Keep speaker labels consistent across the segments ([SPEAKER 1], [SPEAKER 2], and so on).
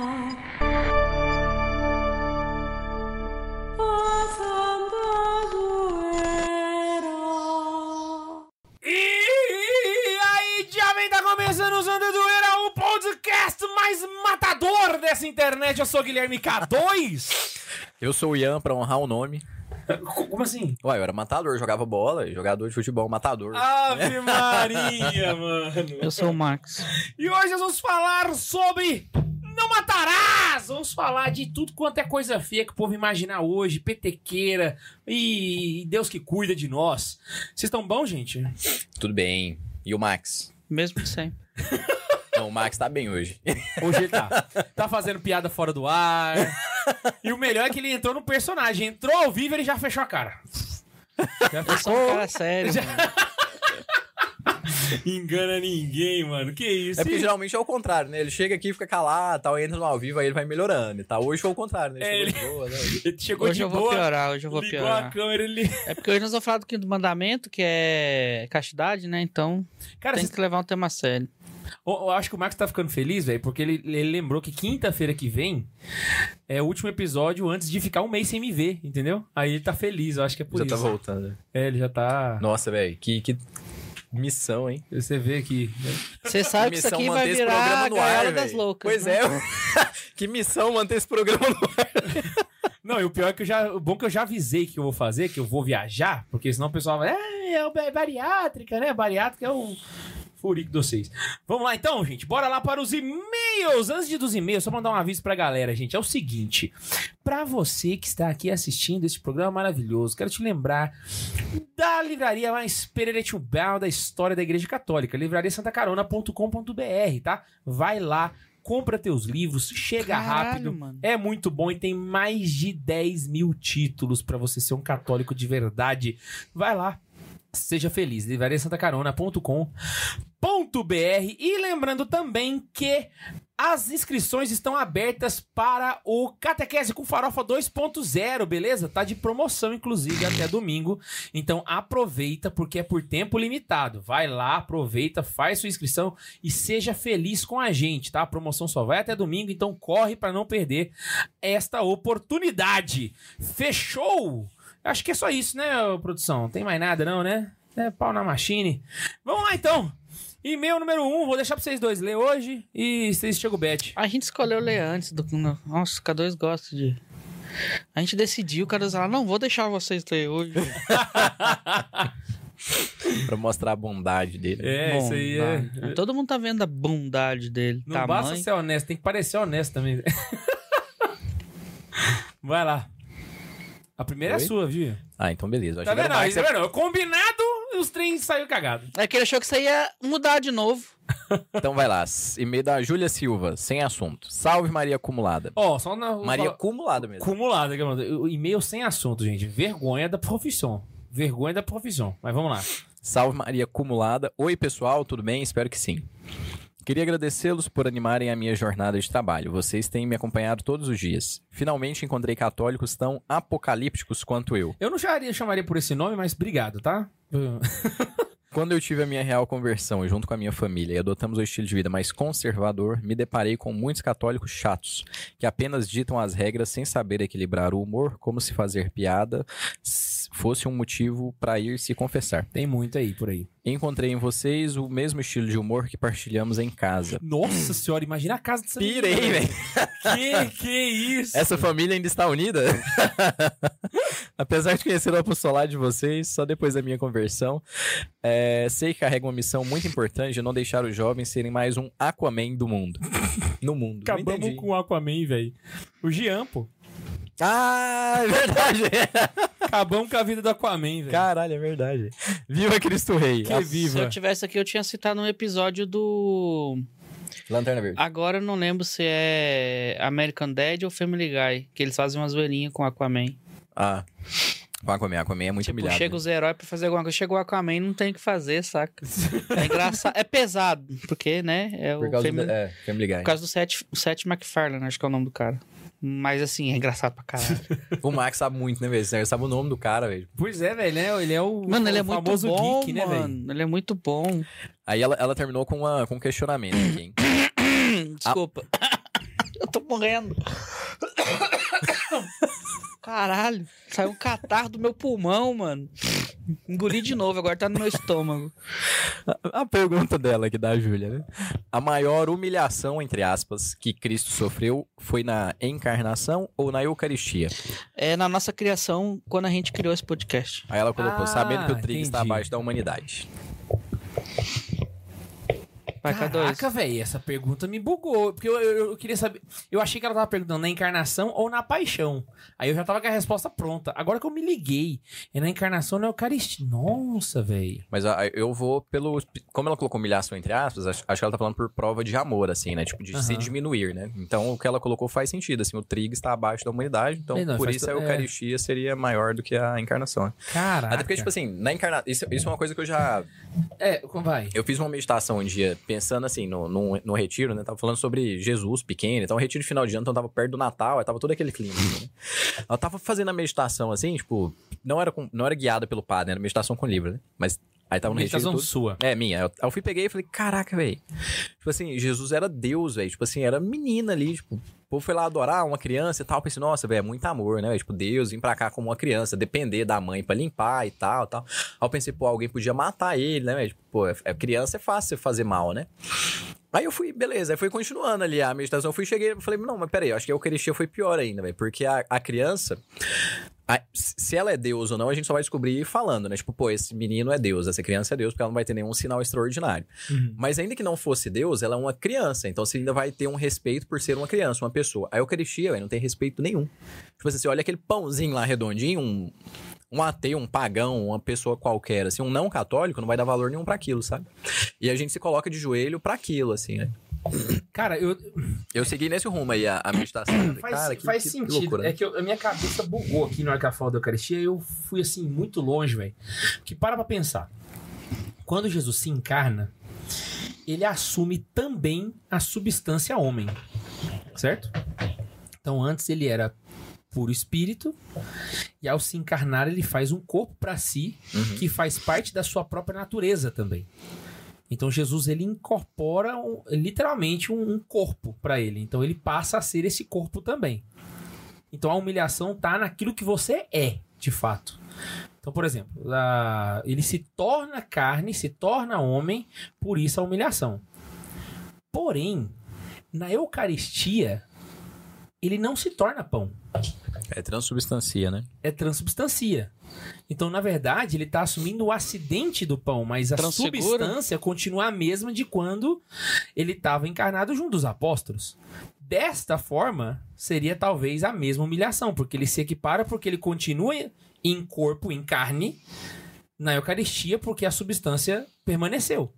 [SPEAKER 1] começar a
[SPEAKER 2] E aí, Diabem, tá começando o Zanda Doeira, o podcast mais matador dessa internet. Eu sou Guilherme K2.
[SPEAKER 3] Eu sou o Ian, pra honrar o nome.
[SPEAKER 2] Como assim?
[SPEAKER 3] Ué, eu era matador, jogava bola, jogador de futebol, matador.
[SPEAKER 4] Ah!
[SPEAKER 2] Ave Maria, mano.
[SPEAKER 4] Eu sou o Max.
[SPEAKER 2] E hoje nós vamos falar sobre Não Matarás! Vamos falar de tudo quanto é coisa feia que o povo imaginar hoje, petequeira e Deus que cuida de nós. Vocês estão bom, gente?
[SPEAKER 3] Tudo bem. E o Max?
[SPEAKER 4] Mesmo que sem.
[SPEAKER 3] Não, o Max tá bem hoje.
[SPEAKER 2] Hoje ele tá. Tá fazendo piada fora do ar. E o melhor é que ele entrou no personagem. Entrou ao vivo e ele já fechou a cara. Já
[SPEAKER 4] Eu sou um cara sério, mano.
[SPEAKER 2] Engana ninguém, mano. Que isso?
[SPEAKER 3] É porque geralmente é o contrário, né? Ele chega aqui, fica calado, tal, entra no ao vivo, aí ele vai melhorando e tal. Hoje foi o contrário, né?
[SPEAKER 2] É,
[SPEAKER 3] chegou de boa, né?
[SPEAKER 2] Ele chegou
[SPEAKER 4] Hoje
[SPEAKER 2] de
[SPEAKER 4] eu vou
[SPEAKER 2] boa,
[SPEAKER 4] piorar, hoje eu vou
[SPEAKER 2] ligou a
[SPEAKER 4] piorar.
[SPEAKER 2] câmera ele.
[SPEAKER 4] É porque hoje nós vamos falar do quinto mandamento, que é castidade, né? Então
[SPEAKER 2] Cara,
[SPEAKER 4] tem
[SPEAKER 2] vocês-
[SPEAKER 4] que levar um tema sério.
[SPEAKER 2] eu eu acho que o Max tá ficando feliz, velho, porque ele, ele lembrou que quinta-feira que vem é o último episódio antes de ficar um mês sem me ver, entendeu? Aí ele tá feliz, eu acho que é por
[SPEAKER 3] Já tá
[SPEAKER 2] isso.
[SPEAKER 3] voltando.
[SPEAKER 2] é, ele já tá.
[SPEAKER 3] Nossa, velho, que, que missão, hein?
[SPEAKER 2] Você vê que.
[SPEAKER 4] Você sabe que isso
[SPEAKER 3] missão
[SPEAKER 4] aqui vai
[SPEAKER 3] esse
[SPEAKER 4] virar a gaiola
[SPEAKER 3] véi.
[SPEAKER 4] das loucas.
[SPEAKER 3] Pois
[SPEAKER 4] né?
[SPEAKER 3] é. que missão manter esse programa no ar.
[SPEAKER 2] Não, e o pior é que eu já. O bom é que eu já avisei que eu vou fazer, que eu vou viajar, porque senão o pessoal vai. É, é o ba- bariátrica, né? Bariátrica é um furico de vocês. Vamos lá então, gente. Bora lá para os e-mails. Antes de dos e-mails, só mandar um aviso pra galera, gente. É o seguinte. Pra você que está aqui assistindo esse programa maravilhoso, quero te lembrar da livraria mais pereretiubal da história da Igreja Católica, livrariasantacarona.com.br, tá? Vai lá, compra teus livros, chega
[SPEAKER 4] Caralho,
[SPEAKER 2] rápido.
[SPEAKER 4] mano.
[SPEAKER 2] É muito bom e tem mais de 10 mil títulos pra você ser um católico de verdade. Vai lá, seja feliz. livrariasantacarona.com.br E lembrando também que as inscrições estão abertas para o Catequese com Farofa 2.0, beleza? Tá de promoção, inclusive, até domingo. Então aproveita, porque é por tempo limitado. Vai lá, aproveita, faz sua inscrição e seja feliz com a gente, tá? A promoção só vai até domingo, então corre pra não perder esta oportunidade. Fechou? Acho que é só isso, né, ô, produção? Não tem mais nada não, né? É pau na machine. Vamos lá então. E-mail número 1, um, vou deixar pra vocês dois ler hoje e vocês chegam o bet.
[SPEAKER 4] A gente escolheu ler antes do. Nossa, o K2 gosta de. A gente decidiu, o K2 falou, não vou deixar vocês ler hoje.
[SPEAKER 3] pra mostrar a bondade dele.
[SPEAKER 2] É, isso aí é.
[SPEAKER 4] Bondade. Todo mundo tá vendo a bondade dele.
[SPEAKER 2] Não
[SPEAKER 4] tamanho.
[SPEAKER 2] basta ser honesto, tem que parecer honesto também. vai lá. A primeira é
[SPEAKER 3] Oi?
[SPEAKER 2] sua, viu?
[SPEAKER 3] Ah, então beleza. Eu
[SPEAKER 2] Tá
[SPEAKER 3] achei que
[SPEAKER 2] vendo?
[SPEAKER 3] era o Max,
[SPEAKER 2] Tá vendo? Combinado, os trens saíram cagados.
[SPEAKER 4] É que ele achou que isso aí ia mudar de novo.
[SPEAKER 3] Então vai lá. E-mail da Júlia Silva, sem assunto. Salve Maria acumulada.
[SPEAKER 2] Ó, só na.
[SPEAKER 3] Maria
[SPEAKER 2] fala-
[SPEAKER 3] acumulada mesmo.
[SPEAKER 2] acumulada, que eu mando. O e-mail sem assunto, gente. Vergonha da profissão. Vergonha da profissão. Mas vamos lá.
[SPEAKER 3] Salve Maria acumulada. Oi, pessoal, tudo bem? Espero que sim. Queria agradecê-los por animarem a minha jornada de trabalho. Vocês têm me acompanhado todos os dias. Finalmente encontrei católicos tão apocalípticos quanto eu.
[SPEAKER 2] Eu não chamaria, chamaria por esse nome, mas obrigado, tá?
[SPEAKER 3] Quando eu tive a minha real conversão junto com a minha família e adotamos um estilo de vida mais conservador, me deparei com muitos católicos chatos, que apenas ditam as regras sem saber equilibrar o humor, como se fazer piada s- fosse um motivo para ir se confessar.
[SPEAKER 2] Tem muito aí por aí.
[SPEAKER 3] Encontrei em vocês o mesmo estilo de humor que partilhamos em casa.
[SPEAKER 2] Nossa senhora, imagina a casa dessa
[SPEAKER 3] Pirei,
[SPEAKER 2] menina.
[SPEAKER 3] velho.
[SPEAKER 2] Que que isso?
[SPEAKER 3] Essa família ainda está unida? Apesar de conhecer o apostolado de vocês, só depois da minha conversão, é, sei que carrega uma missão muito importante de não deixar os jovens serem mais um Aquaman do mundo. No mundo. Não
[SPEAKER 2] Acabamos
[SPEAKER 3] entendi.
[SPEAKER 2] com o Aquaman, velho. O Jean, pô.
[SPEAKER 3] Ah, é verdade.
[SPEAKER 2] Acabamos com a vida do Aquaman, velho.
[SPEAKER 3] Caralho, é verdade. Viva Cristo Rei.
[SPEAKER 2] Que
[SPEAKER 3] A-
[SPEAKER 2] viva.
[SPEAKER 4] Se eu tivesse aqui, eu tinha citado um episódio do.
[SPEAKER 3] Lanterna Verde.
[SPEAKER 4] Agora eu não lembro se é American Dad ou Family Guy, que eles fazem umas zoeirinhas com Aquaman.
[SPEAKER 3] Ah. Com Aquaman. Aquaman é muito
[SPEAKER 4] tipo,
[SPEAKER 3] humilhado.
[SPEAKER 4] chega
[SPEAKER 3] né?
[SPEAKER 4] os heróis pra fazer alguma coisa. Chegou o Aquaman não tem o que fazer, saca? É engraçado. é pesado, porque, né? É o
[SPEAKER 3] Por causa
[SPEAKER 4] Family-
[SPEAKER 3] do... É, Family Guy.
[SPEAKER 4] Por causa do Seth, o Seth MacFarlane, acho que é o nome do cara. Mas assim, é engraçado pra caralho.
[SPEAKER 3] O Max sabe muito, né, velho? Ele sabe o nome do cara, velho.
[SPEAKER 2] Pois é, velho, né? Ele é o,
[SPEAKER 4] Mano, ele é
[SPEAKER 2] o
[SPEAKER 4] muito
[SPEAKER 2] famoso
[SPEAKER 4] bom,
[SPEAKER 2] geek, né, velho?
[SPEAKER 4] mano. Ele é muito bom.
[SPEAKER 3] Aí ela, ela terminou com, uma, com um questionamento aqui, hein?
[SPEAKER 4] Desculpa. Ah. Eu tô morrendo. Caralho, saiu um catarro do meu pulmão, mano. Engoli de novo, agora tá no meu estômago.
[SPEAKER 3] A, a pergunta dela aqui da Júlia, né? A maior humilhação, entre aspas, que Cristo sofreu foi na encarnação ou na Eucaristia?
[SPEAKER 4] É na nossa criação, quando a gente criou esse podcast.
[SPEAKER 3] Aí ela colocou,
[SPEAKER 2] Ah,
[SPEAKER 3] sabendo que o trigo está
[SPEAKER 2] entendi.
[SPEAKER 3] abaixo da humanidade.
[SPEAKER 4] Vai, K2.
[SPEAKER 2] Caraca, velho, essa pergunta me bugou. Porque eu, eu- eu queria saber. Eu achei que ela tava perguntando na encarnação ou na paixão. Aí eu já tava com a resposta pronta. Agora que eu me liguei, é na encarnação ou na Eucaristia. Nossa, velho.
[SPEAKER 3] Mas a- eu vou pelo. Como ela colocou humilhação entre aspas, acho, acho que ela tá falando por prova de amor, assim, né? Tipo, de se
[SPEAKER 2] Aham.
[SPEAKER 3] diminuir, né? Então o que ela colocou faz sentido, assim, o trigo está abaixo da humanidade, então
[SPEAKER 2] Bem, não,
[SPEAKER 3] por
[SPEAKER 2] faz
[SPEAKER 3] isso
[SPEAKER 2] to- é.
[SPEAKER 3] a Eucaristia seria maior do que a encarnação. né?
[SPEAKER 2] Caraca.
[SPEAKER 3] Até porque, tipo assim, na encarnação. Isso, isso é uma coisa que eu já.
[SPEAKER 2] É, como vai?
[SPEAKER 3] Eu fiz uma meditação um dia, pensando assim, no, no, no retiro, né? Tava falando sobre Jesus pequeno, então o retiro de final de ano, então tava perto do Natal, aí tava todo aquele clima. assim, né? Eu tava fazendo a meditação assim, tipo, não era, com- não era guiada pelo padre, era meditação com livro, né? Mas aí tava no retiro.
[SPEAKER 2] Meditação
[SPEAKER 3] tudo.
[SPEAKER 2] sua.
[SPEAKER 3] É, minha. Eu, eu fui, peguei e falei, caraca, velho. Tipo assim, Jesus era Deus, velho. Tipo assim, era menina ali, tipo... O povo foi lá adorar uma criança e tal. Eu Pensei, nossa, velho, é muito amor, né? véi? Tipo, Deus vir pra cá como uma criança, depender da mãe pra limpar e tal, tal. Aí eu pensei, pô, alguém podia matar ele, né? véi? Tipo, pô, é, é- criança é fácil você fazer mal, né? Aí eu fui, beleza, aí fui continuando ali a meditação. Eu fui, cheguei, eu falei, não, mas peraí, eu acho que a Eucaristia foi pior ainda, velho. Porque a, a criança, a- se ela é Deus ou não, a gente só vai descobrir falando, né? Tipo, pô, esse menino é Deus, essa criança é Deus, porque ela não vai ter nenhum sinal extraordinário.
[SPEAKER 2] Uhum.
[SPEAKER 3] Mas ainda que não fosse Deus, ela é uma criança, então você ainda vai ter um respeito por ser uma criança, uma pessoa. A Eucaristia, velho, não tem respeito nenhum. Tipo assim, você olha aquele pãozinho lá redondinho, um, um ateu, um pagão, uma pessoa qualquer, assim, um não católico, não vai dar valor nenhum pra aquilo, sabe? E a gente se coloca de joelho pra aquilo, assim, né?
[SPEAKER 2] Cara, eu,
[SPEAKER 3] Eu segui nesse rumo aí a, a meditação. Eu falei,
[SPEAKER 2] Faz,
[SPEAKER 3] cara, que-
[SPEAKER 2] faz
[SPEAKER 3] que
[SPEAKER 2] sentido.
[SPEAKER 3] loucura, né?
[SPEAKER 2] É que eu- a minha cabeça bugou aqui na hora que ela falou da Eucaristia e eu fui assim muito longe, velho. Que para pra pensar. Quando Jesus se encarna, ele assume também a substância homem. Certo? Então antes ele era puro espírito e ao se encarnar ele faz um corpo pra si
[SPEAKER 3] Uhum.
[SPEAKER 2] que faz parte da sua própria natureza também. Então Jesus ele incorpora um- literalmente um, um corpo para ele. Então ele passa a ser esse corpo também. Então a humilhação tá naquilo que você é, de fato. Então, por exemplo, a- ele se torna carne, se torna homem, por isso a humilhação. Porém, na Eucaristia, ele não se torna pão
[SPEAKER 3] É transubstancia, né?
[SPEAKER 2] é transubstancia. Então, na verdade, ele está assumindo o acidente do pão, mas a
[SPEAKER 4] Transfigura.
[SPEAKER 2] substância continua a mesma de quando ele estava encarnado junto dos apóstolos. Desta forma, seria talvez a mesma humilhação, porque ele se equipara porque ele continua em corpo, em carne, na Eucaristia, porque a substância permaneceu.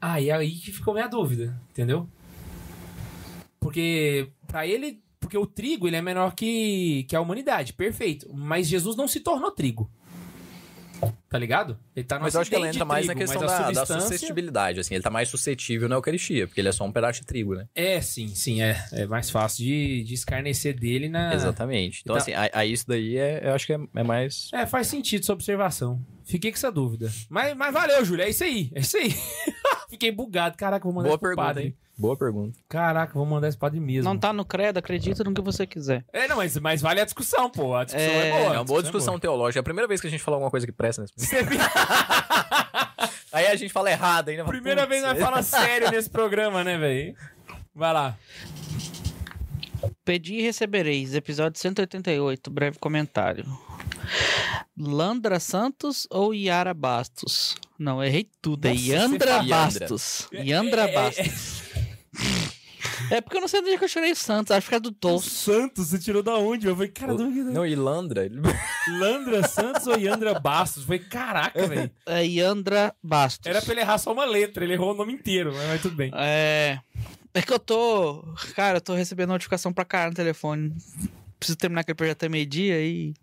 [SPEAKER 2] Ah, e aí que ficou minha dúvida, entendeu? Porque para ele, porque o trigo ele é menor que, que a humanidade, perfeito. Mas Jesus não se tornou trigo. Tá ligado? Ele tá no
[SPEAKER 3] Mas eu acho que ela
[SPEAKER 2] acidente
[SPEAKER 3] entra mais na
[SPEAKER 2] trigo,
[SPEAKER 3] questão
[SPEAKER 2] mas a
[SPEAKER 3] da, da
[SPEAKER 2] substância-
[SPEAKER 3] suscetibilidade, assim. Ele tá mais suscetível na Eucaristia, porque ele é só um pedaço de trigo, né?
[SPEAKER 2] É, sim, sim, é. É mais fácil de, de escarnecer dele na.
[SPEAKER 3] Exatamente. Então,
[SPEAKER 2] Tá.
[SPEAKER 3] assim, aí, aí isso daí é, eu acho que é, é mais...
[SPEAKER 2] É, faz sentido essa observação. Fiquei com essa dúvida. Mas, mas valeu, Júlio. É isso aí. É isso aí. Fiquei bugado. Caraca, vou mandar
[SPEAKER 3] Boa
[SPEAKER 2] isso pro
[SPEAKER 3] pergunta,
[SPEAKER 2] padre.
[SPEAKER 3] hein? Boa pergunta.
[SPEAKER 2] Caraca, vou mandar esse padre mesmo.
[SPEAKER 4] Não tá no credo, acredita no que você quiser.
[SPEAKER 2] É, não, mas, mas vale a discussão, pô. A discussão é,
[SPEAKER 4] É,
[SPEAKER 2] boa.
[SPEAKER 3] É uma boa discussão teológica. É a primeira vez que a gente fala alguma coisa que presta nesse
[SPEAKER 2] é boa.
[SPEAKER 3] Aí a gente fala errado ainda. fala,
[SPEAKER 2] Primeira
[SPEAKER 3] "Putz,
[SPEAKER 2] vez nós
[SPEAKER 3] é."
[SPEAKER 2] fala sério nesse programa, né, velho? Vai lá.
[SPEAKER 4] Pedi e recebereis, episódio 188, breve comentário. Landra Santos ou Yara Bastos? Não, errei tudo. É
[SPEAKER 2] Nossa,
[SPEAKER 4] Yandra
[SPEAKER 3] você fala-
[SPEAKER 4] Bastos. Yandra Bastos. É porque eu não sei onde é que eu tirei o Santos, acho que é do Tolso.
[SPEAKER 2] Santos, você tirou da onde? Eu falei, cara,
[SPEAKER 3] Não, e Landra. ele-
[SPEAKER 2] Landra Santos ou Yandra Bastos? Eu falei, caraca, velho.
[SPEAKER 4] É Yandra Bastos.
[SPEAKER 2] Era pra ele errar só uma letra, ele errou o nome inteiro, mas, mas tudo bem.
[SPEAKER 4] É. É que eu tô. Cara, eu tô recebendo notificação pra caralho no telefone. preciso terminar aquele projeto até meio-dia e.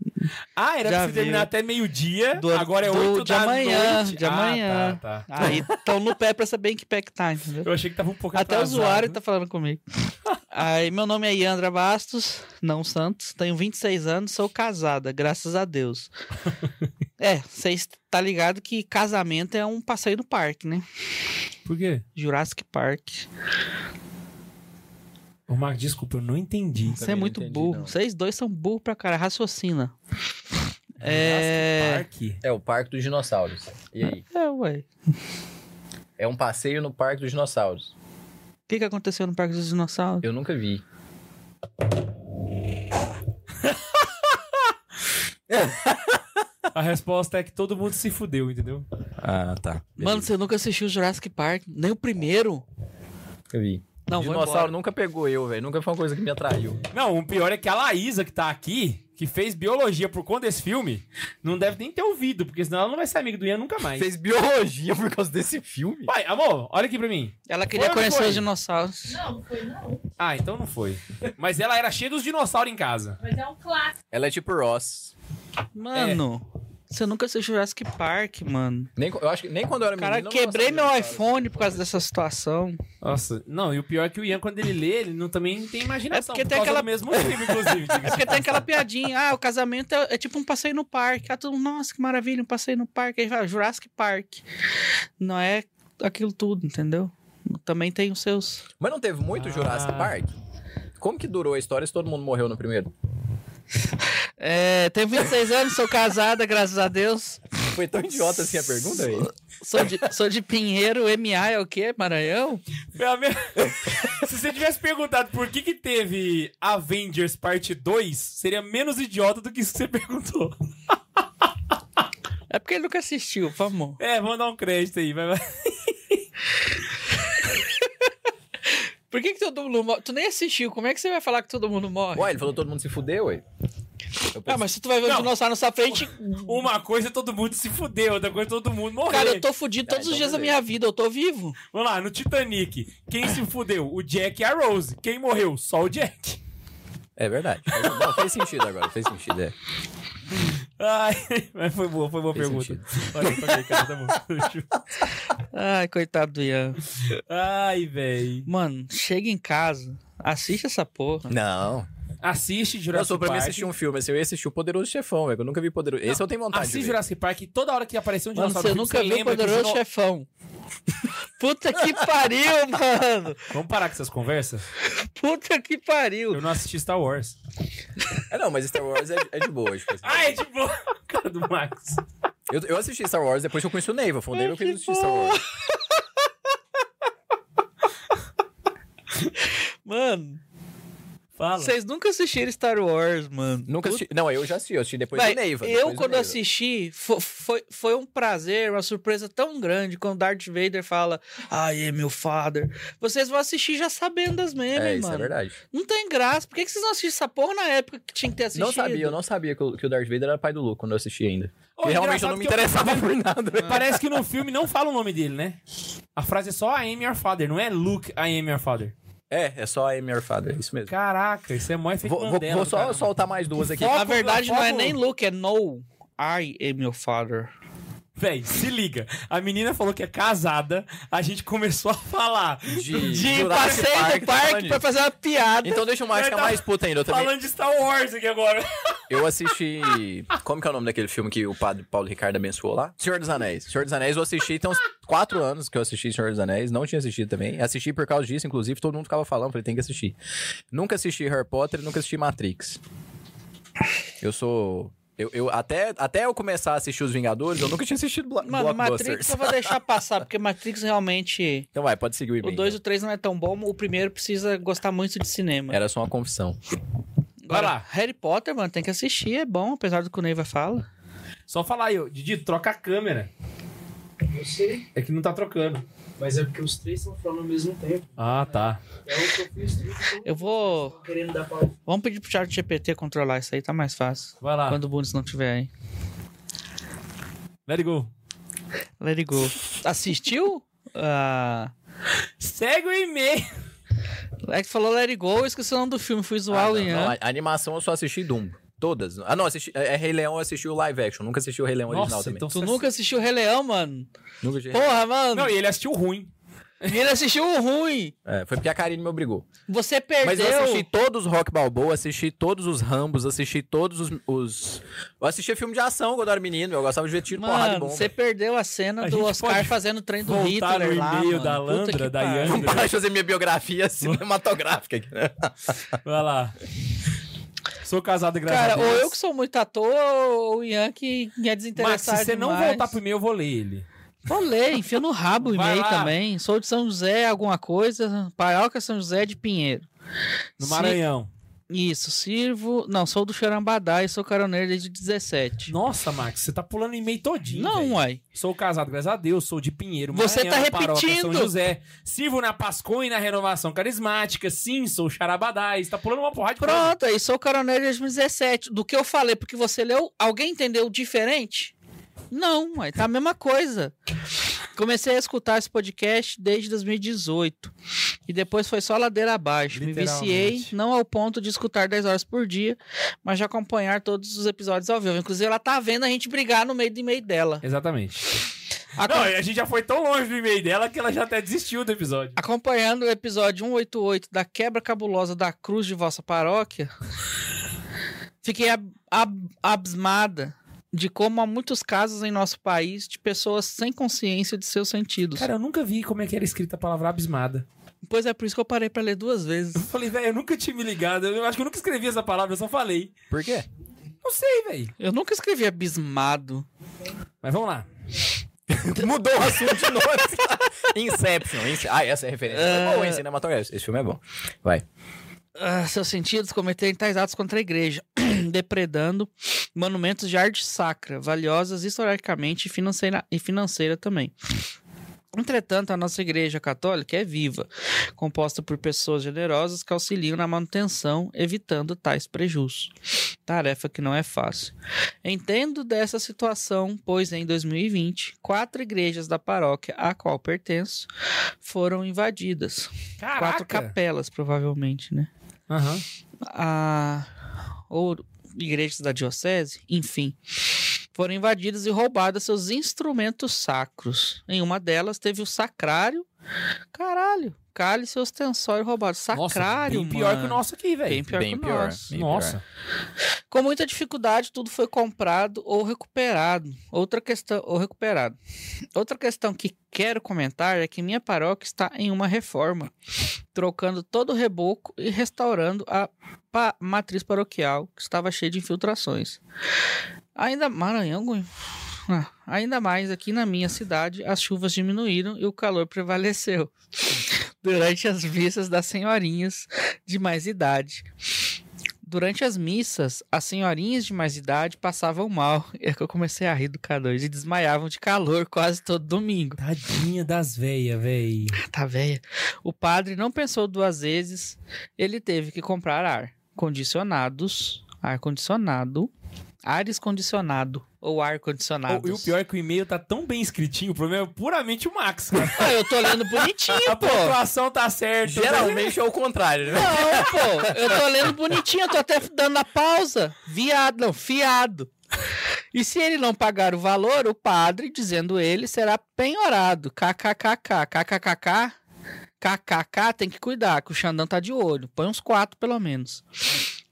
[SPEAKER 2] Ah, era
[SPEAKER 4] Já
[SPEAKER 2] pra você terminar
[SPEAKER 4] viu.
[SPEAKER 2] até meio-dia.
[SPEAKER 4] Do-
[SPEAKER 2] Agora é
[SPEAKER 4] do-
[SPEAKER 2] 8
[SPEAKER 4] de
[SPEAKER 2] da
[SPEAKER 4] amanhã,
[SPEAKER 2] noite.
[SPEAKER 4] de
[SPEAKER 2] Ah,
[SPEAKER 4] amanhã.
[SPEAKER 2] tá, tá.
[SPEAKER 4] Aí estão no pé pra saber em que pé que tá, entendeu?
[SPEAKER 2] Eu achei que tava um pouco
[SPEAKER 4] Até o
[SPEAKER 2] atrasado.
[SPEAKER 3] né?
[SPEAKER 4] usuário tá falando comigo. Aí, meu nome é Yandra Bastos, não Santos, tenho 26 anos, sou casada, graças a Deus. É, vocês tá ligado que casamento é um passeio no parque, né?
[SPEAKER 2] Por quê?
[SPEAKER 4] Jurassic Park.
[SPEAKER 2] Ô, Marco, desculpa, eu não entendi.
[SPEAKER 4] Você
[SPEAKER 3] Também
[SPEAKER 4] é
[SPEAKER 3] não
[SPEAKER 4] muito
[SPEAKER 3] entendi,
[SPEAKER 4] burro.
[SPEAKER 3] não.
[SPEAKER 4] Vocês dois são burro pra cara, raciocina. É.
[SPEAKER 2] Jurassic Park?
[SPEAKER 3] É o Parque dos Dinossauros. E aí?
[SPEAKER 4] É, ué.
[SPEAKER 3] É um passeio no Parque dos Dinossauros.
[SPEAKER 4] O que, que aconteceu no Parque dos Dinossauros?
[SPEAKER 3] Eu nunca vi.
[SPEAKER 2] A resposta é que todo mundo se fudeu, entendeu?
[SPEAKER 3] Ah, tá.
[SPEAKER 4] Mano, você nunca assistiu Jurassic Park? Nem o primeiro?
[SPEAKER 3] nunca vi.
[SPEAKER 4] Não, vou
[SPEAKER 3] Dinossauro
[SPEAKER 4] embora.
[SPEAKER 3] nunca pegou eu, velho. Nunca foi uma coisa que me atraiu.
[SPEAKER 2] Não, o pior é que a Laísa, que tá aqui, que fez biologia por conta desse filme, não deve nem ter ouvido, porque senão ela não vai ser amiga do Ian nunca mais.
[SPEAKER 3] Fez biologia por causa desse filme.
[SPEAKER 2] Vai, amor, olha aqui pra mim.
[SPEAKER 4] Ela queria
[SPEAKER 2] Foi,
[SPEAKER 4] conhecer
[SPEAKER 2] foi.
[SPEAKER 4] os dinossauros.
[SPEAKER 1] Não, foi não.
[SPEAKER 2] Ah, então não foi. Mas ela era cheia dos dinossauros em casa.
[SPEAKER 1] Mas é um clássico.
[SPEAKER 3] Ela é tipo Ross.
[SPEAKER 4] É. Mano, você nunca assistiu Jurassic Park, mano.
[SPEAKER 3] Nem, eu acho que nem quando eu era
[SPEAKER 4] Cara,
[SPEAKER 3] menino. eu não
[SPEAKER 4] quebrei meu
[SPEAKER 3] gostava de dinossauro.
[SPEAKER 4] iPhone por causa dessa situação.
[SPEAKER 2] Nossa, não, e o pior é que o Ian, quando ele lê, ele não, também não tem imaginação.
[SPEAKER 4] É porque
[SPEAKER 2] por
[SPEAKER 4] tem
[SPEAKER 2] causa
[SPEAKER 4] aquela-
[SPEAKER 2] do mesmo filme, inclusive.
[SPEAKER 4] É porque tem aquela piadinha, ah, o casamento é, é tipo um passeio no parque. Ah, todo mundo, nossa, que maravilha, um passeio no parque. Aí fala, Jurassic Park. Não é aquilo tudo, entendeu? Também tem os seus.
[SPEAKER 3] Mas não teve muito
[SPEAKER 2] Ah.
[SPEAKER 3] Jurassic Park? Como que durou a história se todo mundo morreu no primeiro?
[SPEAKER 4] É, tenho 26 anos, sou casada, graças a Deus.
[SPEAKER 3] Foi tão idiota assim a pergunta, velho.
[SPEAKER 4] Sou de, sou de Pinheiro, MA é o quê? Maranhão?
[SPEAKER 2] Pelo menos- Se você tivesse perguntado por que, que teve Avengers Parte 2, seria menos idiota do que isso que você perguntou.
[SPEAKER 4] É porque ele nunca assistiu, vamos.
[SPEAKER 2] É, vamos dar um crédito aí. Vai, vai.
[SPEAKER 4] Por que, que todo mundo morre? Tu nem assistiu, como é que você vai falar que todo mundo morre?
[SPEAKER 3] Ué, ele falou todo mundo se fudeu, ué. Eu
[SPEAKER 4] Ah,
[SPEAKER 3] pensei-
[SPEAKER 4] mas se tu vai ver o
[SPEAKER 2] Não.
[SPEAKER 4] dinossauro na sua frente,
[SPEAKER 2] Uma coisa é todo mundo se fudeu, outra coisa é todo mundo morreu.
[SPEAKER 4] cara, eu tô fudido todos
[SPEAKER 3] Ah,
[SPEAKER 4] os
[SPEAKER 3] então
[SPEAKER 4] dias da
[SPEAKER 3] beleza.
[SPEAKER 4] minha vida, eu tô vivo.
[SPEAKER 2] Vamos lá, no Titanic, quem se fudeu? O Jack e a Rose. Quem morreu? Só o Jack.
[SPEAKER 3] É verdade. Não, fez sentido agora, fez sentido, é.
[SPEAKER 2] Ai, mas foi boa, foi boa
[SPEAKER 3] Fez
[SPEAKER 2] pergunta.
[SPEAKER 3] sentido.
[SPEAKER 2] Olha, eu toquei, cara, tá bom.
[SPEAKER 4] Ai, coitado do Ian.
[SPEAKER 2] Ai, véi.
[SPEAKER 4] Mano, chega em casa, assiste essa porra.
[SPEAKER 3] Não.
[SPEAKER 2] Assiste
[SPEAKER 3] Eu
[SPEAKER 2] Jurassic
[SPEAKER 3] sou pra mim
[SPEAKER 2] Park.
[SPEAKER 3] assistir um filme, assim, eu ia assistir o Poderoso Chefão, velho. que Eu nunca vi Poderoso. Esse eu tenho vontade
[SPEAKER 2] Assiste
[SPEAKER 3] de ver.
[SPEAKER 2] Jurassic Park e toda hora que aparecer um
[SPEAKER 4] Mano,
[SPEAKER 2] dinossauro
[SPEAKER 4] você
[SPEAKER 2] no filme,
[SPEAKER 4] nunca viu o
[SPEAKER 2] lembra que o
[SPEAKER 4] Poderoso
[SPEAKER 2] dino-
[SPEAKER 4] Chefão. Puta que pariu, mano.
[SPEAKER 2] Vamos parar com essas conversas?
[SPEAKER 4] Puta que pariu.
[SPEAKER 2] Eu não assisti Star Wars.
[SPEAKER 3] É, não, mas Star Wars é, é de boa. Tipo, assim.
[SPEAKER 2] Ai, de boa! Cara do Max.
[SPEAKER 3] eu, eu assisti Star Wars depois que eu conheci o Neiva. Foi o Neiva que eu
[SPEAKER 4] que
[SPEAKER 3] assisti Star Wars.
[SPEAKER 4] Mano,
[SPEAKER 2] Fala.
[SPEAKER 4] vocês nunca assistiram Star Wars, mano.
[SPEAKER 3] Nunca assisti. Não, eu já assisti, eu assisti depois
[SPEAKER 4] Véi,
[SPEAKER 3] do Neiva.
[SPEAKER 4] eu, quando assisti, fo- foi, foi um prazer, uma surpresa tão grande quando Darth Vader fala Aê, meu father. Vocês vão assistir já sabendo das memes,
[SPEAKER 3] É,
[SPEAKER 4] mano.
[SPEAKER 3] isso é verdade.
[SPEAKER 4] Não tem graça. Por que que vocês não assistem essa porra na época que tinha que ter assistido?
[SPEAKER 3] Não sabia, eu não sabia que o, que o Darth Vader era pai do Luke quando eu assisti ainda.
[SPEAKER 2] Ô,
[SPEAKER 3] e realmente eu não
[SPEAKER 2] engraçado que eu-
[SPEAKER 3] me interessava por nada. né? velho.
[SPEAKER 2] Parece que no filme não fala o nome dele, né? A frase é só I am your father, não é Luke, I am your father.
[SPEAKER 3] É, é só a Amy Arfada, é isso mesmo.
[SPEAKER 2] Caraca, isso é mó efeito
[SPEAKER 3] Vou, vou-
[SPEAKER 2] Mandela
[SPEAKER 3] vou
[SPEAKER 2] do
[SPEAKER 3] só
[SPEAKER 2] caramba.
[SPEAKER 3] soltar mais duas aqui.
[SPEAKER 4] Na verdade, não é
[SPEAKER 2] foco-
[SPEAKER 4] nem Luke, é No. I am your father.
[SPEAKER 2] Véi, se liga. A menina falou que é casada, a gente começou a falar.
[SPEAKER 3] De,
[SPEAKER 4] De
[SPEAKER 3] Jurassic
[SPEAKER 4] passeio
[SPEAKER 3] Park, tá falando
[SPEAKER 4] no parque pra
[SPEAKER 3] disso.
[SPEAKER 4] fazer uma piada.
[SPEAKER 3] Então deixa o Márcio ficar
[SPEAKER 2] Verdade.
[SPEAKER 3] mais puta ainda. Eu também,
[SPEAKER 2] Falando de Star Wars aqui agora.
[SPEAKER 3] Eu assisti. Como que é o nome daquele filme que o padre Paulo Ricardo abençoou lá? Senhor dos Anéis. Senhor dos Anéis eu assisti, tem uns quatro anos que eu assisti Senhor dos Anéis, não tinha assistido também. Assisti por causa disso, inclusive, todo mundo ficava falando, falei, tem que assistir. Nunca assisti Harry Potter, nunca assisti Matrix. Eu sou. Eu, eu- até, até eu começar a assistir Os Vingadores, eu nunca tinha assistido Bla
[SPEAKER 4] Mano, Matrix é
[SPEAKER 3] Blockbusters.
[SPEAKER 4] eu vou deixar passar, porque Matrix realmente.
[SPEAKER 3] Então vai, pode seguir o
[SPEAKER 4] O
[SPEAKER 3] e-mail.
[SPEAKER 4] 2 e o 3 não é tão bom, o primeiro precisa gostar muito de cinema.
[SPEAKER 3] Era só uma confissão.
[SPEAKER 2] Vai
[SPEAKER 4] Agora,
[SPEAKER 2] lá.
[SPEAKER 4] Harry Potter, mano, tem que assistir, é bom, apesar do que o Neiva fala.
[SPEAKER 2] Só falar aí, ô, Didi, troca a câmera.
[SPEAKER 5] Eu sei,
[SPEAKER 2] É que não tá trocando.
[SPEAKER 5] mas é porque os três estão falando ao mesmo tempo.
[SPEAKER 2] Ah, tá.
[SPEAKER 5] É o que eu fiz tudo.
[SPEAKER 4] Eu vou.
[SPEAKER 5] Tô querendo dar pra...
[SPEAKER 4] Vamos pedir pro chat GPT controlar isso aí, tá mais fácil.
[SPEAKER 2] Vai
[SPEAKER 3] Ah.
[SPEAKER 2] lá.
[SPEAKER 4] Quando o Bundes não tiver aí.
[SPEAKER 2] Let it go.
[SPEAKER 4] Let it go. Assistiu? Ah,
[SPEAKER 2] Segue o e-mail.
[SPEAKER 4] É que falou Let It Go, eu esqueci o nome do filme, fui zoar
[SPEAKER 3] Ah,
[SPEAKER 4] o
[SPEAKER 3] não, não,
[SPEAKER 4] Ian.
[SPEAKER 2] é?
[SPEAKER 3] a- a animação eu só assisti Dumbo. Todas. Ah, não, assisti, é, é Rei Leão eu assisti o live action. Nunca assisti o Rei Leão original
[SPEAKER 2] Nossa,
[SPEAKER 3] também.
[SPEAKER 2] então
[SPEAKER 4] Tu
[SPEAKER 2] você-
[SPEAKER 4] nunca assistiu o Rei Leão, mano?
[SPEAKER 3] Nunca assisti-
[SPEAKER 4] Porra, mano.
[SPEAKER 2] Não, e ele assistiu ruim.
[SPEAKER 4] E ele assistiu o ruim.
[SPEAKER 3] É, foi porque a Karine me obrigou.
[SPEAKER 4] Você
[SPEAKER 3] Mas eu assisti
[SPEAKER 4] perdeu.
[SPEAKER 3] todos os Rock Balboa, assisti todos os Rambos, assisti todos os. os- Eu assistia filme de ação quando eu era menino. Eu gostava de ver tiro, porrada e
[SPEAKER 4] Mano,
[SPEAKER 3] bomba.
[SPEAKER 4] você perdeu a cena
[SPEAKER 2] A
[SPEAKER 4] do
[SPEAKER 2] gente
[SPEAKER 4] Oscar
[SPEAKER 2] pode
[SPEAKER 4] fazendo o trem do
[SPEAKER 2] voltar
[SPEAKER 4] Hitler
[SPEAKER 2] no
[SPEAKER 4] lá,
[SPEAKER 2] e-mail
[SPEAKER 4] mano.
[SPEAKER 2] da
[SPEAKER 4] Puta
[SPEAKER 2] Landra,
[SPEAKER 4] que
[SPEAKER 2] da
[SPEAKER 4] pariu.
[SPEAKER 2] Ian.
[SPEAKER 3] Não para de fazer minha biografia cinematográfica aqui, né?
[SPEAKER 2] Vai lá. Sou casado e graças a
[SPEAKER 4] Cara, ou
[SPEAKER 2] Deus.
[SPEAKER 4] eu que sou muito à toa, ou o Ian que é
[SPEAKER 2] Max, se
[SPEAKER 4] desinteressado
[SPEAKER 2] você não
[SPEAKER 4] demais.
[SPEAKER 2] voltar pro e-mail, eu vou ler ele.
[SPEAKER 4] Vou ler, enfia no rabo o
[SPEAKER 2] Vai
[SPEAKER 4] e-mail
[SPEAKER 2] lá.
[SPEAKER 4] também. Sou de São José, alguma coisa. Paioca São José de Pinheiro.
[SPEAKER 2] No
[SPEAKER 4] Se-
[SPEAKER 2] Maranhão.
[SPEAKER 4] Isso, sirvo. Não, sou do Xarambadá e sou caroneiro desde 17.
[SPEAKER 2] Nossa, Max, você tá pulando e-mail todinho.
[SPEAKER 4] não,
[SPEAKER 2] velho.
[SPEAKER 4] uai.
[SPEAKER 2] Sou casado, graças a Deus, sou de Pinheiro,
[SPEAKER 4] Você
[SPEAKER 2] Maranhão,
[SPEAKER 4] tá
[SPEAKER 2] Paróquia
[SPEAKER 4] repetindo.
[SPEAKER 2] São José. Sirvo na Pascon e na Renovação Carismática. Sim, sou Charabadás. Tá pulando uma porrada de coisa.
[SPEAKER 4] Pronto, aí sou caroneiro desde 2017. Do que eu falei, porque você leu, alguém entendeu diferente? Não, aí tá a mesma coisa. Comecei a escutar esse podcast desde 2018. E depois foi só ladeira abaixo. Me viciei,
[SPEAKER 2] Literalmente.
[SPEAKER 4] não ao ponto de escutar 10 horas por dia, mas de acompanhar todos os episódios ao vivo. Inclusive, ela tá vendo a gente brigar no meio do e-mail dela.
[SPEAKER 2] Exatamente.
[SPEAKER 4] Acom-
[SPEAKER 2] Não, a gente já foi tão longe do e-mail dela que ela já até desistiu do episódio.
[SPEAKER 4] Acompanhando o episódio 188 da Quebra Cabulosa da Cruz de Vossa Paróquia, fiquei ab ab- abismada de como há muitos casos em nosso país de pessoas sem consciência de seus sentidos.
[SPEAKER 2] Cara, eu nunca vi como é que era escrita a palavra abismada.
[SPEAKER 4] Pois é, por isso que eu parei pra ler duas vezes.
[SPEAKER 2] Eu falei, velho, eu nunca tinha me ligado. Eu acho que eu nunca escrevi essa palavra, eu só falei.
[SPEAKER 3] Por quê?
[SPEAKER 2] Não sei, velho.
[SPEAKER 4] Eu nunca escrevi abismado.
[SPEAKER 2] Mas vamos lá.
[SPEAKER 3] Mudou o assunto de novo. Inception. Ince- Ah, essa é a referência. É boa, hein? Cinematográfica. Esse filme é bom. Vai.
[SPEAKER 4] Ah, seus sentidos cometerem tais atos tá contra a igreja, depredando monumentos de arte sacra, valiosas historicamente e financeira, e financeira também. Entretanto, a nossa igreja católica é viva, composta por pessoas generosas que auxiliam na manutenção, evitando tais prejuízos. Tarefa que não é fácil. Entendo dessa situação, pois em 2020, quatro igrejas da paróquia a qual pertenço foram invadidas.
[SPEAKER 2] Caraca.
[SPEAKER 4] Quatro capelas, provavelmente, né?
[SPEAKER 2] Aham.
[SPEAKER 4] a ou igrejas da diocese, enfim, foram invadidas e roubadas seus instrumentos sacros. Em uma delas teve o sacrário, caralho, cálice e ostensório roubados. Sacrário,
[SPEAKER 2] Nossa, bem pior
[SPEAKER 4] mano.
[SPEAKER 2] que o nosso aqui, velho.
[SPEAKER 4] Bem pior
[SPEAKER 3] Bem
[SPEAKER 4] que o
[SPEAKER 3] pior.
[SPEAKER 4] nosso.
[SPEAKER 3] Bem
[SPEAKER 2] Nossa.
[SPEAKER 4] Com muita dificuldade, tudo foi comprado ou recuperado. Outra questão, ou recuperado. Outra questão que quero comentar é que minha paróquia está em uma reforma, trocando todo o reboco e restaurando a pa- matriz paroquial, que estava cheia de infiltrações. Ainda Maranhão, Gui? Ah, ainda mais aqui na minha cidade, as chuvas diminuíram e o calor prevaleceu durante as vistas das senhorinhas de mais idade. Durante as missas, as senhorinhas de mais idade passavam mal. É que eu comecei a rir do K2 e desmaiavam de calor quase todo domingo.
[SPEAKER 2] Tadinha das velhas, velho.
[SPEAKER 4] Tá velha. O padre não pensou duas vezes. Ele teve que comprar ar condicionados, ar condicionado, ares condicionado ou ar condicionado.
[SPEAKER 2] e o pior é que o e-mail tá tão bem escritinho, o problema é puramente o Max, cara.
[SPEAKER 4] Ah, eu tô lendo bonitinho,
[SPEAKER 2] é A
[SPEAKER 4] pô.
[SPEAKER 2] pontuação tá certa.
[SPEAKER 3] Geralmente é o contrário, né?
[SPEAKER 4] Não, pô, eu tô lendo bonitinho, eu tô até dando a pausa. Viado, não, fiado. E se ele não pagar o valor, o padre, dizendo ele, será penhorado. KKKK, KKKK, KKK, tem que cuidar, que o Xandão tá de olho. Põe uns quatro, pelo menos.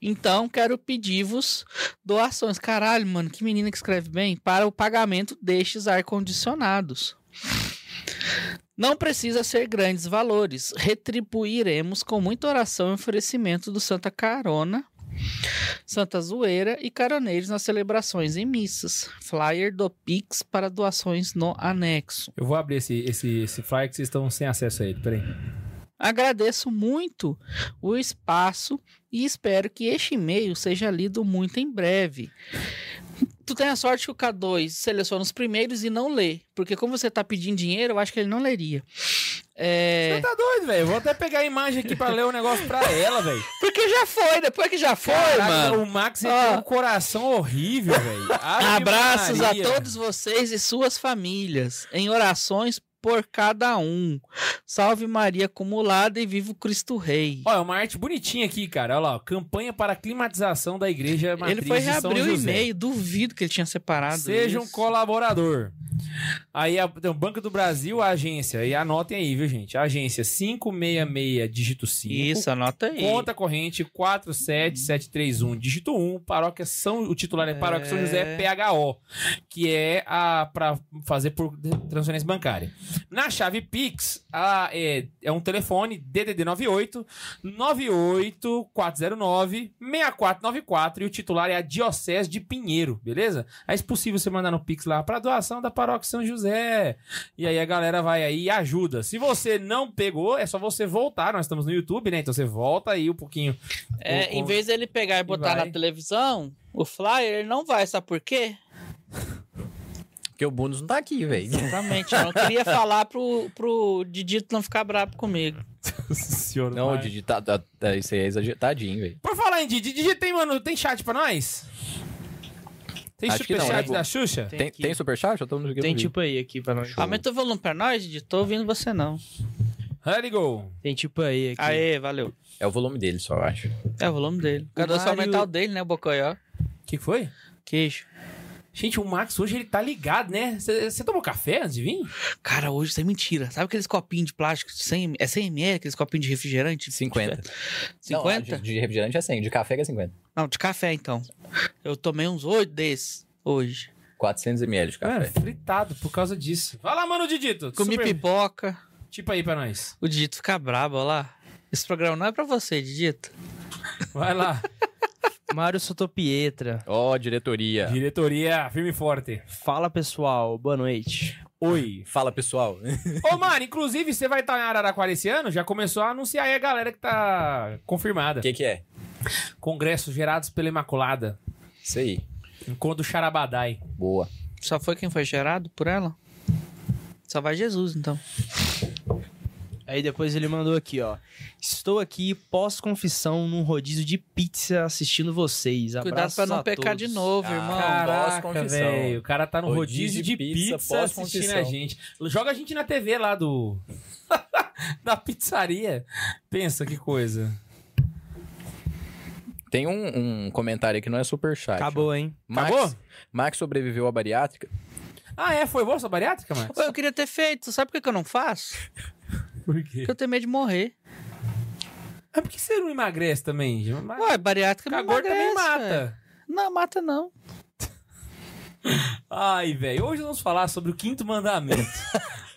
[SPEAKER 4] Então, quero pedir-vos doações. Caralho, mano, que menina que escreve bem. Para o pagamento destes ar-condicionados. Não precisa ser grandes valores. Retribuiremos com muita oração e oferecimento do Santa Carona, Santa Zoeira e caroneiros nas celebrações em missas. Flyer do Pix para doações no anexo.
[SPEAKER 2] Eu vou abrir esse, esse, esse flyer que vocês estão sem acesso a ele, peraí.
[SPEAKER 4] Agradeço muito o espaço e espero que este e-mail seja lido muito em breve. Tu tem a sorte que o K2 seleciona os primeiros e não lê, porque como você tá pedindo dinheiro, eu acho que ele não leria. É...
[SPEAKER 2] Você tá doido, velho? Eu Vou até pegar a imagem aqui pra ler o negócio pra ela, velho.
[SPEAKER 4] Porque já foi, depois que já foi,
[SPEAKER 2] Caraca,
[SPEAKER 4] mano.
[SPEAKER 2] O Max ele
[SPEAKER 4] Ó.
[SPEAKER 2] tem um coração horrível, velho. Ave
[SPEAKER 4] Abraços a
[SPEAKER 2] Maria.
[SPEAKER 4] todos vocês e suas famílias. Em orações por cada um. Salve Maria acumulada e viva o Cristo Rei.
[SPEAKER 2] Ó, é uma arte bonitinha aqui, cara. Olha lá, ó. campanha para a climatização da igreja matriz
[SPEAKER 4] ele foi
[SPEAKER 2] de São
[SPEAKER 4] reabrir o
[SPEAKER 2] José.
[SPEAKER 4] e-mail, duvido que ele tinha separado.
[SPEAKER 2] Seja um
[SPEAKER 4] isso.
[SPEAKER 2] colaborador. Aí a, tem o Banco do Brasil, a agência. E anotem aí, viu, gente? A agência 566, dígito 5.
[SPEAKER 4] Isso, anota aí.
[SPEAKER 2] Conta corrente 47731, dígito 1, paróquia São... O titular é Paróquia São José
[SPEAKER 4] É.
[SPEAKER 2] PHO, que é a para fazer por transferência bancária. Na chave Pix, a, é, é um telefone DDD 98 98409 6494 e o titular é a Diocese de Pinheiro, beleza? Aí, se possível, você mandar no Pix lá para doação da Paróquia São José. E aí a galera vai aí e ajuda. Se você não pegou, é só você voltar. Nós estamos no YouTube, né? Então você volta aí um pouquinho.
[SPEAKER 4] É,
[SPEAKER 2] O-
[SPEAKER 4] em
[SPEAKER 2] o-
[SPEAKER 4] vez dele pegar e botar
[SPEAKER 2] vai.
[SPEAKER 4] na televisão, o flyer, ele não vai, sabe por quê?
[SPEAKER 3] Porque o Bundes não tá aqui, velho.
[SPEAKER 4] Exatamente. Eu não queria falar pro, pro Didito não ficar bravo comigo.
[SPEAKER 2] Senhor
[SPEAKER 3] Não,
[SPEAKER 2] pai.
[SPEAKER 3] o Didi tá, tá- tá- Isso aí é exageradinho, velho.
[SPEAKER 2] Por falar em Didi, Didi tem, mano, tem chat pra nós? Tem
[SPEAKER 3] Acho que não,
[SPEAKER 2] superchat
[SPEAKER 3] né,
[SPEAKER 2] da Xuxa?
[SPEAKER 3] Tem, tem superchat? Eu tô no
[SPEAKER 1] Tem tipo aí aqui pra nós.
[SPEAKER 4] Aumenta o volume pra nós, Didito. Tô ouvindo você não.
[SPEAKER 2] Let it go.
[SPEAKER 1] Tem tipo aí aqui.
[SPEAKER 4] Aê, valeu.
[SPEAKER 3] É o volume dele só, eu acho.
[SPEAKER 4] É o volume dele.
[SPEAKER 1] O
[SPEAKER 4] Cadê só
[SPEAKER 1] Mário-
[SPEAKER 4] aumentar o dele, né, o Bocoió?
[SPEAKER 2] O que que foi?
[SPEAKER 4] Queijo.
[SPEAKER 2] Gente, o Max hoje ele tá ligado, né? Você tomou café antes de vir?
[SPEAKER 4] Cara, hoje isso é mentira. Sabe aqueles copinhos de plástico? de 100, é 100 ml, aqueles copinhos de refrigerante?
[SPEAKER 3] 50. Não,
[SPEAKER 4] 50?
[SPEAKER 3] de- de refrigerante é 100, de café que é 50.
[SPEAKER 4] Não, de café, então. Eu tomei uns 8 desses hoje.
[SPEAKER 3] 400ml de
[SPEAKER 2] Cara,
[SPEAKER 3] café.
[SPEAKER 2] É, fritado por causa disso. Vai lá, mano, Didito.
[SPEAKER 4] Comi
[SPEAKER 2] Super-
[SPEAKER 4] pipoca.
[SPEAKER 2] Tipo aí pra nós.
[SPEAKER 4] O Didito fica brabo, ó lá. Esse programa não é pra você, Didito.
[SPEAKER 2] Vai lá.
[SPEAKER 1] Mário Sotopietra.
[SPEAKER 3] Ó, diretoria.
[SPEAKER 2] Diretoria, firme e forte.
[SPEAKER 1] Fala pessoal, boa noite.
[SPEAKER 2] Oi.
[SPEAKER 3] Fala, pessoal.
[SPEAKER 2] Ô, Mari, inclusive, você vai estar em Araraquara esse ano? Já começou a anunciar aí a galera que tá confirmada.
[SPEAKER 3] O que que é?
[SPEAKER 2] Congressos gerados pela Imaculada.
[SPEAKER 3] Isso aí.
[SPEAKER 2] Encontro Charabadai.
[SPEAKER 3] Boa.
[SPEAKER 4] Só foi quem foi gerado por ela? Só vai Jesus, então.
[SPEAKER 1] Aí depois ele mandou aqui, ó. Estou aqui pós-confissão num rodízio de pizza assistindo vocês.
[SPEAKER 4] Cuidado
[SPEAKER 1] Abraços
[SPEAKER 4] pra não
[SPEAKER 1] a
[SPEAKER 4] pecar
[SPEAKER 1] todos.
[SPEAKER 4] de novo,
[SPEAKER 3] Ah,
[SPEAKER 4] irmão.
[SPEAKER 2] Caraca,
[SPEAKER 3] pós-confissão.
[SPEAKER 2] velho. O cara tá no rodízio,
[SPEAKER 3] Rodízio
[SPEAKER 2] de
[SPEAKER 3] de
[SPEAKER 2] pizza,
[SPEAKER 3] pizza
[SPEAKER 2] assistindo
[SPEAKER 3] pós-confissão.
[SPEAKER 2] a gente. Joga a gente na TV lá do... da pizzaria. Pensa que coisa.
[SPEAKER 3] Tem um, um comentário aqui, não é superchat.
[SPEAKER 1] Acabou, hein?
[SPEAKER 3] Max,
[SPEAKER 2] Acabou?
[SPEAKER 3] Max sobreviveu à bariátrica.
[SPEAKER 2] Ah, é? Foi bolsa bariátrica, Max?
[SPEAKER 4] Ô, eu queria ter feito. Sabe por que que eu não faço?
[SPEAKER 2] Por quê?
[SPEAKER 4] Porque eu tenho medo de morrer.
[SPEAKER 2] Ah, por que você não emagrece também? gente? Mas...
[SPEAKER 4] Ué, bariátrica é me
[SPEAKER 2] ficar gordo
[SPEAKER 4] emagrece,
[SPEAKER 2] também
[SPEAKER 4] velho.
[SPEAKER 2] mata.
[SPEAKER 4] Não, mata não.
[SPEAKER 2] Ai, velho. Hoje nós vamos falar sobre o quinto mandamento.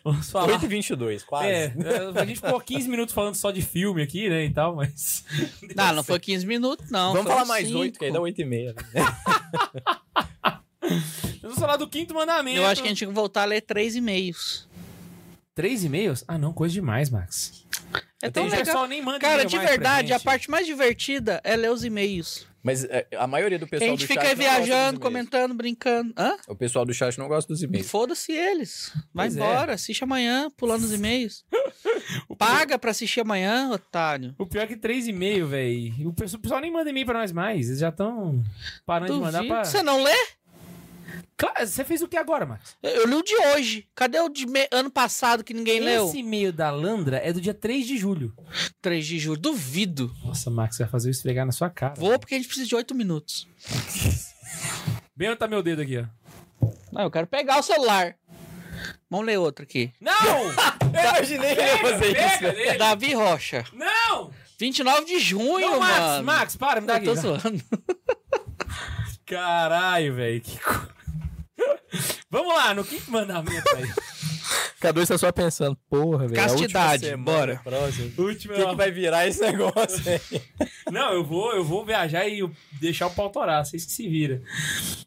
[SPEAKER 2] vamos falar.
[SPEAKER 3] 8,22,
[SPEAKER 2] É, é, a gente ficou 15 minutos falando só de filme aqui, né, e tal, mas...
[SPEAKER 4] Não, não foi 15 minutos, não.
[SPEAKER 3] Tá Vamos
[SPEAKER 4] foi
[SPEAKER 3] falar
[SPEAKER 4] uns
[SPEAKER 3] mais
[SPEAKER 4] cinco.
[SPEAKER 3] 8, que aí dá um 8,5.
[SPEAKER 2] Nós Vamos falar do quinto mandamento.
[SPEAKER 4] Eu acho que a gente tinha que voltar a ler três e-mails.
[SPEAKER 2] Três e-mails? Ah, não, coisa demais, Max.
[SPEAKER 4] É tão
[SPEAKER 2] Tem
[SPEAKER 4] legal.
[SPEAKER 2] pessoal nem
[SPEAKER 3] um
[SPEAKER 2] manda
[SPEAKER 4] Cara,
[SPEAKER 2] e-mail
[SPEAKER 4] de
[SPEAKER 2] mais pra
[SPEAKER 4] verdade, a
[SPEAKER 2] gente.
[SPEAKER 4] parte mais divertida é ler os e-mails.
[SPEAKER 3] Mas é, a maioria do
[SPEAKER 4] A
[SPEAKER 3] pessoal
[SPEAKER 4] gente
[SPEAKER 3] do
[SPEAKER 4] fica
[SPEAKER 3] chat
[SPEAKER 4] aí
[SPEAKER 3] não gosta dos
[SPEAKER 4] viajando,
[SPEAKER 3] e-mails. É
[SPEAKER 4] comentando, brincando. Hã?
[SPEAKER 3] O pessoal do chat não gosta dos e-mails.
[SPEAKER 4] Foda-se eles. Vai
[SPEAKER 2] Pois é.
[SPEAKER 4] embora, assiste amanhã, pulando os e-mails. Paga pra assistir amanhã, otário.
[SPEAKER 2] O pior é que três e meio, velho. O pessoal o pessoal nem manda e-mail pra nós mais. Eles já estão parando de mandar
[SPEAKER 4] Duvido.
[SPEAKER 2] pra...
[SPEAKER 4] Você não lê?
[SPEAKER 2] Claro, você fez o que agora, Max?
[SPEAKER 4] Eu eu li o de hoje. Cadê o de me- ano passado que ninguém leu?
[SPEAKER 2] Esse e-mail da Landra é do dia 3 de julho.
[SPEAKER 4] 3 de julho. Duvido.
[SPEAKER 3] Tá
[SPEAKER 2] Nossa, Max, você vai fazer eu esfregar na sua cara.
[SPEAKER 4] Vou porque a gente precisa de 8 minutos.
[SPEAKER 2] Bem onde tá meu dedo aqui, ó.
[SPEAKER 4] Ah, eu quero pegar o celular. Vamos ler outro aqui.
[SPEAKER 2] Não!
[SPEAKER 3] Eu imaginei que ia fazer isso. velho.
[SPEAKER 2] nele.
[SPEAKER 4] Davi Rocha.
[SPEAKER 2] Não!
[SPEAKER 4] 29 de junho,
[SPEAKER 2] Não, Max,
[SPEAKER 4] mano.
[SPEAKER 2] Max, para, me dá
[SPEAKER 4] Eu
[SPEAKER 2] aqui.
[SPEAKER 4] tô zoando.
[SPEAKER 2] Caralho, velho. que co- Vamos lá, no quinto mandamento aí.
[SPEAKER 3] K2 tá só pensando, porra, velho. é
[SPEAKER 4] Castidade, bora.
[SPEAKER 3] Próximo.
[SPEAKER 2] Última.
[SPEAKER 3] O que, que vai virar esse negócio, velho?
[SPEAKER 2] Não, eu vou, eu vou viajar e eu- deixar o pau torar, vocês que se vira.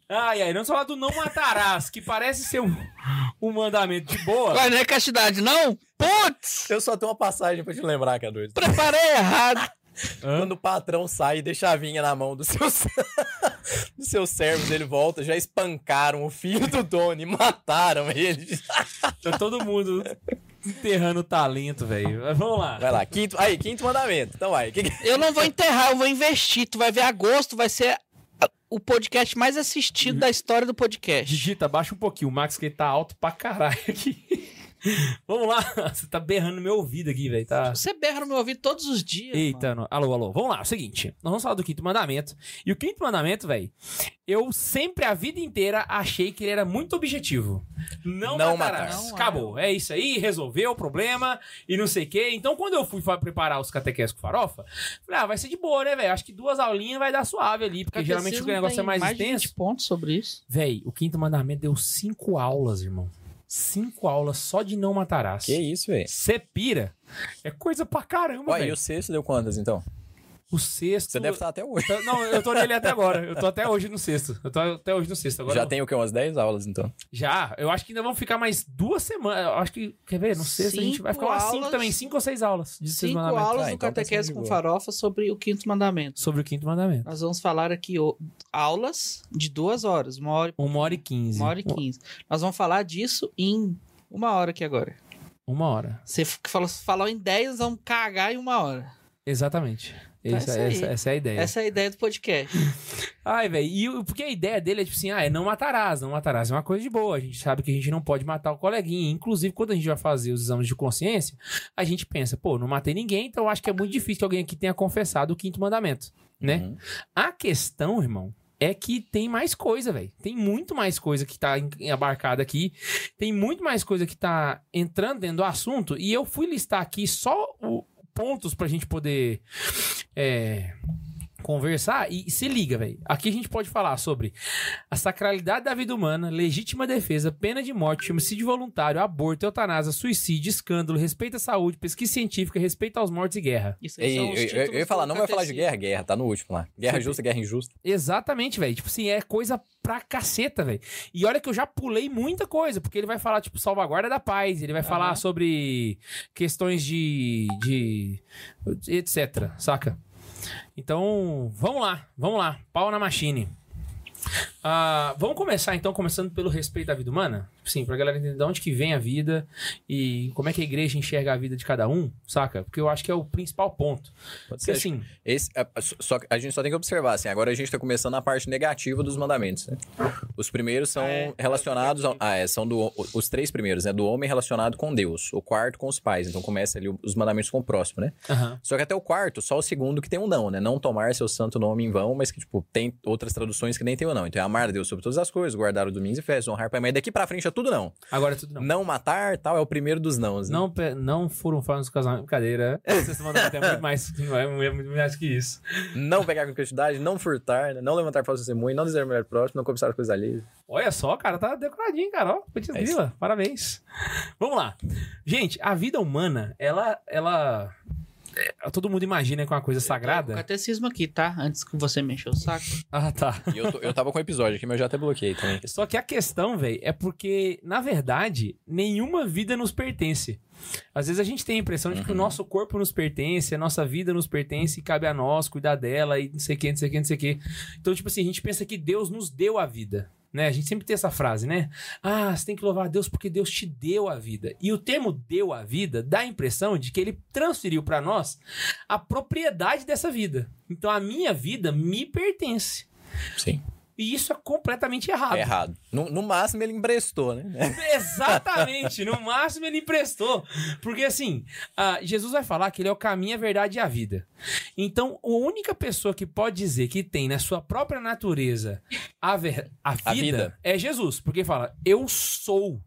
[SPEAKER 2] Ai, ai, vamos falar do não matarás, que parece ser um, um mandamento de boa.
[SPEAKER 4] Ué, não é castidade, não? Putz!
[SPEAKER 3] Eu só tenho uma passagem pra te lembrar, é K2.
[SPEAKER 4] Preparei errado.
[SPEAKER 2] Hã?
[SPEAKER 3] Quando o patrão sai e deixa a vinha na mão do seu, do seu servos, ele volta, já espancaram o filho do dono e mataram ele.
[SPEAKER 2] Tá todo mundo enterrando o talento, velho. Mas Vamos lá.
[SPEAKER 3] Vai lá, quinto. Aí, quinto mandamento. Então vai. Que que-
[SPEAKER 4] Eu não vou enterrar, eu vou investir. Tu vai ver agosto, vai ser a- o podcast mais assistido da história do podcast.
[SPEAKER 2] Digita, abaixa um pouquinho, o Max que ele tá alto pra caralho aqui. Vamos lá. Você tá berrando no meu ouvido aqui, velho. Tá...
[SPEAKER 4] Você berra no meu ouvido todos os dias. mano.
[SPEAKER 2] Eita, não. alô, alô. Vamos lá, é o seguinte. Nós vamos falar do quinto mandamento. E o quinto mandamento, velho, eu sempre, a vida inteira, achei que ele era muito objetivo. Não,
[SPEAKER 3] Não
[SPEAKER 2] matarás.
[SPEAKER 4] matar. Não,
[SPEAKER 2] Acabou. É isso aí, resolveu o problema e não sei o quê. Então, quando eu fui fa- preparar os catequés com farofa, falei, ah, vai ser de boa, né, velho? Acho que duas aulinhas vai dar suave ali, porque geralmente o
[SPEAKER 4] Catecismo
[SPEAKER 2] negócio é
[SPEAKER 4] tem
[SPEAKER 2] mais,
[SPEAKER 4] de
[SPEAKER 2] intenso.
[SPEAKER 4] 20 pontos sobre isso.
[SPEAKER 2] Véi, o quinto mandamento deu cinco aulas, irmão. Cinco aulas só de não matarás.
[SPEAKER 3] Que isso, velho?
[SPEAKER 2] Cê pira. É coisa pra caramba,
[SPEAKER 3] Ué, e
[SPEAKER 2] velho.
[SPEAKER 3] o sexto deu quantas, então?
[SPEAKER 2] O sexto.
[SPEAKER 3] Você deve estar até hoje.
[SPEAKER 2] Tá- Não, eu tô nele até agora. Eu tô até hoje no sexto. Eu tô até hoje no sexto. Agora
[SPEAKER 3] Já
[SPEAKER 2] eu-
[SPEAKER 3] tem o quê? Umas 10 aulas, então.
[SPEAKER 2] Já. Eu acho que ainda vão ficar mais duas semanas. Eu acho que. Quer ver? No sexto a gente vai
[SPEAKER 4] Cinco
[SPEAKER 2] ficar umas cinco
[SPEAKER 4] aulas.
[SPEAKER 2] também. Cinco ou seis aulas de sexto
[SPEAKER 4] Cinco
[SPEAKER 2] mandamento.
[SPEAKER 4] aulas
[SPEAKER 3] Ah,
[SPEAKER 4] do
[SPEAKER 3] então tá sendo
[SPEAKER 4] Catequese
[SPEAKER 3] de
[SPEAKER 4] com
[SPEAKER 3] boa.
[SPEAKER 4] Farofa sobre o quinto mandamento.
[SPEAKER 2] Sobre o quinto mandamento.
[SPEAKER 4] Nós vamos falar aqui o- aulas de duas horas, uma hora,
[SPEAKER 2] Uma hora e quinze.
[SPEAKER 4] uma hora e quinze. Nós vamos falar disso em uma hora aqui agora.
[SPEAKER 2] Uma hora.
[SPEAKER 4] Você f- falou, falou em dez, nós vamos cagar em uma hora.
[SPEAKER 2] Exatamente.
[SPEAKER 4] Então é
[SPEAKER 2] Essa,
[SPEAKER 4] isso aí.
[SPEAKER 2] essa- essa é a ideia.
[SPEAKER 4] Essa é a ideia do podcast.
[SPEAKER 2] Ai, velho, e o- porque a ideia dele é tipo assim, ah, é não matarás, não matarás é uma coisa de boa, a gente sabe que a gente não pode matar o coleguinha, inclusive quando a gente vai fazer os exames de consciência, a gente pensa, pô, não matei ninguém, então eu acho que é muito difícil que alguém aqui tenha confessado o quinto mandamento, né?
[SPEAKER 3] Uhum.
[SPEAKER 2] A questão, irmão, é que tem mais coisa, velho. Tem muito mais coisa que tá em- abarcada aqui. Tem muito mais coisa que tá entrando dentro do assunto. E eu fui listar aqui só o, pontos pra gente poder. é, Conversar e, e se liga, velho. Aqui a gente pode falar sobre a sacralidade da vida humana, legítima defesa, pena de morte, homicídio voluntário, aborto, eutanásia, suicídio, escândalo, respeito à saúde, pesquisa científica, respeito aos mortos e guerra.
[SPEAKER 4] Isso aí
[SPEAKER 3] Ei,
[SPEAKER 4] são
[SPEAKER 3] eu,
[SPEAKER 4] os
[SPEAKER 3] eu-
[SPEAKER 4] títulos
[SPEAKER 3] eu ia falar,
[SPEAKER 4] do
[SPEAKER 3] não vai falar de
[SPEAKER 4] catecismo.
[SPEAKER 3] guerra, guerra, tá no último lá. Guerra justa, guerra injusta.
[SPEAKER 2] Exatamente, velho. Tipo assim, é coisa pra caceta, velho. E olha que eu já pulei muita coisa, porque ele vai falar, tipo, salvaguarda da paz, ele vai falar sobre questões de. de. etc, saca? Então, vamos lá, vamos lá. Pau na machine. Ah, vamos começar então, começando pelo respeito à vida humana? Sim, pra galera entender de onde que vem a vida e como é que a igreja enxerga a vida de cada um, saca? Porque eu acho que é o principal ponto.
[SPEAKER 3] Pode
[SPEAKER 2] Porque
[SPEAKER 3] ser.
[SPEAKER 2] assim,
[SPEAKER 3] Esse, é, só- só que a gente só tem que observar, assim, agora a gente tá começando a parte negativa dos mandamentos, né? Os primeiros são
[SPEAKER 1] Ah, é.
[SPEAKER 3] relacionados ao, ah, é, são do, os três primeiros, né? Do homem relacionado com Deus, o quarto com os pais, então começa ali os mandamentos com o próximo, né?
[SPEAKER 2] aham,
[SPEAKER 3] Só que até o quarto, só o segundo que tem um não, né? Não tomar seu santo nome em vão, mas que, tipo, tem outras traduções que nem tem o não. Então é amar a Deus sobre todas as coisas, guardar os domingos e festas, honrar pai e mãe, daqui pra frente é tudo não.
[SPEAKER 2] agora é tudo não.
[SPEAKER 3] Não, matar, tal, é o primeiro dos nãos, né?
[SPEAKER 2] Não, pe- não foram falando do casamento. Brincadeira.
[SPEAKER 3] É.
[SPEAKER 2] Vocês mandaram até muito mais, é muito mais que isso.
[SPEAKER 3] não pegar com castidade, não furtar, né? não levantar falso testemunho, não dizer mulher próximo, não cobiçar as coisas alheias.
[SPEAKER 2] Olha só, cara, tá decoradinho, cara. Ó, putz,
[SPEAKER 3] É isso.
[SPEAKER 2] grila, parabéns. Vamos lá. Gente, a vida humana, ela. ela é, todo mundo imagina que é uma coisa
[SPEAKER 4] O
[SPEAKER 2] sagrada.
[SPEAKER 4] catecismo aqui, tá? Antes que você mexa o saco.
[SPEAKER 2] Ah, tá.
[SPEAKER 3] E eu, tô- eu tava com um episódio aqui, mas eu já até bloqueei também.
[SPEAKER 2] Só que a questão, velho, é porque, na verdade, nenhuma vida nos pertence. Às vezes a gente tem a impressão de que o nosso corpo nos pertence, a nossa vida nos pertence e cabe a nós cuidar dela e não sei o que, não sei o que, não sei o que. Então, tipo assim, a gente pensa que Deus nos deu a vida. Né? A gente sempre tem essa frase, né? Ah, você tem que louvar a Deus porque Deus te deu a vida. E o termo deu a vida dá a impressão de que ele transferiu para nós a propriedade dessa vida. Então a minha vida me pertence.
[SPEAKER 3] Sim.
[SPEAKER 2] E isso é completamente errado.
[SPEAKER 3] É errado. No, no máximo ele emprestou, né?
[SPEAKER 2] Exatamente, no máximo ele emprestou. Porque assim, ah, Jesus vai falar que ele é o caminho, a verdade e a vida. Então, a única pessoa que pode dizer que tem na sua própria natureza a, ver- a vida,
[SPEAKER 3] vida.
[SPEAKER 2] é Jesus. Porque ele fala, eu sou.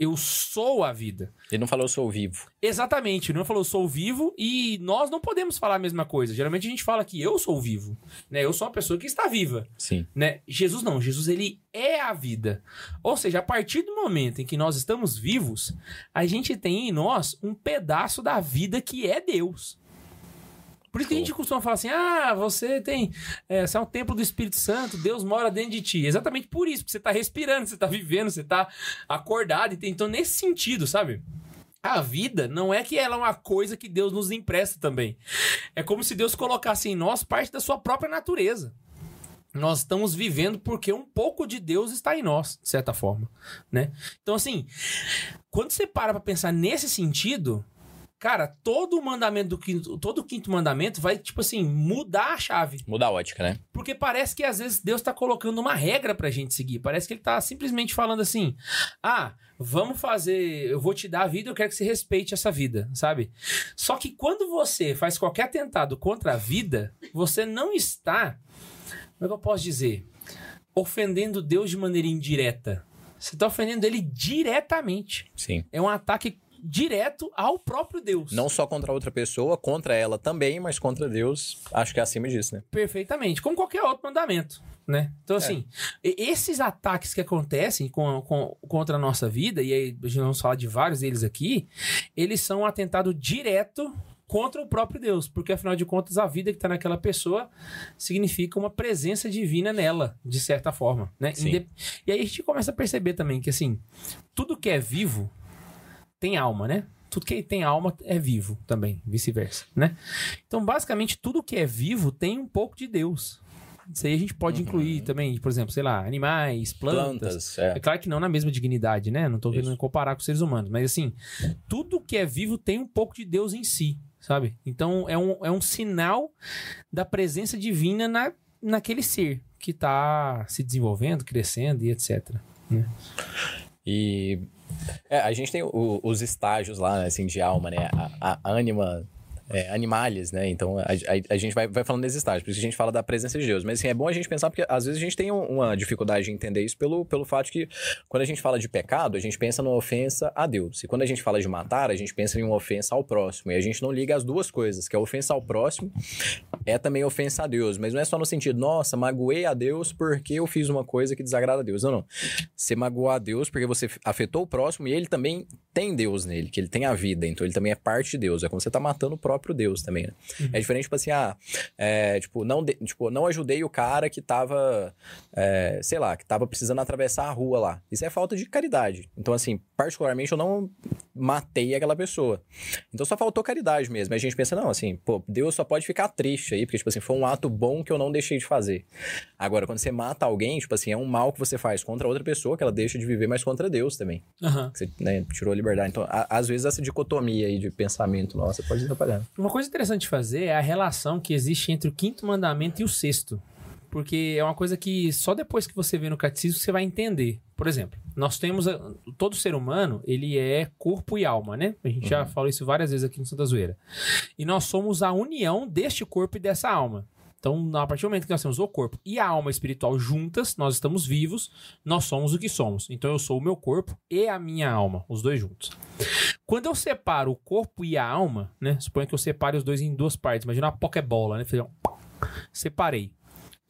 [SPEAKER 2] Eu sou a vida.
[SPEAKER 3] Ele não falou eu sou vivo.
[SPEAKER 2] Exatamente, ele não falou sou vivo e nós não podemos falar a mesma coisa. Geralmente a gente fala que eu sou vivo, né? Eu sou uma pessoa que está viva
[SPEAKER 3] Sim.
[SPEAKER 2] né? Jesus não, Jesus ele é a vida. Ou seja, a partir do momento em que nós estamos vivos, a gente tem em nós um pedaço da vida que é Deus. Por isso que a gente costuma falar assim: ah, você tem. É, você é um templo do Espírito Santo, Deus mora dentro de ti. Exatamente por isso, porque você tá respirando, você tá vivendo, você tá acordado. ent- Então, nesse sentido, sabe? A vida não é que ela é uma coisa que Deus nos empresta também. É como se Deus colocasse em nós parte da sua própria natureza. Nós estamos vivendo porque um pouco de Deus está em nós, de certa forma, né? Então, assim, quando você para pra pensar nesse sentido, Cara, todo o mandamento do quinto, todo o quinto mandamento vai, tipo assim, mudar a chave.
[SPEAKER 3] Muda a ótica, né?
[SPEAKER 2] Porque parece que às vezes Deus tá colocando uma regra pra gente seguir. Parece que ele tá simplesmente falando assim: "Ah, vamos fazer, eu vou te dar a vida, eu quero que você respeite essa vida", sabe? Só que quando você faz qualquer atentado contra a vida, você não está, como é que eu posso dizer, ofendendo Deus de maneira indireta. Você tá ofendendo ele diretamente.
[SPEAKER 3] Sim.
[SPEAKER 2] É um ataque direto ao próprio Deus.
[SPEAKER 3] Não só contra outra pessoa, contra ela também, mas contra Deus, acho que é acima disso, né?
[SPEAKER 2] Perfeitamente, como qualquer outro mandamento, né? Então, assim, e- esses ataques que acontecem com, com- contra a nossa vida, e aí nós vamos falar de vários deles aqui, eles são um atentado direto contra o próprio Deus, porque afinal de contas a vida que está naquela pessoa significa uma presença divina nela, de certa forma, né?
[SPEAKER 3] Sim.
[SPEAKER 2] Inde- E aí a gente começa a perceber também que, assim, tudo que é vivo tem alma, né? Tudo que tem alma é vivo também, vice-versa, né? Então, basicamente, tudo que é vivo tem um pouco de Deus. Isso aí a gente pode incluir também, por exemplo, sei lá, animais, plantas. É
[SPEAKER 3] é.
[SPEAKER 2] claro que não na mesma dignidade, né? Não tô querendo
[SPEAKER 3] Isso.
[SPEAKER 2] comparar com seres humanos, mas assim, tudo que é vivo tem um pouco de Deus em si, sabe? Então é um, é um sinal da presença divina na, naquele ser que tá se desenvolvendo, crescendo e etc.
[SPEAKER 3] E é, a gente tem o- os estágios lá, né, assim, de alma, né? A, a ânima, é, animales, né? Então a, a- a gente vai, vai falando desses estágios, por isso que a gente fala da presença de Deus. Mas assim, é bom a gente pensar, porque às vezes a gente tem um- uma dificuldade de entender isso pelo, pelo fato que quando a gente fala de pecado, a gente pensa numa ofensa a Deus. E quando a gente fala de matar, a gente pensa em uma ofensa ao próximo. E a gente não liga as duas coisas, que a ofensa ao próximo é também ofensa a Deus. Mas não é só no sentido, nossa, magoei a Deus porque eu fiz uma coisa que desagrada a Deus. Não, não. Você magoou a Deus porque você afetou o próximo e ele também tem Deus nele, que ele tem a vida, então ele também é parte de Deus. É como você tá matando o próprio Deus também, né? É diferente, tipo assim, ah, é, tipo, não de- tipo, não ajudei o cara que tava, é, sei lá, que tava precisando atravessar a rua lá. Isso é falta de caridade. Então, assim, particularmente eu não matei aquela pessoa. Então só faltou caridade mesmo. Aí a gente pensa, não, assim, pô, Deus só pode ficar triste aí, porque, tipo assim, foi um ato bom que eu não deixei de fazer. Agora, quando você mata alguém, tipo assim, é um mal que você faz contra outra pessoa, que ela deixa de viver, mas contra Deus também.
[SPEAKER 2] Aham.
[SPEAKER 3] Que você né, tirou a liberdade. Então, a- às vezes, essa dicotomia aí de pensamento nossa pode atrapalhar.
[SPEAKER 2] Uma coisa interessante de fazer é a relação que existe entre o quinto mandamento e o sexto. Porque é uma coisa que só depois que você vê no catecismo você vai entender. Por exemplo, nós temos. a- Todo ser humano, ele é corpo e alma, né? A gente já falou isso várias vezes aqui no Santa Zoeira. E nós somos a união deste corpo e dessa alma. Então, a partir do momento que nós temos o corpo e a alma espiritual juntas, nós estamos vivos, nós somos o que somos. Então, eu sou o meu corpo e a minha alma, os dois juntos. Quando eu separo o corpo e a alma, né? Suponha que eu separe os dois em duas partes. Imagina uma pokebola, né? Fazer um Separei.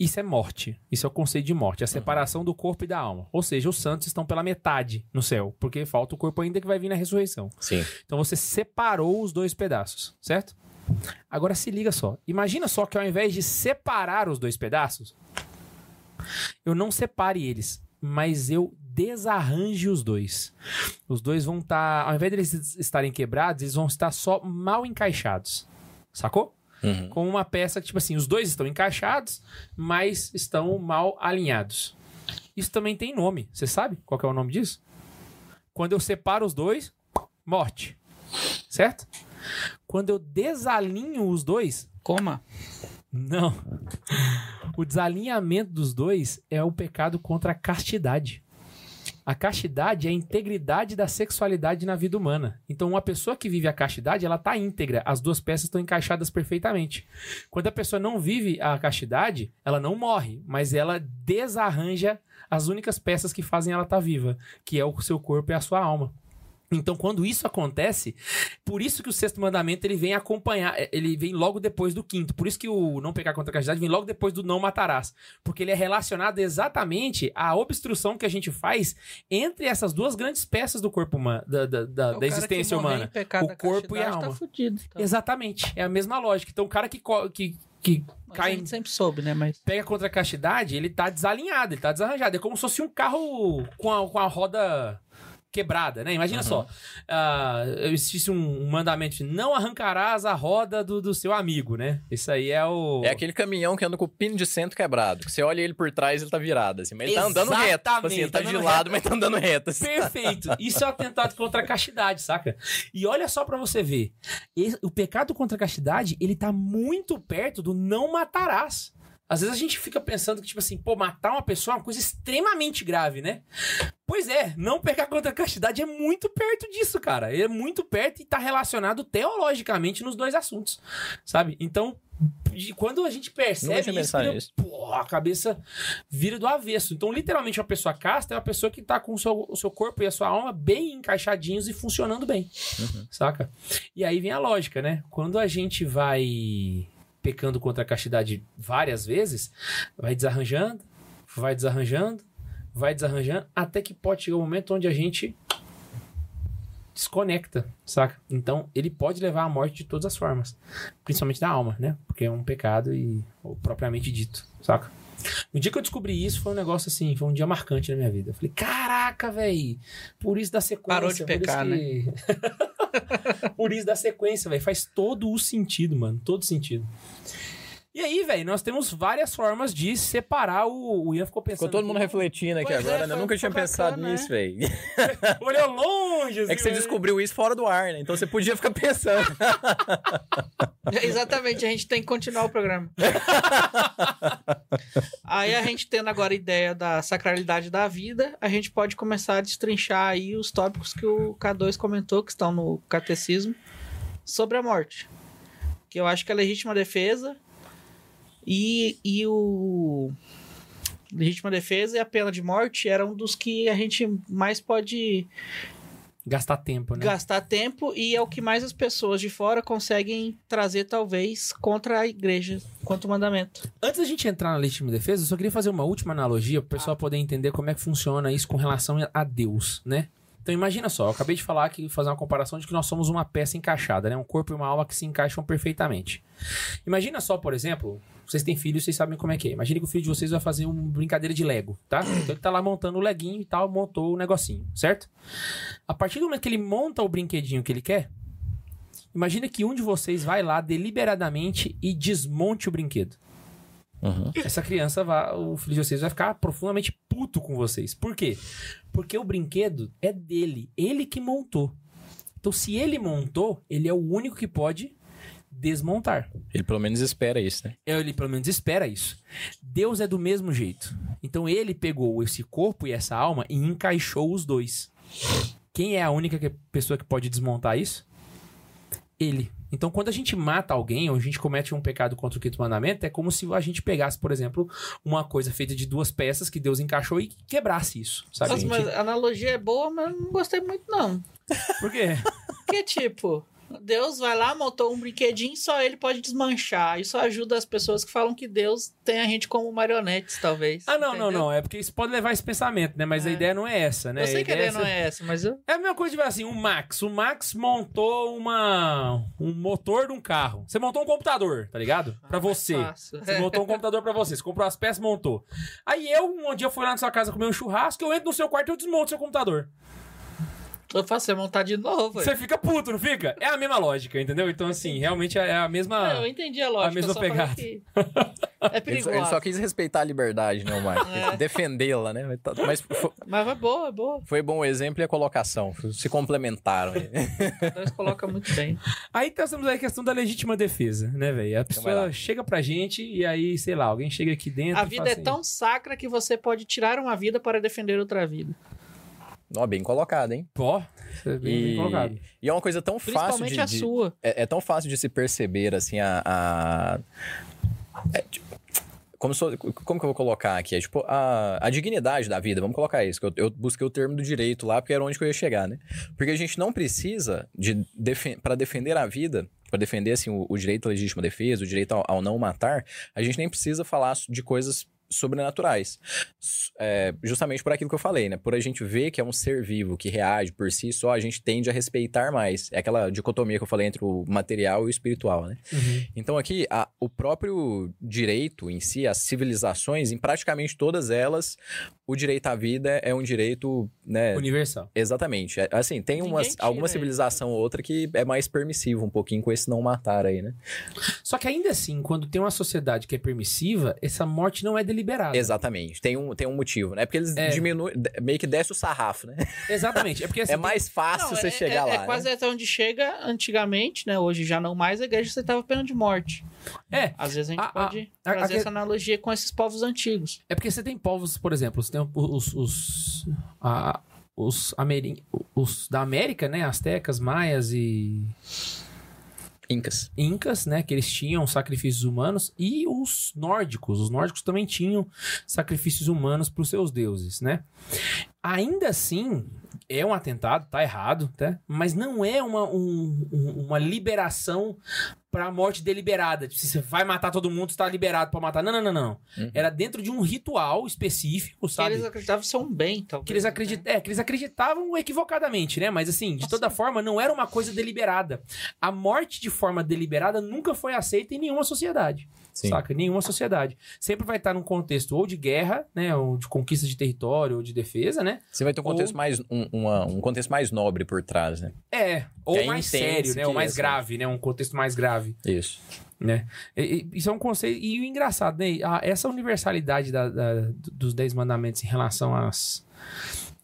[SPEAKER 2] Isso é morte. Isso é o conceito de morte. É a separação do corpo e da alma. Ou seja, os santos estão pela metade no céu. Porque falta o corpo ainda que vai vir na ressurreição.
[SPEAKER 3] Sim.
[SPEAKER 2] Então você separou os dois pedaços, certo? Agora se liga só. Imagina só que ao invés de separar os dois pedaços, eu não separe eles, mas eu desarranje os dois. Os dois vão estar, ao invés deles estarem quebrados, eles vão estar só mal encaixados. Sacou?
[SPEAKER 3] Uhum.
[SPEAKER 2] Com uma peça que, tipo assim, os dois estão encaixados, mas estão mal alinhados. Isso também tem nome. Você sabe qual que é o nome disso? Quando eu separo os dois, morte. Certo? Quando eu desalinho os dois,
[SPEAKER 4] Coma.
[SPEAKER 2] não. O desalinhamento dos dois é o pecado contra a castidade. A castidade é a integridade da sexualidade na vida humana. Então, uma pessoa que vive a castidade, ela tá íntegra. As duas peças estão encaixadas perfeitamente. Quando a pessoa não vive a castidade, ela não morre, mas ela desarranja as únicas peças que fazem ela estar viva, que é o seu corpo e a sua alma. Então, quando isso acontece, por isso que o sexto mandamento ele vem acompanhar, é, ele vem logo depois do quinto. Por isso que o não pecar contra a castidade vem logo depois do não matarás, porque ele é relacionado exatamente à obstrução que a gente faz entre essas duas grandes peças do corpo humano, da, da-
[SPEAKER 4] É
[SPEAKER 2] da- da existência humana. o corpo e a alma.
[SPEAKER 4] Tá fudido, então.
[SPEAKER 2] Exatamente, é a mesma lógica. Então, o cara que co- que, que
[SPEAKER 4] Mas
[SPEAKER 2] cai
[SPEAKER 4] A gente sempre soube, né? Mas
[SPEAKER 2] pega contra a castidade, ele tá desalinhado, ele tá desarranjado. É como se fosse um carro com a, com a roda quebrada, né? Imagina
[SPEAKER 3] Uhum.
[SPEAKER 2] só, ah, existe um, um mandamento de não arrancarás a roda do, do seu amigo, né? Isso aí é o...
[SPEAKER 3] É aquele caminhão que anda com o pino de centro quebrado. Que você olha ele por trás, ele tá virado, assim. Mas ele tá andando reto. Tipo assim,
[SPEAKER 2] Exatamente,
[SPEAKER 3] ele tá,
[SPEAKER 2] tá
[SPEAKER 3] de
[SPEAKER 2] andando
[SPEAKER 3] lado, mas tá andando reto. assim.
[SPEAKER 2] Perfeito. Isso é um atentado contra a castidade, saca? E olha só pra você ver. Esse- o pecado contra a castidade, ele tá muito perto do não matarás. Às vezes a gente fica pensando que, tipo assim, pô, matar uma pessoa é uma coisa extremamente grave, né? Pois é, não pecar contra a castidade é muito perto disso, cara. É muito perto e tá relacionado teologicamente nos dois assuntos, sabe? Então, de- quando a gente
[SPEAKER 3] Nunca
[SPEAKER 2] percebe isso,
[SPEAKER 3] tinha pensado
[SPEAKER 2] vira-
[SPEAKER 3] nisso.
[SPEAKER 2] pô, a cabeça vira do avesso. Então, literalmente, uma pessoa casta é uma pessoa que tá com o seu, o seu corpo e a sua alma bem encaixadinhos e funcionando bem,
[SPEAKER 3] Uhum.
[SPEAKER 2] saca? E aí vem a lógica, né? Quando a gente vai pecando contra a castidade várias vezes, vai desarranjando, vai desarranjando, vai desarranjando, até que pode chegar um momento onde a gente desconecta, saca? Então, ele pode levar à morte de todas as formas, principalmente da alma, né? Porque é um pecado e ou propriamente dito, saca? No dia que eu descobri isso, foi um negócio assim, foi um dia marcante na minha vida. Eu falei, caraca, velho, por isso da sequência.
[SPEAKER 4] Parou de
[SPEAKER 2] por isso
[SPEAKER 4] pecar, né?"
[SPEAKER 2] que- por isso da sequência, velho. Faz todo o sentido, mano. Todo sentido. E aí, velho, nós temos várias formas de separar o. O Ian ficou pensando.
[SPEAKER 3] Ficou todo mundo
[SPEAKER 2] aqui.
[SPEAKER 3] refletindo aqui
[SPEAKER 4] Pois é,
[SPEAKER 3] agora, né?
[SPEAKER 4] foi-
[SPEAKER 3] Eu nunca tinha
[SPEAKER 4] foi
[SPEAKER 3] pensado
[SPEAKER 4] bacana,
[SPEAKER 3] nisso, velho.
[SPEAKER 2] Olhou longe, assim,
[SPEAKER 3] É que você
[SPEAKER 2] né?
[SPEAKER 3] descobriu isso fora do ar, né? Então você podia ficar pensando.
[SPEAKER 4] Exatamente, a gente tem que continuar o programa. aí a gente tendo agora a ideia da sacralidade da vida, a gente pode começar a destrinchar aí os tópicos que o K2 comentou, que estão no catecismo, sobre a morte. Que eu acho que é legítima defesa e, e o... Legítima defesa e a pena de morte era um dos que a gente mais pode
[SPEAKER 2] Gastar tempo, né?
[SPEAKER 4] gastar tempo e é o que mais as pessoas de fora conseguem trazer, talvez, contra a igreja, quanto o mandamento.
[SPEAKER 2] Antes da gente entrar na legítima defesa, eu só queria fazer uma última analogia pro pessoal poder entender como é que funciona isso com relação a Deus, né? Então imagina só, eu acabei de falar que fazer uma comparação de que nós somos uma peça encaixada, né? Um corpo e uma alma que se encaixam perfeitamente. Imagina só, por exemplo, vocês têm filhos, vocês sabem como é que é. Imagina que o filho de vocês vai fazer uma brincadeira de Lego, tá? Então ele tá lá montando o leguinho e tal, montou o negocinho, certo? A partir do momento que ele monta o brinquedinho que ele quer, imagina que um de vocês vai lá deliberadamente e desmonte o brinquedo essa criança vai, o filho de vocês vai ficar profundamente puto com vocês. Por quê? Porque o brinquedo é dele, ele que montou. Então, se ele montou, ele é o único que pode desmontar.
[SPEAKER 3] Ele pelo menos espera isso, né?
[SPEAKER 2] Ele pelo menos espera isso. Deus é do mesmo jeito. Então ele pegou esse corpo e essa alma e encaixou os dois. Quem é a única que- pessoa que pode desmontar isso? Ele. Então, quando a gente mata alguém ou a gente comete um pecado contra o quinto mandamento, é como se a gente pegasse, por exemplo, uma coisa feita de duas peças que Deus encaixou e quebrasse isso. Sabe?
[SPEAKER 4] Nossa, mas a analogia é boa, mas não gostei muito, não.
[SPEAKER 2] Por quê?
[SPEAKER 4] Porque, tipo, Deus vai lá, montou um brinquedinho, só ele pode desmanchar. Isso ajuda as pessoas que falam que Deus tem a gente como marionetes, talvez.
[SPEAKER 2] Ah, não, não,
[SPEAKER 4] entendeu?
[SPEAKER 2] não. É porque isso pode levar a esse pensamento, né? Mas a
[SPEAKER 4] É.
[SPEAKER 2] ideia não é essa, né?
[SPEAKER 4] Eu sei
[SPEAKER 2] A
[SPEAKER 4] que a
[SPEAKER 2] ideia
[SPEAKER 4] ideia não é essa, mas eu...
[SPEAKER 2] É a mesma coisa de ver assim, o Max. O Max montou uma, um motor de um carro. Você montou um computador, tá ligado?
[SPEAKER 4] Ah,
[SPEAKER 2] Pra você.
[SPEAKER 4] Fácil.
[SPEAKER 2] Você montou um computador pra você. Você comprou as peças, montou. Aí eu, um dia, fui lá na sua casa comer um churrasco, eu entro no seu quarto e eu desmonto seu computador.
[SPEAKER 4] Eu faço você montar de novo. É,
[SPEAKER 2] Você fica puto, não fica? É a mesma lógica, entendeu? Então, assim, realmente é a
[SPEAKER 4] Não, eu
[SPEAKER 2] mesma...
[SPEAKER 4] entendi a lógica.
[SPEAKER 2] a mesma
[SPEAKER 4] eu só falei
[SPEAKER 2] pegada.
[SPEAKER 4] que É
[SPEAKER 3] Ele só,
[SPEAKER 4] perigoso.
[SPEAKER 3] ele só quis respeitar a liberdade, né, Mike?
[SPEAKER 4] É.
[SPEAKER 3] Defendê-la, né? Mas tá- Mas fo-
[SPEAKER 4] Mas é boa, é boa.
[SPEAKER 3] foi bom o exemplo e a colocação. Se complementaram. né?
[SPEAKER 4] Deus um coloca muito bem.
[SPEAKER 2] Aí nós temos aí a questão da legítima defesa, né, velho? A pessoa
[SPEAKER 3] vai lá.
[SPEAKER 2] chega pra gente e aí, sei lá, alguém chega aqui dentro
[SPEAKER 4] A
[SPEAKER 2] e
[SPEAKER 4] vida
[SPEAKER 2] fala
[SPEAKER 4] é
[SPEAKER 2] assim,
[SPEAKER 4] tão sacra que você pode tirar uma vida para defender outra vida.
[SPEAKER 3] Ó, bem colocado, hein?
[SPEAKER 2] Pó, isso é bem, bem
[SPEAKER 3] E,
[SPEAKER 2] colocado.
[SPEAKER 3] e é uma coisa tão fácil
[SPEAKER 4] Principalmente
[SPEAKER 3] de,
[SPEAKER 4] a
[SPEAKER 3] de-
[SPEAKER 4] sua.
[SPEAKER 3] é, é tão fácil de se perceber, assim, a. a- é, tipo, como, sou- como que eu vou colocar aqui? É tipo, a, a dignidade da vida, vamos colocar isso. que Eu, eu busquei o termo do direito lá, porque era onde que eu ia chegar, né? Porque a gente não precisa, de defen para defender a vida, para defender, assim, o, o direito à legítima defesa, o direito ao, ao não matar, a gente nem precisa falar de coisas sobrenaturais. S- é, justamente por aquilo que eu falei, né? Por a gente ver que é um ser vivo, que reage por si só, a gente tende a respeitar mais. É aquela dicotomia que eu falei entre o material e o espiritual, né?
[SPEAKER 2] Uhum.
[SPEAKER 3] Então aqui, a- o próprio direito em si, as civilizações, em praticamente todas elas, o direito à vida é um direito, né?
[SPEAKER 2] É Universal.
[SPEAKER 3] Exatamente. É, Assim, tem
[SPEAKER 6] Ninguém
[SPEAKER 3] umas,
[SPEAKER 6] tira
[SPEAKER 3] alguma
[SPEAKER 6] ele.
[SPEAKER 3] civilização ou outra que é mais permissivo um pouquinho com esse não matar aí, né?
[SPEAKER 2] Só que ainda assim, quando tem uma sociedade que é permissiva, essa morte não é deliberada.
[SPEAKER 3] Exatamente. Tem um, tem um motivo, né? Porque eles
[SPEAKER 2] É.
[SPEAKER 3] diminuem, de- meio que desce o sarrafo, né?
[SPEAKER 2] Exatamente. É porque assim,
[SPEAKER 3] é mais fácil
[SPEAKER 4] Não,
[SPEAKER 3] você
[SPEAKER 4] é,
[SPEAKER 3] chegar
[SPEAKER 4] é-
[SPEAKER 3] lá.
[SPEAKER 4] é
[SPEAKER 3] né?
[SPEAKER 4] quase até onde chega antigamente, né? Hoje já não mais, a igreja aceitava pena de morte.
[SPEAKER 2] É.
[SPEAKER 4] Às vezes a gente
[SPEAKER 2] Ah, ah,
[SPEAKER 4] pode
[SPEAKER 2] ah,
[SPEAKER 4] fazer
[SPEAKER 2] ah,
[SPEAKER 4] essa analogia com esses povos antigos.
[SPEAKER 2] É porque você tem povos, por exemplo, você tem os. os, a- os, amerim- os da América, né? Aztecas, maias e
[SPEAKER 3] Incas.
[SPEAKER 2] incas, né? Que eles tinham sacrifícios humanos. E os nórdicos. Os nórdicos também tinham sacrifícios humanos para os seus deuses, né? Ainda assim, é um atentado, tá errado, tá? Mas não é uma, um- um- uma liberação pra morte deliberada. Tipo, se você vai matar todo mundo, você tá liberado pra matar. Não, não, não, não.
[SPEAKER 3] Uhum.
[SPEAKER 2] Era dentro de um ritual específico,
[SPEAKER 4] Que
[SPEAKER 2] sabe?
[SPEAKER 4] eles acreditavam ser um bem, talvez.
[SPEAKER 2] Que eles,
[SPEAKER 4] né?
[SPEAKER 2] acredit... é, que eles acreditavam equivocadamente, né? Mas assim, de toda forma, não era uma coisa deliberada. A morte de forma deliberada nunca foi aceita em nenhuma sociedade.
[SPEAKER 3] Sim.
[SPEAKER 2] Saca? Nenhuma sociedade. Sempre vai estar num contexto ou de guerra, né? Ou de conquista de território, ou de defesa, né?
[SPEAKER 3] Você vai ter um
[SPEAKER 2] Ou-
[SPEAKER 3] contexto, mais, um, uma- um contexto mais nobre por trás, né?
[SPEAKER 2] É. Ou
[SPEAKER 3] Que é
[SPEAKER 2] mais
[SPEAKER 3] intenso,
[SPEAKER 2] sério, né?
[SPEAKER 3] que
[SPEAKER 2] Ou mais
[SPEAKER 3] é,
[SPEAKER 2] grave, né? Um contexto mais grave.
[SPEAKER 3] Isso.
[SPEAKER 2] E- e- Isso é um conceito. E o engraçado, né? A- essa universalidade da- da- dos Dez Mandamentos em relação às,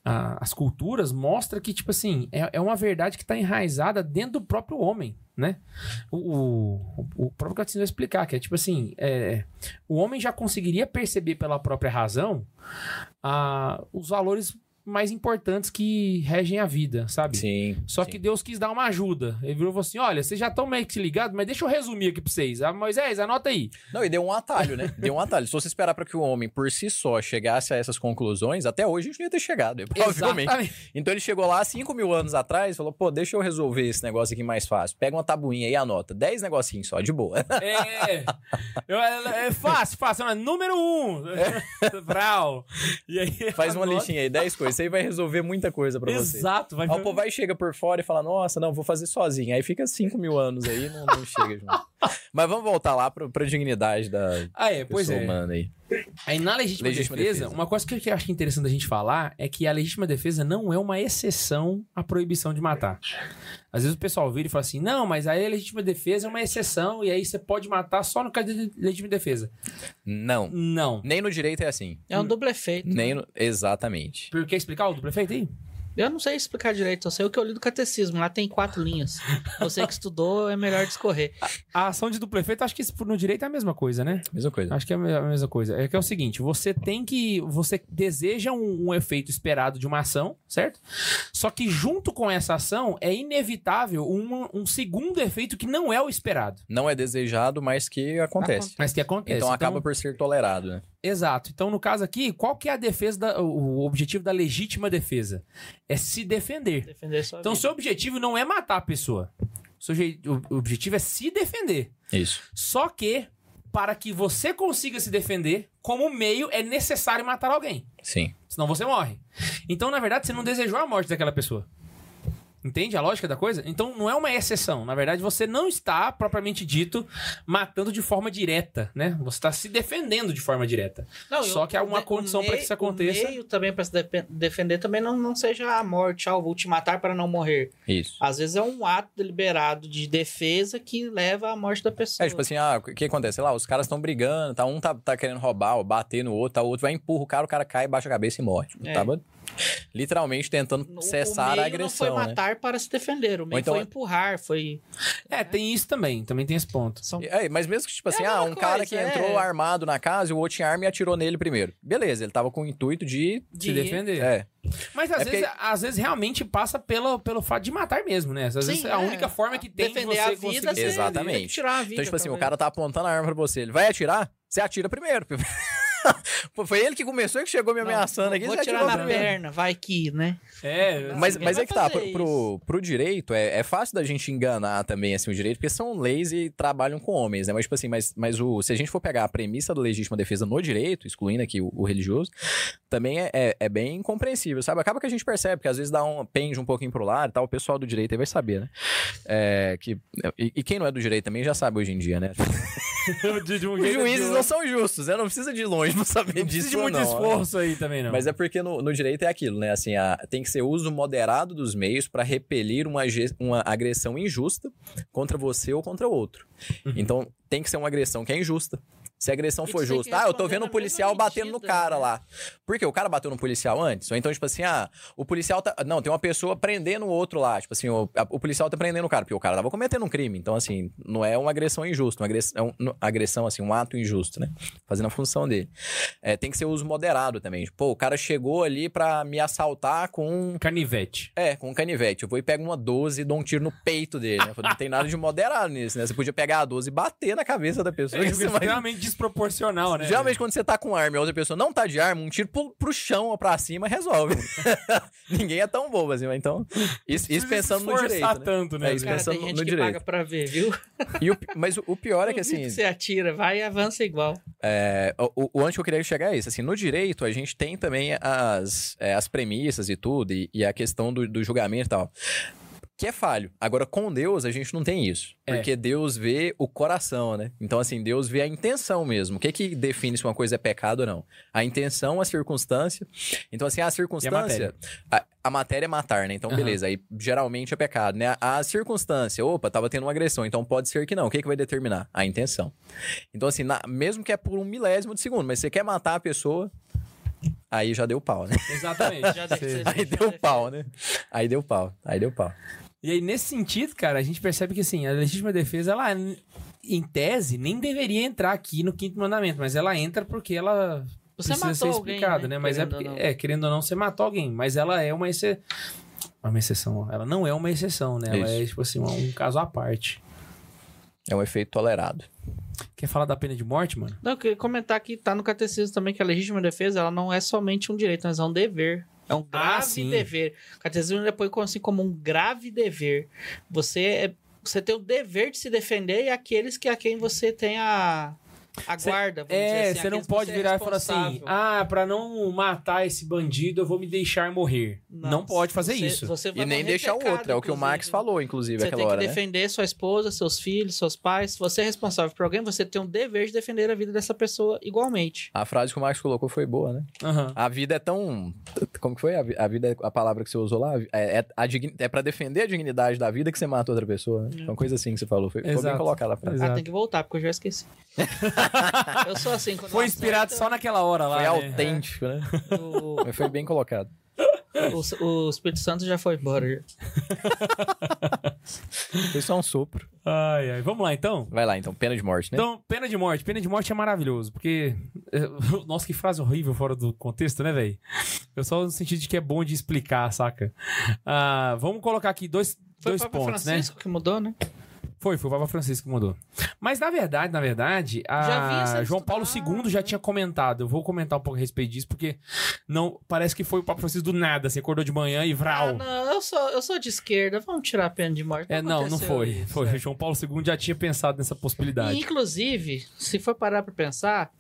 [SPEAKER 2] a- às culturas mostra que, tipo assim, é, é uma verdade que está enraizada dentro do próprio homem, né? O, o, o próprio Catecismo vai explicar que é tipo assim: é, o homem já conseguiria perceber pela própria razão ah, os valores mais importantes que regem a vida, sabe?
[SPEAKER 3] Sim.
[SPEAKER 2] Só
[SPEAKER 3] sim.
[SPEAKER 2] que Deus quis dar uma ajuda. Ele virou e falou assim: olha, vocês já estão meio que ligados, mas deixa eu resumir aqui pra vocês. Ah, Moisés, anota aí.
[SPEAKER 3] Não, e deu um atalho, né? Deu um atalho. Se você esperar pra que o homem por si só chegasse a essas conclusões, até hoje a gente não ia ter chegado, é, provavelmente.
[SPEAKER 2] Exatamente.
[SPEAKER 3] Então ele chegou lá 5 mil anos atrás e falou: pô, deixa eu resolver esse negócio aqui mais fácil. Pega uma tabuinha e anota. 10 negocinhos só, de boa.
[SPEAKER 2] É, Eu- é, é fácil, fácil. Mas Número um, Brau. E aí,
[SPEAKER 3] É. Faz uma
[SPEAKER 2] anota.
[SPEAKER 3] listinha aí, 10 coisas. Isso aí vai resolver muita coisa pra você.
[SPEAKER 2] Exato, vai
[SPEAKER 3] Aí o povo vai e chega por fora e fala, nossa, não, vou fazer sozinho. Aí fica 5 mil anos aí não, não chega junto. Mas vamos voltar lá pro, pra dignidade da
[SPEAKER 2] Ah, é, pois
[SPEAKER 3] pessoa
[SPEAKER 2] é.
[SPEAKER 3] humana aí.
[SPEAKER 2] Aí na legítima,
[SPEAKER 3] Legítima
[SPEAKER 2] defesa,
[SPEAKER 3] defesa.
[SPEAKER 2] uma coisa que eu que eu acho interessante a gente falar é que a legítima defesa não é uma exceção à proibição de matar. Às vezes o pessoal vira e fala assim: não, mas aí a legítima defesa é uma exceção e aí você pode matar só no caso de legítima defesa.
[SPEAKER 3] Não.
[SPEAKER 2] Não.
[SPEAKER 3] Nem no direito é assim.
[SPEAKER 4] É um duplo efeito.
[SPEAKER 3] Nem no... Exatamente.
[SPEAKER 2] Por- Quer explicar o do prefeito aí?
[SPEAKER 4] Eu não sei explicar direito, eu sei o que eu li do catecismo. Lá tem quatro linhas. Você que estudou, é melhor discorrer.
[SPEAKER 2] A ação de duplo efeito, acho que isso no direito é a mesma coisa, né?
[SPEAKER 3] Mesma coisa.
[SPEAKER 2] Acho que é a me- a mesma coisa. É que é o seguinte, você tem que... Você deseja um, um efeito esperado de uma ação, certo? Só que junto com essa ação, é inevitável uma- um segundo efeito que não é o esperado.
[SPEAKER 3] Não é desejado, mas que acontece.
[SPEAKER 2] Mas que acontece.
[SPEAKER 3] Então acaba por ser tolerado, né?
[SPEAKER 2] Exato. Então, no caso aqui, qual que é a defesa, da- o o objetivo da legítima defesa? É se defender.
[SPEAKER 4] Defender sua
[SPEAKER 2] Então,
[SPEAKER 4] vida.
[SPEAKER 2] seu objetivo não é matar a pessoa. Seu je- o- o objetivo é se defender.
[SPEAKER 3] Isso.
[SPEAKER 2] Só que, para que você consiga se defender, como meio é necessário matar alguém.
[SPEAKER 3] Sim.
[SPEAKER 2] Senão você morre. Então, na verdade, você não desejou a morte daquela pessoa. Entende a lógica da coisa? Então, não é uma exceção. Na verdade, você não está, propriamente dito, matando de forma direta, né? Você está se defendendo de forma direta.
[SPEAKER 4] Não,
[SPEAKER 2] Só
[SPEAKER 4] eu-
[SPEAKER 2] que há uma
[SPEAKER 4] o me-
[SPEAKER 2] condição
[SPEAKER 4] o
[SPEAKER 2] pra que isso
[SPEAKER 4] meio-
[SPEAKER 2] aconteça.
[SPEAKER 4] O meio também pra se depe- defender também não, não seja a morte, ah, eu vou te matar para não morrer.
[SPEAKER 3] Isso.
[SPEAKER 4] Às vezes é um ato deliberado de defesa que leva à morte da pessoa.
[SPEAKER 3] É tipo assim, ah, o que que acontece? Sei lá, os caras estão brigando, tá? Um tá, tá querendo roubar ou bater no outro, tá? O outro vai empurra o cara, o cara cai, baixa a cabeça e morre. Tipo,
[SPEAKER 4] É.
[SPEAKER 3] Tava literalmente tentando
[SPEAKER 4] No-
[SPEAKER 3] cessar
[SPEAKER 4] o meio
[SPEAKER 3] a
[SPEAKER 4] não
[SPEAKER 3] agressão,
[SPEAKER 4] foi
[SPEAKER 3] né?
[SPEAKER 4] matar para se defender, o meio
[SPEAKER 3] então-
[SPEAKER 4] foi empurrar, foi...
[SPEAKER 2] É, tem isso também. Também tem esse ponto.
[SPEAKER 4] São...
[SPEAKER 3] É, mas mesmo que, tipo assim,
[SPEAKER 4] um. É a
[SPEAKER 3] ah, um
[SPEAKER 4] mesma
[SPEAKER 3] cara
[SPEAKER 4] coisa,
[SPEAKER 3] que
[SPEAKER 4] é.
[SPEAKER 3] entrou armado na casa e o outro tinha arma e atirou nele primeiro. Beleza, ele tava com o intuito de.
[SPEAKER 2] Se defender.
[SPEAKER 3] É,
[SPEAKER 2] Mas às,
[SPEAKER 3] É
[SPEAKER 2] vezes, às vezes realmente passa pelo, pelo fato de matar mesmo, né? Às vezes
[SPEAKER 4] Sim,
[SPEAKER 2] a
[SPEAKER 4] é.
[SPEAKER 2] única forma que tem
[SPEAKER 4] defender
[SPEAKER 2] de você
[SPEAKER 4] a
[SPEAKER 2] conseguir
[SPEAKER 4] vida,
[SPEAKER 2] se
[SPEAKER 4] você
[SPEAKER 2] defender.
[SPEAKER 3] Exatamente.
[SPEAKER 4] tem que tirar a vida.
[SPEAKER 3] Então, tipo assim, o
[SPEAKER 4] talvez.
[SPEAKER 3] cara tá apontando a arma pra você. Ele vai atirar? Você atira primeiro. Pô, Foi ele que começou e que chegou me
[SPEAKER 4] Não,
[SPEAKER 3] tá ameaçando aqui.
[SPEAKER 4] Vou
[SPEAKER 3] Você
[SPEAKER 4] tirar
[SPEAKER 3] atirou
[SPEAKER 4] na
[SPEAKER 3] primeiro.
[SPEAKER 4] perna, vai que, né?
[SPEAKER 2] É,
[SPEAKER 3] Mas,
[SPEAKER 4] Ninguém
[SPEAKER 3] mas
[SPEAKER 4] vai
[SPEAKER 3] é que tá,
[SPEAKER 4] fazer
[SPEAKER 3] pro, pro,
[SPEAKER 4] isso.
[SPEAKER 3] pro direito, é, é fácil da gente enganar também, assim, o direito, porque são leis e trabalham com homens, né? Mas, tipo assim, mas, mas o, se a gente for pegar a premissa da legítima defesa no direito, excluindo aqui o, o religioso, também é, é, é bem compreensível, sabe? Acaba que a gente percebe, porque às vezes dá um pende um pouquinho pro lado e tal, o pessoal do direito aí vai saber, né? É, que, e, e quem não é do direito também já sabe hoje em dia, né?
[SPEAKER 2] um
[SPEAKER 3] Os juízes não são justos, né? Não precisa de longe pra saber
[SPEAKER 2] Não
[SPEAKER 3] disso.
[SPEAKER 2] precisa de muito
[SPEAKER 3] não, né?
[SPEAKER 2] esforço aí também, não.
[SPEAKER 3] Mas é porque no, no direito é aquilo, né? Assim, a- tem que ser uso moderado dos meios para repelir uma, age- uma agressão injusta contra você ou contra outro. Então, tem que ser uma agressão que é injusta. Se a agressão
[SPEAKER 4] E
[SPEAKER 3] for
[SPEAKER 4] você tem que
[SPEAKER 3] justa, ah, eu tô
[SPEAKER 4] responder
[SPEAKER 3] vendo
[SPEAKER 4] na
[SPEAKER 3] um policial
[SPEAKER 4] mesma
[SPEAKER 3] batendo no
[SPEAKER 4] medida,
[SPEAKER 3] cara
[SPEAKER 4] né?
[SPEAKER 3] lá. Por quê? O cara bateu no policial antes? Ou então, tipo assim, ah, o policial tá. Não, tem uma pessoa prendendo o outro lá. Tipo assim, o, a- o policial tá prendendo o cara, porque o cara tava cometendo um crime. Então, assim, não é uma agressão injusta, uma agressão, é um- no- agressão, assim, um ato injusto, né? Fazendo a função dele. É, tem que ser uso moderado também. Tipo, Pô, o cara chegou ali pra me assaltar com um.
[SPEAKER 2] Canivete.
[SPEAKER 3] É, com um canivete. Eu vou e pego uma 12 e dou um tiro no peito dele, né? Eu falei, Não tem nada de moderado nisso, né? Você podia pegar a 12 e bater na cabeça da pessoa.
[SPEAKER 2] É
[SPEAKER 3] que você vai-
[SPEAKER 2] extremamente desproporcional, né?
[SPEAKER 3] Geralmente, quando você tá com arma e a outra pessoa não tá de arma, um tiro pro, pro chão ou pra cima resolve. Ninguém é tão bobo assim, mas então. Isso, isso pensando no
[SPEAKER 2] Esforçar
[SPEAKER 3] direito. né?
[SPEAKER 2] tanto, né?
[SPEAKER 3] É, isso
[SPEAKER 4] Cara,
[SPEAKER 3] pensando
[SPEAKER 4] tem gente
[SPEAKER 3] no
[SPEAKER 4] que
[SPEAKER 3] direito.
[SPEAKER 4] paga pra ver, viu?
[SPEAKER 3] E o pi- mas o, o pior é que
[SPEAKER 4] Duvido
[SPEAKER 3] assim.
[SPEAKER 4] Você atira, vai e avança igual.
[SPEAKER 3] É, o, o onde que eu queria chegar é isso. Assim, no direito, a gente tem também as, é, as premissas e tudo, e, e a questão do, do julgamento e tal. Que é falho. Agora, com Deus, a gente não tem isso.
[SPEAKER 2] É.
[SPEAKER 3] Porque Deus vê o coração, né? Então, assim, Deus vê a intenção mesmo. O que que define se uma coisa é pecado ou não? A intenção, a circunstância. Então, assim, a circunstância. A, a matéria é matar, né? Então,
[SPEAKER 2] Aham.
[SPEAKER 3] beleza. Aí, geralmente é pecado, né? A, a circunstância. Opa, tava tendo uma agressão. Então, pode ser que não. O que que vai determinar? A intenção. Então, assim, na- mesmo que é por um milésimo de segundo, mas você quer matar a pessoa, aí já deu pau, né?
[SPEAKER 2] Exatamente.
[SPEAKER 4] Já deve ser-
[SPEAKER 3] Aí deu pau, né? Aí deu pau, aí deu pau.
[SPEAKER 2] E aí, nesse sentido, cara, a gente percebe que, assim, a legítima defesa, ela, n- em tese, nem deveria entrar aqui no quinto mandamento, mas ela entra porque ela
[SPEAKER 4] Você
[SPEAKER 2] precisa
[SPEAKER 4] matou
[SPEAKER 2] ser
[SPEAKER 4] alguém,
[SPEAKER 2] explicada,
[SPEAKER 4] né?
[SPEAKER 2] né? Mas é,
[SPEAKER 4] Querendo ou
[SPEAKER 2] porque-
[SPEAKER 4] não.
[SPEAKER 2] é, querendo ou não, você matou alguém, mas ela é uma exceção. Uma exceção, ó. ela não é uma exceção, né? Ela
[SPEAKER 3] Isso.
[SPEAKER 2] é, tipo assim, um um caso à parte.
[SPEAKER 3] É um efeito tolerado.
[SPEAKER 2] Quer falar da pena de morte, mano?
[SPEAKER 4] Não, eu queria comentar que tá no catecismo também que a legítima defesa ela não é somente um direito, mas é um dever. É um grave
[SPEAKER 2] Ah, sim.
[SPEAKER 4] dever. O catecismo ele põe como- assim como um grave dever. Você é- você tem o dever de se defender e é aqueles que a quem você tem a, a
[SPEAKER 2] Cê-
[SPEAKER 4] guarda. vamos dizer
[SPEAKER 2] É,
[SPEAKER 4] assim,
[SPEAKER 2] você não
[SPEAKER 4] aqueles que
[SPEAKER 2] pode
[SPEAKER 4] é
[SPEAKER 2] virar e falar assim:
[SPEAKER 4] responsável.
[SPEAKER 2] ah, pra não matar esse bandido, eu vou me deixar morrer. Não, pode fazer
[SPEAKER 4] você-
[SPEAKER 2] isso.
[SPEAKER 4] você vai
[SPEAKER 3] E nem
[SPEAKER 4] morrer
[SPEAKER 3] deixar o
[SPEAKER 4] pecado,
[SPEAKER 3] outro, é o que o Max
[SPEAKER 4] inclusive.
[SPEAKER 3] falou, inclusive,
[SPEAKER 4] Você
[SPEAKER 3] aquela
[SPEAKER 4] tem que
[SPEAKER 3] hora, né?
[SPEAKER 4] defender sua esposa, seus filhos, seus pais. Se você é responsável por alguém, você tem o dever de defender a vida dessa pessoa igualmente.
[SPEAKER 3] A frase que o Max colocou foi boa, né?
[SPEAKER 2] Aham.
[SPEAKER 3] A vida é tão. Como que foi? A, vi- a vida, é- a palavra que você usou lá? É, é, a digni- é pra defender a dignidade da vida que você mata outra pessoa, né? Uma coisa assim que você falou. Foi, foi bem
[SPEAKER 2] É. Exato.
[SPEAKER 3] colocada a frase.
[SPEAKER 4] Ah,
[SPEAKER 2] Exato.
[SPEAKER 4] tem que voltar, porque eu já esqueci. eu sou assim. Quando
[SPEAKER 2] Foi
[SPEAKER 4] eu
[SPEAKER 2] inspirado só
[SPEAKER 4] acerto,
[SPEAKER 2] naquela hora lá.
[SPEAKER 3] Foi
[SPEAKER 2] né?
[SPEAKER 3] autêntico, né?
[SPEAKER 4] o-
[SPEAKER 3] Mas foi bem colocado.
[SPEAKER 4] O, o Espírito Santo já foi embora.
[SPEAKER 3] Foi só um sopro.
[SPEAKER 2] Ai, ai. Vamos lá então?
[SPEAKER 3] Vai lá, então, pena de morte, né?
[SPEAKER 2] Então, pena de morte. Pena de morte é maravilhoso, porque. é, Nossa, que frase horrível fora do contexto, né, velho? Eu só no sentido de que é bom de explicar, saca? Ah, vamos colocar aqui dois,
[SPEAKER 4] Foi
[SPEAKER 2] dois
[SPEAKER 4] o Papa
[SPEAKER 2] pontos,
[SPEAKER 4] Francisco que mudou, né?
[SPEAKER 2] né? Foi, foi o Papa Francisco que mandou. Mas na verdade, na verdade,
[SPEAKER 4] Já vinha
[SPEAKER 2] a
[SPEAKER 4] sendo
[SPEAKER 2] João Paulo
[SPEAKER 4] estudado,
[SPEAKER 2] II já
[SPEAKER 4] né?
[SPEAKER 2] tinha comentado. Eu vou comentar um pouco a respeito disso, porque não parece que foi o Papa Francisco do nada. Você acordou de manhã e vral.
[SPEAKER 4] Ah, não, eu sou, eu sou de esquerda. Vamos tirar a pena de morte.
[SPEAKER 2] É, não, não
[SPEAKER 4] aconteceu
[SPEAKER 2] foi.
[SPEAKER 4] isso,
[SPEAKER 2] foi.
[SPEAKER 4] é.
[SPEAKER 2] O João Paulo II já tinha pensado nessa possibilidade.
[SPEAKER 4] E, inclusive, se for parar pra pensar,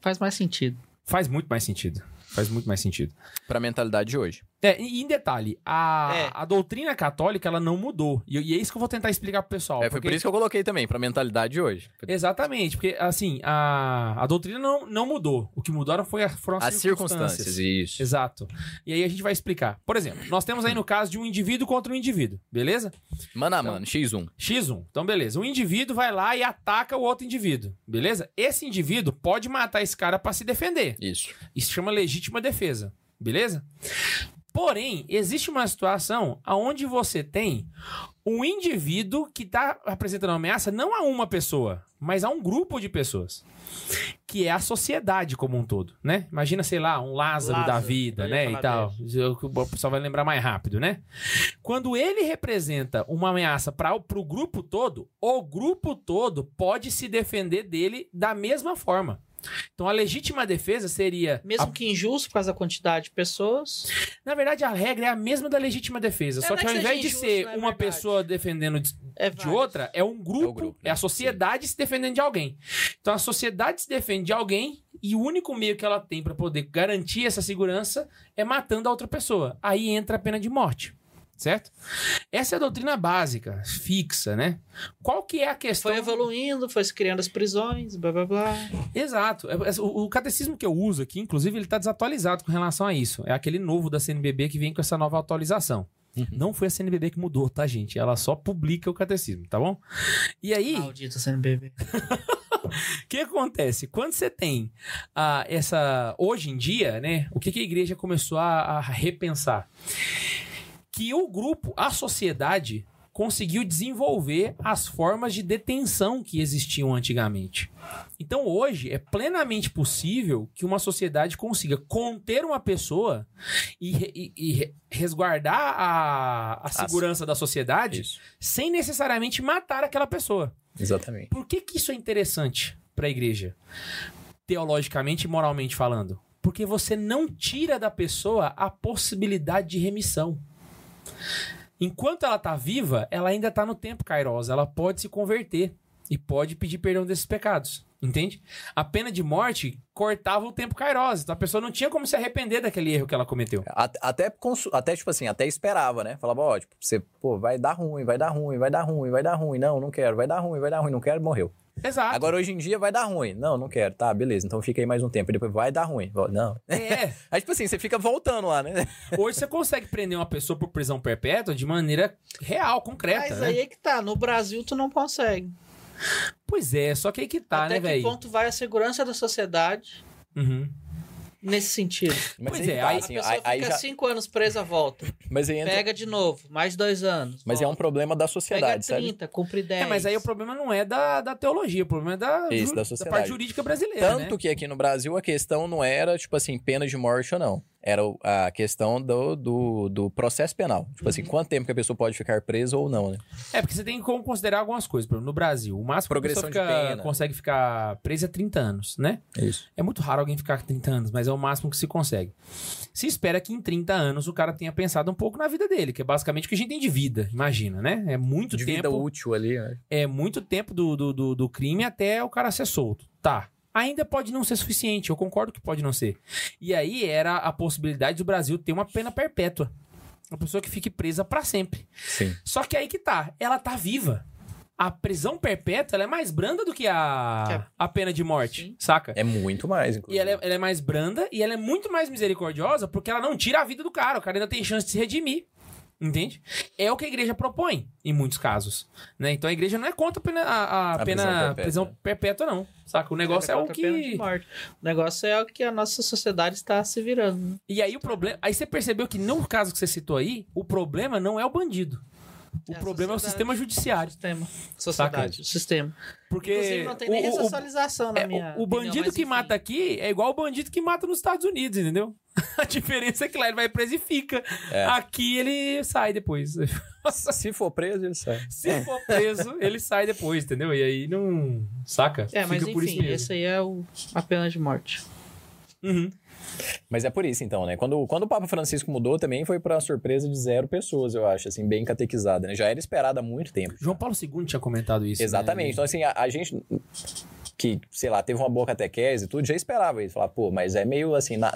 [SPEAKER 4] faz mais sentido.
[SPEAKER 2] Faz muito mais sentido. Faz muito mais sentido.
[SPEAKER 3] Pra mentalidade de hoje.
[SPEAKER 2] É, e em detalhe, a,
[SPEAKER 4] É.
[SPEAKER 2] a doutrina católica ela não mudou. E, e é isso que eu vou tentar explicar pro pessoal.
[SPEAKER 3] É, foi
[SPEAKER 2] porque-
[SPEAKER 3] por isso que eu coloquei também, pra mentalidade de hoje.
[SPEAKER 2] Exatamente, porque assim, a, a doutrina não, não mudou. O que mudaram foi a, foram as,
[SPEAKER 3] As circunstâncias, isso.
[SPEAKER 2] Exato. E aí a gente vai explicar. Por exemplo, nós temos aí no caso de um indivíduo contra um indivíduo, beleza?
[SPEAKER 3] Mano a
[SPEAKER 2] Então-
[SPEAKER 3] mano, X1.
[SPEAKER 2] X1. Então, beleza. Um indivíduo vai lá e ataca o outro indivíduo, beleza? Esse indivíduo pode matar esse cara pra se defender.
[SPEAKER 3] Isso.
[SPEAKER 2] Isso chama legítima defesa, beleza? Porém, existe uma situação onde você tem um indivíduo que está apresentando uma ameaça não a uma pessoa, mas a um grupo de pessoas. Que é a sociedade como um todo, né? Imagina, sei lá, um Lázaro, da
[SPEAKER 4] Lázaro, eu
[SPEAKER 2] vida,
[SPEAKER 4] ia
[SPEAKER 2] né? E
[SPEAKER 4] falar
[SPEAKER 2] tal. O pessoal vai lembrar mais rápido, né? Quando ele representa uma ameaça para o grupo todo, o grupo todo pode se defender dele da mesma forma. Então a legítima defesa seria.
[SPEAKER 4] Mesmo
[SPEAKER 2] a-
[SPEAKER 4] que injusto por causa da quantidade de pessoas.
[SPEAKER 2] na verdade, a regra é a mesma da legítima defesa.
[SPEAKER 4] É,
[SPEAKER 2] só
[SPEAKER 4] não é
[SPEAKER 2] que
[SPEAKER 4] que
[SPEAKER 2] ao
[SPEAKER 4] seja
[SPEAKER 2] invés de
[SPEAKER 4] injusto,
[SPEAKER 2] ser
[SPEAKER 4] não é
[SPEAKER 2] uma
[SPEAKER 4] verdade.
[SPEAKER 2] pessoa defendendo de,
[SPEAKER 4] É
[SPEAKER 2] de
[SPEAKER 4] vários.
[SPEAKER 2] outra, é um grupo. É,
[SPEAKER 3] É o grupo,
[SPEAKER 2] a
[SPEAKER 3] né?
[SPEAKER 2] sociedade se defendendo de alguém. Então a sociedade se defende de alguém e o único meio que ela tem para poder garantir essa segurança é matando a outra pessoa. Aí entra a pena de morte. certo? Essa é a doutrina básica, fixa, né? Qual que é a questão...
[SPEAKER 4] Foi evoluindo, foi se criando as prisões, blá blá blá.
[SPEAKER 2] Exato. É, é, O, o catecismo que eu uso aqui, inclusive, ele está desatualizado com relação a isso. É aquele novo da CNBB que vem com essa nova atualização. Não foi a CNBB que mudou, tá, gente? Ela só publica o catecismo, tá bom? E aí...
[SPEAKER 4] Maldito CNBB.
[SPEAKER 2] O que acontece? Quando você tem ah, essa. Hoje em dia, né? O que, que a igreja começou a, a repensar? Que o grupo, a sociedade, conseguiu desenvolver as formas de detenção que existiam antigamente. Então hoje é plenamente possível que uma sociedade consiga conter uma pessoa e, re- e- e re- resguardar a, a segurança da sociedade
[SPEAKER 3] Isso.
[SPEAKER 2] sem necessariamente matar aquela pessoa.
[SPEAKER 3] Exatamente.
[SPEAKER 2] Por que, que isso é interessante para a igreja? Teologicamente e moralmente falando. Porque você não tira da pessoa a possibilidade de remissão. Enquanto ela tá viva, ela ainda tá no tempo kairos, ela pode se converter e pode pedir perdão desses pecados. Entende? A pena de morte cortava o tempo kairos, então a pessoa não tinha como se arrepender daquele erro que ela cometeu.
[SPEAKER 3] Até, até, consu- até, tipo assim, até esperava, né? Falava, ó, tipo, você, pô, vai dar ruim, vai dar ruim, vai dar ruim, vai dar ruim. Não, não quero, vai dar ruim, vai dar ruim, não quero, morreu.
[SPEAKER 2] Exato.
[SPEAKER 3] Agora, hoje em dia, vai dar ruim. Não, não quero. Tá, beleza. Então fica aí mais um tempo. E depois vai dar ruim. Vol- Não.
[SPEAKER 2] É,
[SPEAKER 3] Aí, tipo assim, você fica voltando lá, né?
[SPEAKER 2] hoje você consegue prender uma pessoa por prisão perpétua de maneira real, concreta.
[SPEAKER 4] Mas
[SPEAKER 2] né?
[SPEAKER 4] aí é que tá, no Brasil tu não consegue.
[SPEAKER 2] Pois é, só que aí que tá,
[SPEAKER 4] Até
[SPEAKER 2] né,
[SPEAKER 4] que
[SPEAKER 2] velho?
[SPEAKER 4] ponto vai a segurança da sociedade
[SPEAKER 2] Uhum.
[SPEAKER 4] nesse sentido?
[SPEAKER 3] Mas
[SPEAKER 2] Pois é,
[SPEAKER 3] tá,
[SPEAKER 2] aí-
[SPEAKER 4] a
[SPEAKER 3] assim,
[SPEAKER 4] pessoa
[SPEAKER 3] aí, aí
[SPEAKER 4] fica
[SPEAKER 3] já-
[SPEAKER 4] cinco anos presa, volta.
[SPEAKER 3] Mas aí entra...
[SPEAKER 4] Pega de novo, mais dois anos.
[SPEAKER 3] Mas é um
[SPEAKER 4] volta.
[SPEAKER 3] problema da sociedade,
[SPEAKER 4] Pega
[SPEAKER 3] sabe?
[SPEAKER 4] 30, cumpre 10.
[SPEAKER 2] É, mas aí o problema não é da, da teologia, o problema é da,
[SPEAKER 3] Isso,
[SPEAKER 2] ju-
[SPEAKER 3] da
[SPEAKER 2] da
[SPEAKER 3] sociedade.
[SPEAKER 2] parte jurídica brasileira,
[SPEAKER 3] Tanto
[SPEAKER 2] né?
[SPEAKER 3] que aqui no Brasil a questão não era, tipo assim, pena de morte ou não. Era o- a questão do, do, do processo penal. Tipo
[SPEAKER 2] Uhum.
[SPEAKER 3] assim, quanto tempo que a pessoa pode ficar presa ou não, né?
[SPEAKER 2] É, porque você tem como considerar algumas coisas. Por exemplo, no Brasil, o máximo
[SPEAKER 3] Progressão
[SPEAKER 2] que a pessoa
[SPEAKER 3] de
[SPEAKER 2] fica-
[SPEAKER 3] pena.
[SPEAKER 2] consegue ficar presa é 30 anos, né?
[SPEAKER 3] Isso.
[SPEAKER 2] É muito raro alguém ficar 30 anos, mas é o máximo que se consegue. Se espera que em 30 anos o cara tenha pensado um pouco na vida dele, que é basicamente o que a gente tem de vida, imagina, né? É muito
[SPEAKER 3] De vida
[SPEAKER 2] tempo.
[SPEAKER 3] útil ali, né?
[SPEAKER 2] é muito tempo do, do, do, do crime até o cara ser solto. Tá. Ainda pode não ser suficiente, eu concordo que pode não ser. E aí era a possibilidade do Brasil ter uma pena perpétua. Uma pessoa que fique presa pra sempre.
[SPEAKER 3] Sim.
[SPEAKER 2] Só que aí que tá, ela tá viva. A prisão perpétua ela é mais branda do que a, a pena de morte,
[SPEAKER 4] Sim.
[SPEAKER 2] saca?
[SPEAKER 3] É muito mais, inclusive.
[SPEAKER 2] E ela é, ela é mais branda e ela é muito mais misericordiosa porque ela não tira a vida do cara. O cara ainda tem chance de se redimir. Entende? É o que a igreja propõe em muitos casos. Né? Então a igreja não é contra a pena, a, a pena-
[SPEAKER 3] A prisão perpétua.
[SPEAKER 2] prisão perpétua, não. Saca? O negócio é o
[SPEAKER 4] Contra a pena de
[SPEAKER 2] que.
[SPEAKER 4] morte. O negócio é o que a nossa sociedade está se virando. né?
[SPEAKER 2] E aí o problema. Aí você percebeu que no caso que você citou aí, o problema não é o bandido. O
[SPEAKER 4] É a
[SPEAKER 2] problema é o
[SPEAKER 4] sociedade.
[SPEAKER 2] sistema judiciário.
[SPEAKER 4] Sistema. Sociedade.
[SPEAKER 3] Saca?
[SPEAKER 4] Sistema.
[SPEAKER 2] Porque.
[SPEAKER 4] Inclusive, não tem nem
[SPEAKER 2] o- o-
[SPEAKER 4] ressocialização na
[SPEAKER 2] é, o-
[SPEAKER 4] minha.
[SPEAKER 2] o
[SPEAKER 4] opinião,
[SPEAKER 2] bandido
[SPEAKER 4] mas
[SPEAKER 2] que
[SPEAKER 4] enfim.
[SPEAKER 2] mata aqui é igual o bandido que mata nos Estados Unidos, entendeu? A diferença é que lá ele vai preso e fica.
[SPEAKER 3] É.
[SPEAKER 2] Aqui ele sai depois.
[SPEAKER 3] Se for preso, ele sai.
[SPEAKER 2] Se for preso, ele sai depois, entendeu? E aí não. Saca?
[SPEAKER 4] É, mas
[SPEAKER 2] Fica por isso
[SPEAKER 4] enfim,
[SPEAKER 2] mesmo.
[SPEAKER 4] esse aí é o, a pena de morte.
[SPEAKER 2] Uhum.
[SPEAKER 3] Mas é por isso, então, né? Quando, quando o Papa Francisco mudou, também foi pra surpresa de zero pessoas, eu acho, assim, bem catequizada, né? Já era esperada há muito tempo.
[SPEAKER 2] João Paulo II tinha comentado isso. né?
[SPEAKER 3] Exatamente. Então, assim, a, a gente que, sei lá, teve uma boa catequese e tudo, já esperava isso. Falar, pô, mas é meio assim, na-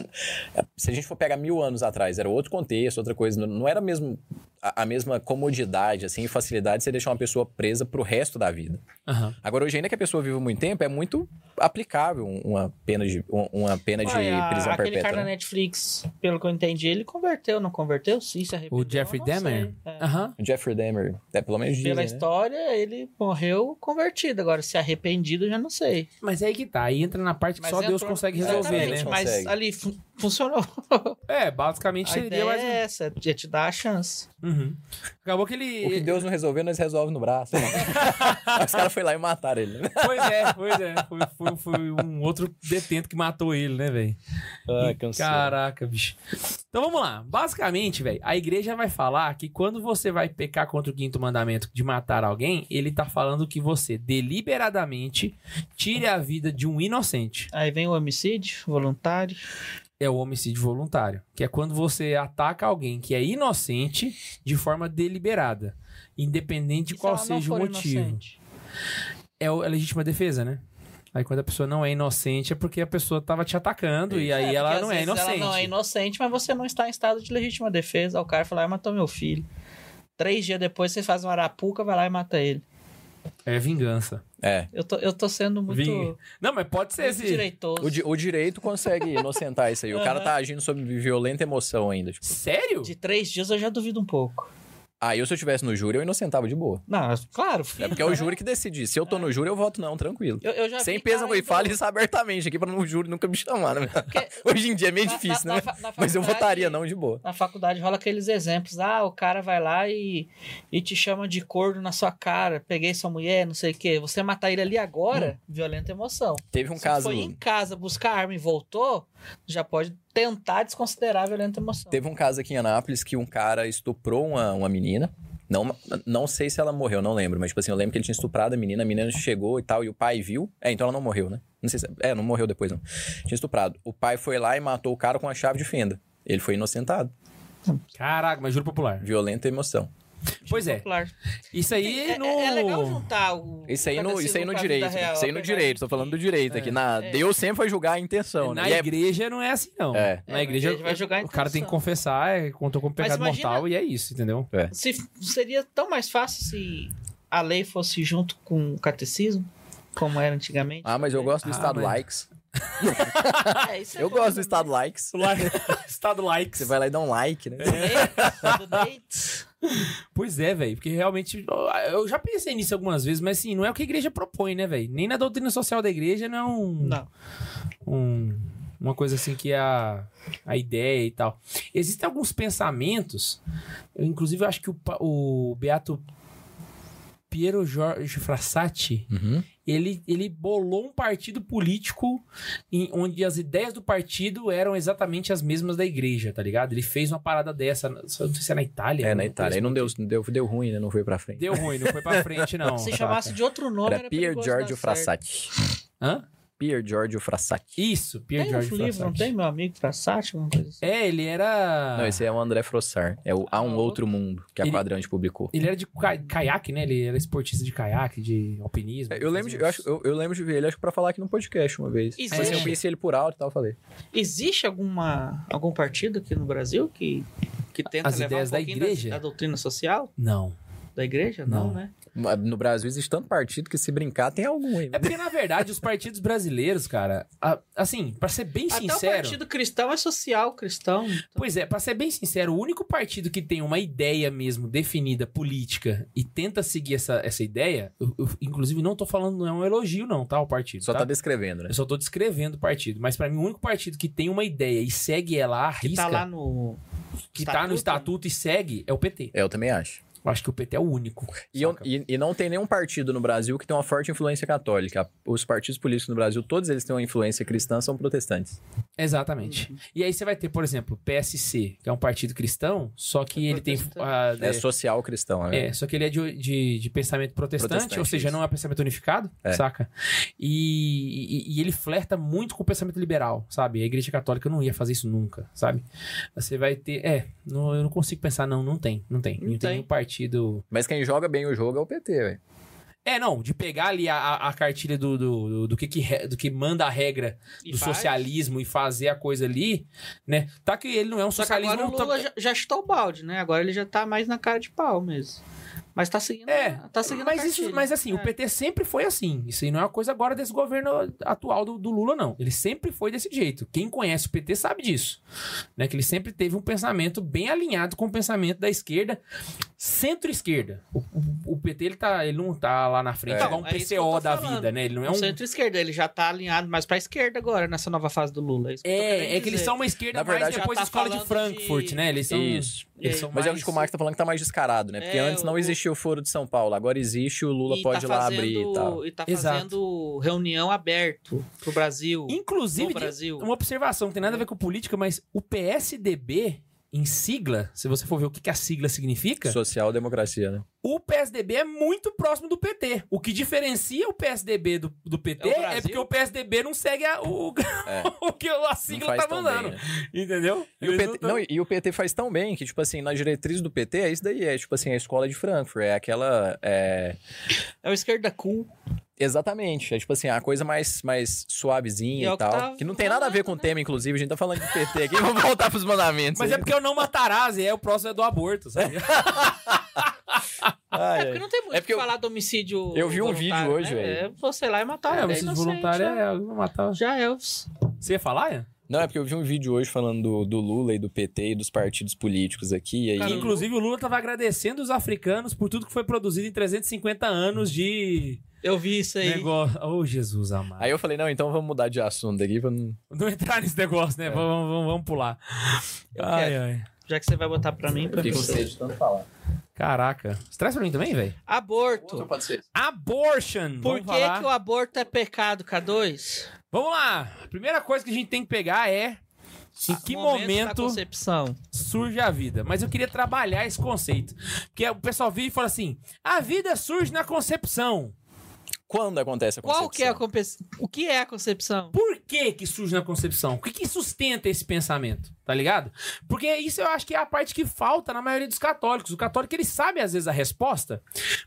[SPEAKER 3] se a gente for pegar mil anos atrás, era outro contexto, outra coisa, não, não era mesmo a, a mesma comodidade, assim, e facilidade de você deixar uma pessoa presa pro resto da vida.
[SPEAKER 2] Aham.
[SPEAKER 3] Agora, hoje, ainda que a pessoa viva muito tempo, é muito aplicável uma pena de, um- uma pena de
[SPEAKER 4] Olha,
[SPEAKER 3] prisão
[SPEAKER 4] aquele
[SPEAKER 3] perpétua.
[SPEAKER 4] cara da
[SPEAKER 3] né?
[SPEAKER 4] Netflix, pelo que eu entendi, ele converteu, não converteu? Sim, se arrependeu.
[SPEAKER 2] O Jeffrey
[SPEAKER 4] eu não sei.
[SPEAKER 2] Dahmer?
[SPEAKER 4] É.
[SPEAKER 2] Aham.
[SPEAKER 3] O Jeffrey Dahmer, é, pelo menos dizem,
[SPEAKER 4] Pela
[SPEAKER 3] né?
[SPEAKER 4] história, ele morreu convertido. Agora, se arrependido, eu já não sei.
[SPEAKER 2] Mas aí que tá. Aí entra na parte que
[SPEAKER 4] Mas
[SPEAKER 2] só Deus
[SPEAKER 4] entrou-
[SPEAKER 2] consegue resolver,
[SPEAKER 4] Exatamente,
[SPEAKER 2] né?
[SPEAKER 4] Mas
[SPEAKER 3] Consegue.
[SPEAKER 4] ali fun- funcionou.
[SPEAKER 2] É, basicamente
[SPEAKER 4] A
[SPEAKER 2] seria
[SPEAKER 4] ideia
[SPEAKER 2] mais. um.
[SPEAKER 4] é essa, é te dar a chance.
[SPEAKER 2] Uhum. Acabou que
[SPEAKER 3] O que
[SPEAKER 2] ele.
[SPEAKER 3] Deus não resolveu, nós resolve no braço. Aí Os caras foram lá e mataram ele. né?
[SPEAKER 2] Pois é, pois é. Foi, foi- foi um outro detento que matou ele, né, velho?
[SPEAKER 3] Ah, cansou.
[SPEAKER 2] Caraca, bicho. Então vamos lá. Basicamente, velho, a igreja vai falar que quando você vai pecar contra o quinto mandamento de matar alguém, ele tá falando que você deliberadamente tire a vida de um inocente.
[SPEAKER 4] Aí vem o homicídio voluntário.
[SPEAKER 2] É o homicídio voluntário, que é quando você ataca alguém que é inocente de forma deliberada, independente de
[SPEAKER 4] E se
[SPEAKER 2] qual
[SPEAKER 4] ela não
[SPEAKER 2] seja o
[SPEAKER 4] for
[SPEAKER 2] motivo.
[SPEAKER 4] inocente?
[SPEAKER 2] É o- é a legítima defesa, né? Aí quando a pessoa não é inocente é porque a pessoa tava te atacando e
[SPEAKER 4] É,
[SPEAKER 2] aí
[SPEAKER 4] porque
[SPEAKER 2] ela
[SPEAKER 4] às
[SPEAKER 2] não é
[SPEAKER 4] vezes
[SPEAKER 2] inocente.
[SPEAKER 4] Ela não é inocente, mas você não está em estado de legítima defesa. Aí O cara fala, ah, matou meu filho. Três dias depois vocês fazem uma arapuca, vai lá e mata ele.
[SPEAKER 2] É vingança.
[SPEAKER 3] É.
[SPEAKER 4] Eu tô, eu tô sendo muito,
[SPEAKER 2] Ving-
[SPEAKER 4] muito
[SPEAKER 2] Não, mas pode ser esse.
[SPEAKER 4] direitoso.
[SPEAKER 3] O, di- o direito consegue inocentar isso aí. O cara tá agindo sob violenta emoção ainda. Tipo,
[SPEAKER 2] Sério?
[SPEAKER 4] De três dias eu já duvido um pouco.
[SPEAKER 3] aí eu, se eu tivesse no júri, eu inocentava de boa.
[SPEAKER 4] Não, mas, claro, filho.
[SPEAKER 3] É porque é o júri que decide. Se eu tô no júri, eu voto não, tranquilo.
[SPEAKER 4] Eu, eu já
[SPEAKER 3] Sem
[SPEAKER 4] vi
[SPEAKER 3] peso,
[SPEAKER 4] cara
[SPEAKER 3] e
[SPEAKER 4] do-
[SPEAKER 3] fale isso abertamente aqui pra não o júri nunca me chamar, né?
[SPEAKER 4] Porque-
[SPEAKER 3] Hoje em dia é meio
[SPEAKER 4] na-
[SPEAKER 3] difícil,
[SPEAKER 4] na-
[SPEAKER 3] né?
[SPEAKER 4] na fa- na
[SPEAKER 3] Mas eu
[SPEAKER 4] faculdade-
[SPEAKER 3] votaria não de boa.
[SPEAKER 4] Na faculdade rola aqueles exemplos. Ah, o cara vai lá e, e te chama de corno na sua cara. Peguei sua mulher, não sei o quê. Você matar ele ali agora, violenta emoção.
[SPEAKER 3] Teve Hum. um
[SPEAKER 4] Se
[SPEAKER 3] caso.
[SPEAKER 4] foi em casa buscar arma e voltou, já pode tentar desconsiderar a violenta emoção.
[SPEAKER 3] Teve um caso aqui em Anápolis que um cara estuprou uma, uma menina. Não, não sei se ela morreu, não lembro. Mas, tipo assim, eu lembro que ele tinha estuprado a menina. A menina chegou e tal, e o pai viu. É, então ela não morreu, né? Não sei se... É, não morreu depois, não. Tinha estuprado. O pai foi lá e matou o cara com a chave de fenda. Ele foi inocentado.
[SPEAKER 2] Caraca, mas juro popular.
[SPEAKER 3] Violenta emoção.
[SPEAKER 2] Pois é.
[SPEAKER 4] Claro.
[SPEAKER 2] Isso aí
[SPEAKER 4] É,
[SPEAKER 2] no.
[SPEAKER 4] é- é legal juntar o.
[SPEAKER 3] Isso aí no,
[SPEAKER 4] catecismo
[SPEAKER 3] isso aí no
[SPEAKER 4] com a
[SPEAKER 3] direito. né?
[SPEAKER 4] vida real,
[SPEAKER 3] isso aí no
[SPEAKER 4] pegar-
[SPEAKER 3] direito. Tô falando do direito aqui. Na...
[SPEAKER 4] é.
[SPEAKER 3] Deus sempre vai julgar a intenção,
[SPEAKER 2] Na
[SPEAKER 3] né? E é-
[SPEAKER 2] igreja não Então, é assim, não.
[SPEAKER 3] É.
[SPEAKER 4] É,
[SPEAKER 2] Na
[SPEAKER 4] a
[SPEAKER 2] igreja,
[SPEAKER 4] igreja vai julgar a
[SPEAKER 2] o cara tem que
[SPEAKER 4] intenção.
[SPEAKER 2] confessar, é, contou como pecado
[SPEAKER 4] imagina-
[SPEAKER 2] mortal e é isso, entendeu?
[SPEAKER 4] Se, seria tão mais fácil se a lei fosse junto com o catecismo, como era antigamente.
[SPEAKER 3] Ah, mas eu gosto
[SPEAKER 2] Ah,
[SPEAKER 3] do Estado
[SPEAKER 2] mas-
[SPEAKER 3] likes.
[SPEAKER 4] É, isso é
[SPEAKER 3] Eu
[SPEAKER 4] bom
[SPEAKER 3] gosto do
[SPEAKER 4] também.
[SPEAKER 3] Estado likes.
[SPEAKER 2] Estado likes.
[SPEAKER 3] Você vai lá e dá um like, né?
[SPEAKER 4] Do Dates.
[SPEAKER 2] Pois é, velho, porque realmente eu- eu já pensei nisso algumas vezes, mas assim, não é o que a igreja propõe, né, velho? Nem na doutrina social da igreja não é um,
[SPEAKER 4] Não.
[SPEAKER 2] um- uma coisa assim que é a, a ideia e tal. Existem alguns pensamentos, eu, inclusive eu acho que o, pa- o Beato Piero Jorge Frassati,
[SPEAKER 3] Uhum.
[SPEAKER 2] ele, ele bolou um partido político em- onde as ideias do partido eram exatamente as mesmas da igreja, tá ligado? Ele fez uma parada dessa, não sei se é na Itália.
[SPEAKER 3] É, na
[SPEAKER 2] uma
[SPEAKER 3] Itália. Aí
[SPEAKER 2] coisa assim.
[SPEAKER 3] não deu, deu, deu ruim, né? Não foi pra frente.
[SPEAKER 2] Deu ruim, não foi pra frente, não.
[SPEAKER 4] Se
[SPEAKER 2] saca?
[SPEAKER 3] Tá,
[SPEAKER 4] chamasse de outro nome,
[SPEAKER 3] Era Pier
[SPEAKER 4] é perigoso
[SPEAKER 3] Giorgio
[SPEAKER 4] dar certo.
[SPEAKER 3] Frassati. tá.
[SPEAKER 2] Hã?
[SPEAKER 3] Pier Giorgio Frassati.
[SPEAKER 2] Isso, Pierre
[SPEAKER 4] Tem um
[SPEAKER 2] George
[SPEAKER 4] livro, não
[SPEAKER 2] Frassati.
[SPEAKER 4] tem meu amigo Frassati? Alguma coisa assim?
[SPEAKER 2] É, ele era.
[SPEAKER 3] Não, esse é o André Frossard. É o Há Um
[SPEAKER 4] Ah,
[SPEAKER 3] Outro Mundo, que a
[SPEAKER 2] Ele-
[SPEAKER 3] Quadrante publicou.
[SPEAKER 2] Ele era de ca- caiaque, né? Ele era esportista de caiaque, de alpinismo.
[SPEAKER 3] É, Eu lembro, de, eu,
[SPEAKER 2] fazia
[SPEAKER 3] acho,
[SPEAKER 2] uns-
[SPEAKER 3] eu, eu lembro de ver ele, acho que pra falar aqui no podcast uma vez. Mas assim, eu
[SPEAKER 4] Existe.
[SPEAKER 3] conheci ele por alto e tal, eu falei.
[SPEAKER 4] Existe alguma, algum partido aqui no Brasil que, que tenta
[SPEAKER 2] As
[SPEAKER 4] levar
[SPEAKER 2] ideias
[SPEAKER 4] um
[SPEAKER 2] da
[SPEAKER 4] pouquinho
[SPEAKER 2] igreja?
[SPEAKER 4] Da, da doutrina social?
[SPEAKER 2] Não.
[SPEAKER 4] Da igreja? Não,
[SPEAKER 2] Não.
[SPEAKER 4] né?
[SPEAKER 3] Mas No Brasil existe tanto partido que se brincar tem algum aí. né?
[SPEAKER 2] É porque, na verdade, os partidos brasileiros, cara, a- assim, pra ser bem
[SPEAKER 4] Até o
[SPEAKER 2] sincero.
[SPEAKER 4] partido cristão é social cristão.
[SPEAKER 2] Pois é, pra ser bem sincero, o único partido que tem uma ideia mesmo definida política e tenta seguir essa, essa ideia, eu- eu, inclusive não tô falando, não é um elogio, não, tá? O partido.
[SPEAKER 3] Só
[SPEAKER 2] tá?
[SPEAKER 3] tá descrevendo, né?
[SPEAKER 2] Eu só tô descrevendo o partido, mas pra mim o único partido que tem uma ideia e segue ela à
[SPEAKER 4] Que
[SPEAKER 2] risca,
[SPEAKER 4] tá lá no.
[SPEAKER 2] que tá no estatuto e segue, é o PT.
[SPEAKER 3] É, Eu também acho.
[SPEAKER 2] Eu acho que o PT é o único.
[SPEAKER 3] E, eu-
[SPEAKER 2] saca?
[SPEAKER 3] e- e não tem nenhum partido no Brasil que tem uma forte influência católica. Os partidos políticos no Brasil, todos eles têm uma influência cristã, são protestantes.
[SPEAKER 2] Exatamente. E aí você vai ter, por exemplo, o PSC, que é um partido cristão, só que ele tem. ah,
[SPEAKER 3] É, social cristão, né?
[SPEAKER 2] É, só que ele é de, de- de pensamento protestante,
[SPEAKER 3] Protestante,
[SPEAKER 2] ou seja,
[SPEAKER 3] isso.
[SPEAKER 2] não é pensamento unificado,
[SPEAKER 3] É.
[SPEAKER 2] saca? E, e- e ele flerta muito com o pensamento liberal, sabe? A igreja católica não ia fazer isso nunca, sabe? Você vai ter. É, não- eu não consigo pensar, não, não tem, não tem. Não,
[SPEAKER 4] Não
[SPEAKER 2] tem
[SPEAKER 4] tem.
[SPEAKER 2] nenhum partido.
[SPEAKER 3] Mas quem joga bem o jogo é o PT, velho.
[SPEAKER 2] É, não, de pegar ali a, a- a cartilha do, do, do, do que que re- do que manda a regra
[SPEAKER 4] E
[SPEAKER 2] do
[SPEAKER 4] faz.
[SPEAKER 2] socialismo e fazer a coisa ali, né? Tá que ele não é um
[SPEAKER 4] Só que agora
[SPEAKER 2] socialismo.
[SPEAKER 4] o Lula
[SPEAKER 2] tão-
[SPEAKER 4] já, já chutou o balde, né? Agora ele já tá mais na cara de pau mesmo. Mas tá seguindo.
[SPEAKER 2] É,
[SPEAKER 4] a- tá seguindo a
[SPEAKER 2] Mas, isso,
[SPEAKER 4] cartilha.
[SPEAKER 2] mas assim, o
[SPEAKER 4] É.
[SPEAKER 2] PT sempre foi assim. Isso aí não é uma coisa agora desse governo atual do, do Lula, não. Ele sempre foi desse jeito. Quem conhece o PT sabe disso. Né? Que ele sempre teve um pensamento bem alinhado com o pensamento da esquerda, centro-esquerda. O, o- o PT ele, tá, ele não tá lá na frente,
[SPEAKER 3] É.
[SPEAKER 2] igual um
[SPEAKER 4] Então, é isso que eu tô
[SPEAKER 2] PCO da
[SPEAKER 4] falando.
[SPEAKER 2] vida, né? Ele não é
[SPEAKER 4] O
[SPEAKER 2] um.
[SPEAKER 4] centro-esquerda, ele já tá alinhado mais pra esquerda agora, nessa nova fase do Lula. isso eu tô querendo
[SPEAKER 2] É, é que eles
[SPEAKER 4] dizer.
[SPEAKER 2] são uma esquerda
[SPEAKER 3] Na verdade,
[SPEAKER 2] mais depois
[SPEAKER 4] já tá
[SPEAKER 2] da escola de
[SPEAKER 4] falando
[SPEAKER 2] Frankfurt,
[SPEAKER 4] de-
[SPEAKER 2] né? Eles são.
[SPEAKER 3] Isso.
[SPEAKER 2] Eles
[SPEAKER 4] É.
[SPEAKER 2] são
[SPEAKER 3] Mas eu acho que o Marco tá falando que tá mais descarado, né? Porque
[SPEAKER 4] É,
[SPEAKER 3] antes não
[SPEAKER 4] o-
[SPEAKER 3] existia o Foro de São Paulo, agora existe, o Lula
[SPEAKER 4] E
[SPEAKER 3] pode
[SPEAKER 4] tá
[SPEAKER 3] ir lá
[SPEAKER 4] fazendo-
[SPEAKER 3] abrir e tal.
[SPEAKER 4] E tá
[SPEAKER 2] Exato.
[SPEAKER 4] fazendo reunião aberto pro Brasil.
[SPEAKER 2] Inclusive,
[SPEAKER 4] no
[SPEAKER 2] de-
[SPEAKER 4] Brasil.
[SPEAKER 2] uma observação, não tem um- nada a ver com política, mas o PSDB, em sigla, se você for ver o que, que a sigla significa,
[SPEAKER 3] Social democracia, né?
[SPEAKER 2] o PSDB é muito próximo do PT. O que diferencia o PSDB do, do PT
[SPEAKER 4] É o
[SPEAKER 2] é,
[SPEAKER 4] Brasil?
[SPEAKER 2] porque o PSDB não segue a- o, o que a
[SPEAKER 3] Não
[SPEAKER 2] sigla
[SPEAKER 3] faz
[SPEAKER 2] tá
[SPEAKER 3] tão bem,
[SPEAKER 2] mandando.
[SPEAKER 3] né?
[SPEAKER 2] Entendeu?
[SPEAKER 3] E o,
[SPEAKER 2] Eles
[SPEAKER 3] PT,
[SPEAKER 2] tão-
[SPEAKER 3] não, e o PT faz tão bem que, tipo assim, na diretriz do PT é isso daí, é tipo assim, a escola de Frankfurt, é aquela. é,
[SPEAKER 4] É o esquerda cool.
[SPEAKER 3] Exatamente, é tipo assim, a coisa mais, mais suavezinha
[SPEAKER 4] E
[SPEAKER 3] e,
[SPEAKER 4] é o que
[SPEAKER 3] tal. Que,
[SPEAKER 4] tá
[SPEAKER 3] não tem nada a ver com o
[SPEAKER 4] rolando,
[SPEAKER 3] tema, inclusive, a gente tá falando de PT aqui, vamos voltar pros mandamentos.
[SPEAKER 2] Mas é
[SPEAKER 3] aí.
[SPEAKER 2] porque eu não matarás e é o próximo é do aborto, sabe?
[SPEAKER 3] Ai,
[SPEAKER 4] é porque
[SPEAKER 3] ai.
[SPEAKER 4] não tem muito
[SPEAKER 3] É porque
[SPEAKER 4] o que
[SPEAKER 3] eu-
[SPEAKER 4] falar do homicídio.
[SPEAKER 3] eu vi um vídeo
[SPEAKER 4] voluntário,
[SPEAKER 3] hoje,
[SPEAKER 4] né?
[SPEAKER 3] velho.
[SPEAKER 4] É você lá e matar
[SPEAKER 2] É,
[SPEAKER 4] alguém
[SPEAKER 2] vocês
[SPEAKER 4] inocente,
[SPEAKER 2] voluntários
[SPEAKER 4] né?
[SPEAKER 2] é matar.
[SPEAKER 4] Já é. os-
[SPEAKER 2] Você ia falar, é?
[SPEAKER 3] Não, é porque eu vi um vídeo hoje falando do, do Lula e do PT e dos partidos políticos aqui. E
[SPEAKER 4] Cara,
[SPEAKER 3] aí,
[SPEAKER 2] Inclusive, o Lula estava agradecendo os africanos por tudo que foi produzido em 350 anos de
[SPEAKER 4] Eu vi isso aí.
[SPEAKER 2] negócio. Oh, Jesus amado.
[SPEAKER 3] aí eu falei, não, então vamos mudar de assunto aqui. pra não-
[SPEAKER 2] Não entrar nesse negócio, né?
[SPEAKER 4] É.
[SPEAKER 2] Vamos, vamos, vamos pular. Ai, ai.
[SPEAKER 4] Já que você vai botar pra mim, pra
[SPEAKER 3] Fiquei com
[SPEAKER 4] você.
[SPEAKER 3] sede de tanto falar.
[SPEAKER 2] Caraca. Você traz pra mim também, velho?
[SPEAKER 4] Aborto.
[SPEAKER 3] pode ser.
[SPEAKER 2] Abortion! vamos
[SPEAKER 4] Por que,
[SPEAKER 2] falar.
[SPEAKER 4] que o aborto é pecado, K2?
[SPEAKER 2] Vamos lá! A primeira coisa que a gente tem que pegar é em
[SPEAKER 4] Ah, tá
[SPEAKER 2] que
[SPEAKER 4] da
[SPEAKER 2] momento
[SPEAKER 4] concepção.
[SPEAKER 2] surge a vida. Mas eu queria trabalhar esse conceito. Porque o pessoal vive e fala assim: a vida surge na concepção.
[SPEAKER 3] Quando acontece a
[SPEAKER 4] Qual que é a
[SPEAKER 3] concepção?
[SPEAKER 4] concepção? O que é a concepção?
[SPEAKER 2] Por que que surge na concepção? O que que sustenta esse pensamento? Tá ligado? Porque isso eu acho que é a parte que falta na maioria dos católicos. O católico, ele sabe às vezes a resposta,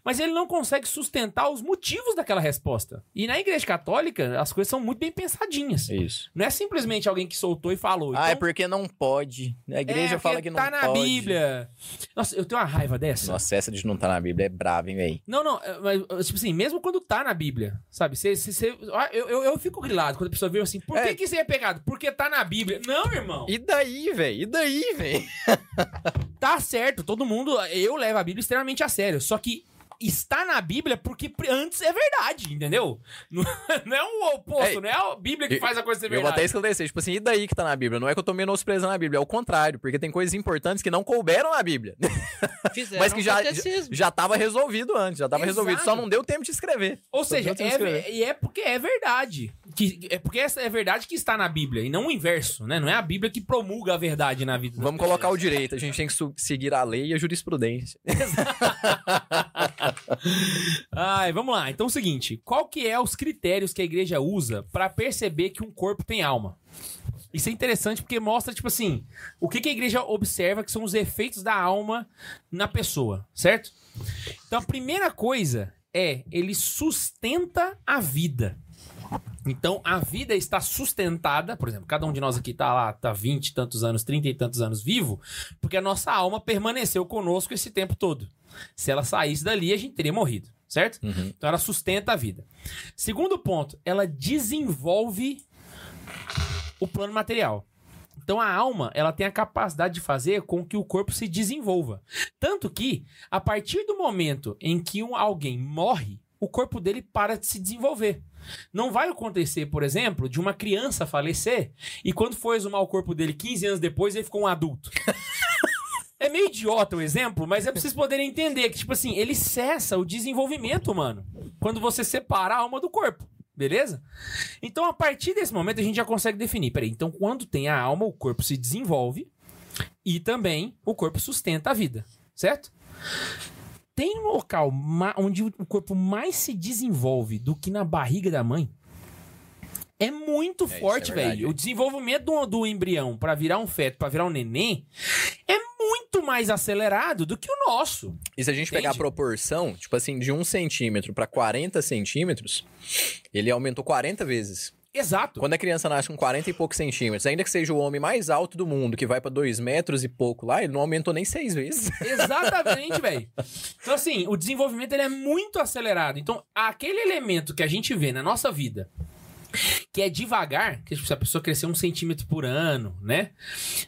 [SPEAKER 2] mas ele não consegue sustentar os motivos daquela resposta. E na igreja católica, as coisas são muito bem pensadinhas.
[SPEAKER 3] É isso.
[SPEAKER 2] Não é simplesmente alguém que soltou e falou.
[SPEAKER 3] Ah, é
[SPEAKER 2] Então,
[SPEAKER 3] porque não pode. A igreja
[SPEAKER 2] é,
[SPEAKER 3] fala
[SPEAKER 2] porque
[SPEAKER 3] que não
[SPEAKER 2] tá
[SPEAKER 3] pode.
[SPEAKER 2] na Bíblia. Nossa, eu tenho uma raiva dessa.
[SPEAKER 3] Nossa, essa de não tá na Bíblia é brava, hein, velho?
[SPEAKER 2] Não, não, é, mas, é, tipo assim, mesmo quando tá na Bíblia, sabe? Cê, cê- cê- ó, eu, eu, eu fico grilado quando a pessoa vê assim, por
[SPEAKER 3] É.
[SPEAKER 2] que que isso aí é pecado? Porque tá na Bíblia. Não, irmão,
[SPEAKER 3] E daí, velho? E daí, velho?
[SPEAKER 2] tá certo, todo mundo, eu levo a Bíblia extremamente a sério, só que está na Bíblia porque pr- antes é verdade, entendeu? Não, não é o oposto,
[SPEAKER 3] Ei,
[SPEAKER 2] não é a Bíblia que
[SPEAKER 3] eu-
[SPEAKER 2] faz a coisa ser
[SPEAKER 3] Eu vou até
[SPEAKER 2] verdade.
[SPEAKER 3] esclarecer, tipo assim, e daí que tá na Bíblia? Não é que eu tô menosprezando a Bíblia, é o contrário, porque tem coisas importantes que não couberam na Bíblia.
[SPEAKER 4] Fizeram
[SPEAKER 3] Mas que já-
[SPEAKER 4] um catecismo.
[SPEAKER 3] Já tava resolvido antes, já tava
[SPEAKER 2] Exato.
[SPEAKER 3] resolvido, só não deu tempo de escrever.
[SPEAKER 2] Ou seja,
[SPEAKER 3] Tô tentando
[SPEAKER 2] é,
[SPEAKER 3] escrever.
[SPEAKER 2] ve- e é porque é verdade. Que, é porque essa é verdade que está na Bíblia, e não o inverso, né? Não é a Bíblia que promulga a verdade na vida. das
[SPEAKER 3] Vamos
[SPEAKER 2] pessoas.
[SPEAKER 3] colocar o direito, a gente tem que su- seguir a lei e a jurisprudência.
[SPEAKER 2] Ai, vamos lá. Então é o seguinte, qual que é os critérios que a igreja usa pra perceber que um corpo tem alma? Isso é interessante porque mostra, tipo assim, o que, que a igreja observa que são os efeitos da alma na pessoa, certo? Então a primeira coisa é, ele sustenta a vida. Então a vida está sustentada, por exemplo, cada um de nós aqui tá lá, tá 20 e tantos anos, 30 e tantos anos vivo, porque a nossa alma permaneceu conosco esse tempo todo. Se ela saísse dali, a gente teria morrido, certo? Então ela sustenta a vida. Segundo ponto, ela desenvolve o plano material. Então a alma, ela tem a capacidade de fazer com que o corpo se desenvolva. Tanto que, a partir do momento em que um, alguém morre, o corpo dele para de se desenvolver. Não vai acontecer, por exemplo, de uma criança falecer e quando for exumar o corpo dele 15 anos depois, ele ficou um adulto. É meio idiota o exemplo, mas é pra vocês poderem entender que, tipo assim, ele cessa o desenvolvimento, mano. Quando você separa a alma do corpo, beleza? Então, a partir desse momento, a gente já consegue definir. Peraí, então quando tem a alma, o corpo se desenvolve e também o corpo sustenta a vida, certo? Tem um local ma- onde o corpo mais se desenvolve do que na barriga da mãe? É muito
[SPEAKER 3] isso é
[SPEAKER 2] forte,
[SPEAKER 3] verdade,
[SPEAKER 2] velho.
[SPEAKER 3] velho.
[SPEAKER 2] O desenvolvimento do, do embrião pra virar um feto, pra virar um neném, é muito mais acelerado do que o nosso.
[SPEAKER 3] E se a gente pegar a
[SPEAKER 2] Entende?
[SPEAKER 3] proporção, tipo assim, de 1 centímetro pra 40 centímetros, ele aumentou 40 vezes.
[SPEAKER 2] Exato.
[SPEAKER 3] Quando a criança nasce com 40 e poucos centímetros, ainda que seja o homem mais alto do mundo, que vai pra 2 metros e pouco lá, ele não aumentou nem 6 vezes.
[SPEAKER 2] Exatamente, velho. Então, assim, o desenvolvimento ele é muito acelerado. Então, aquele elemento que a gente vê na nossa vida, que é devagar, que tipo, se a pessoa crescer um centímetro por ano, né?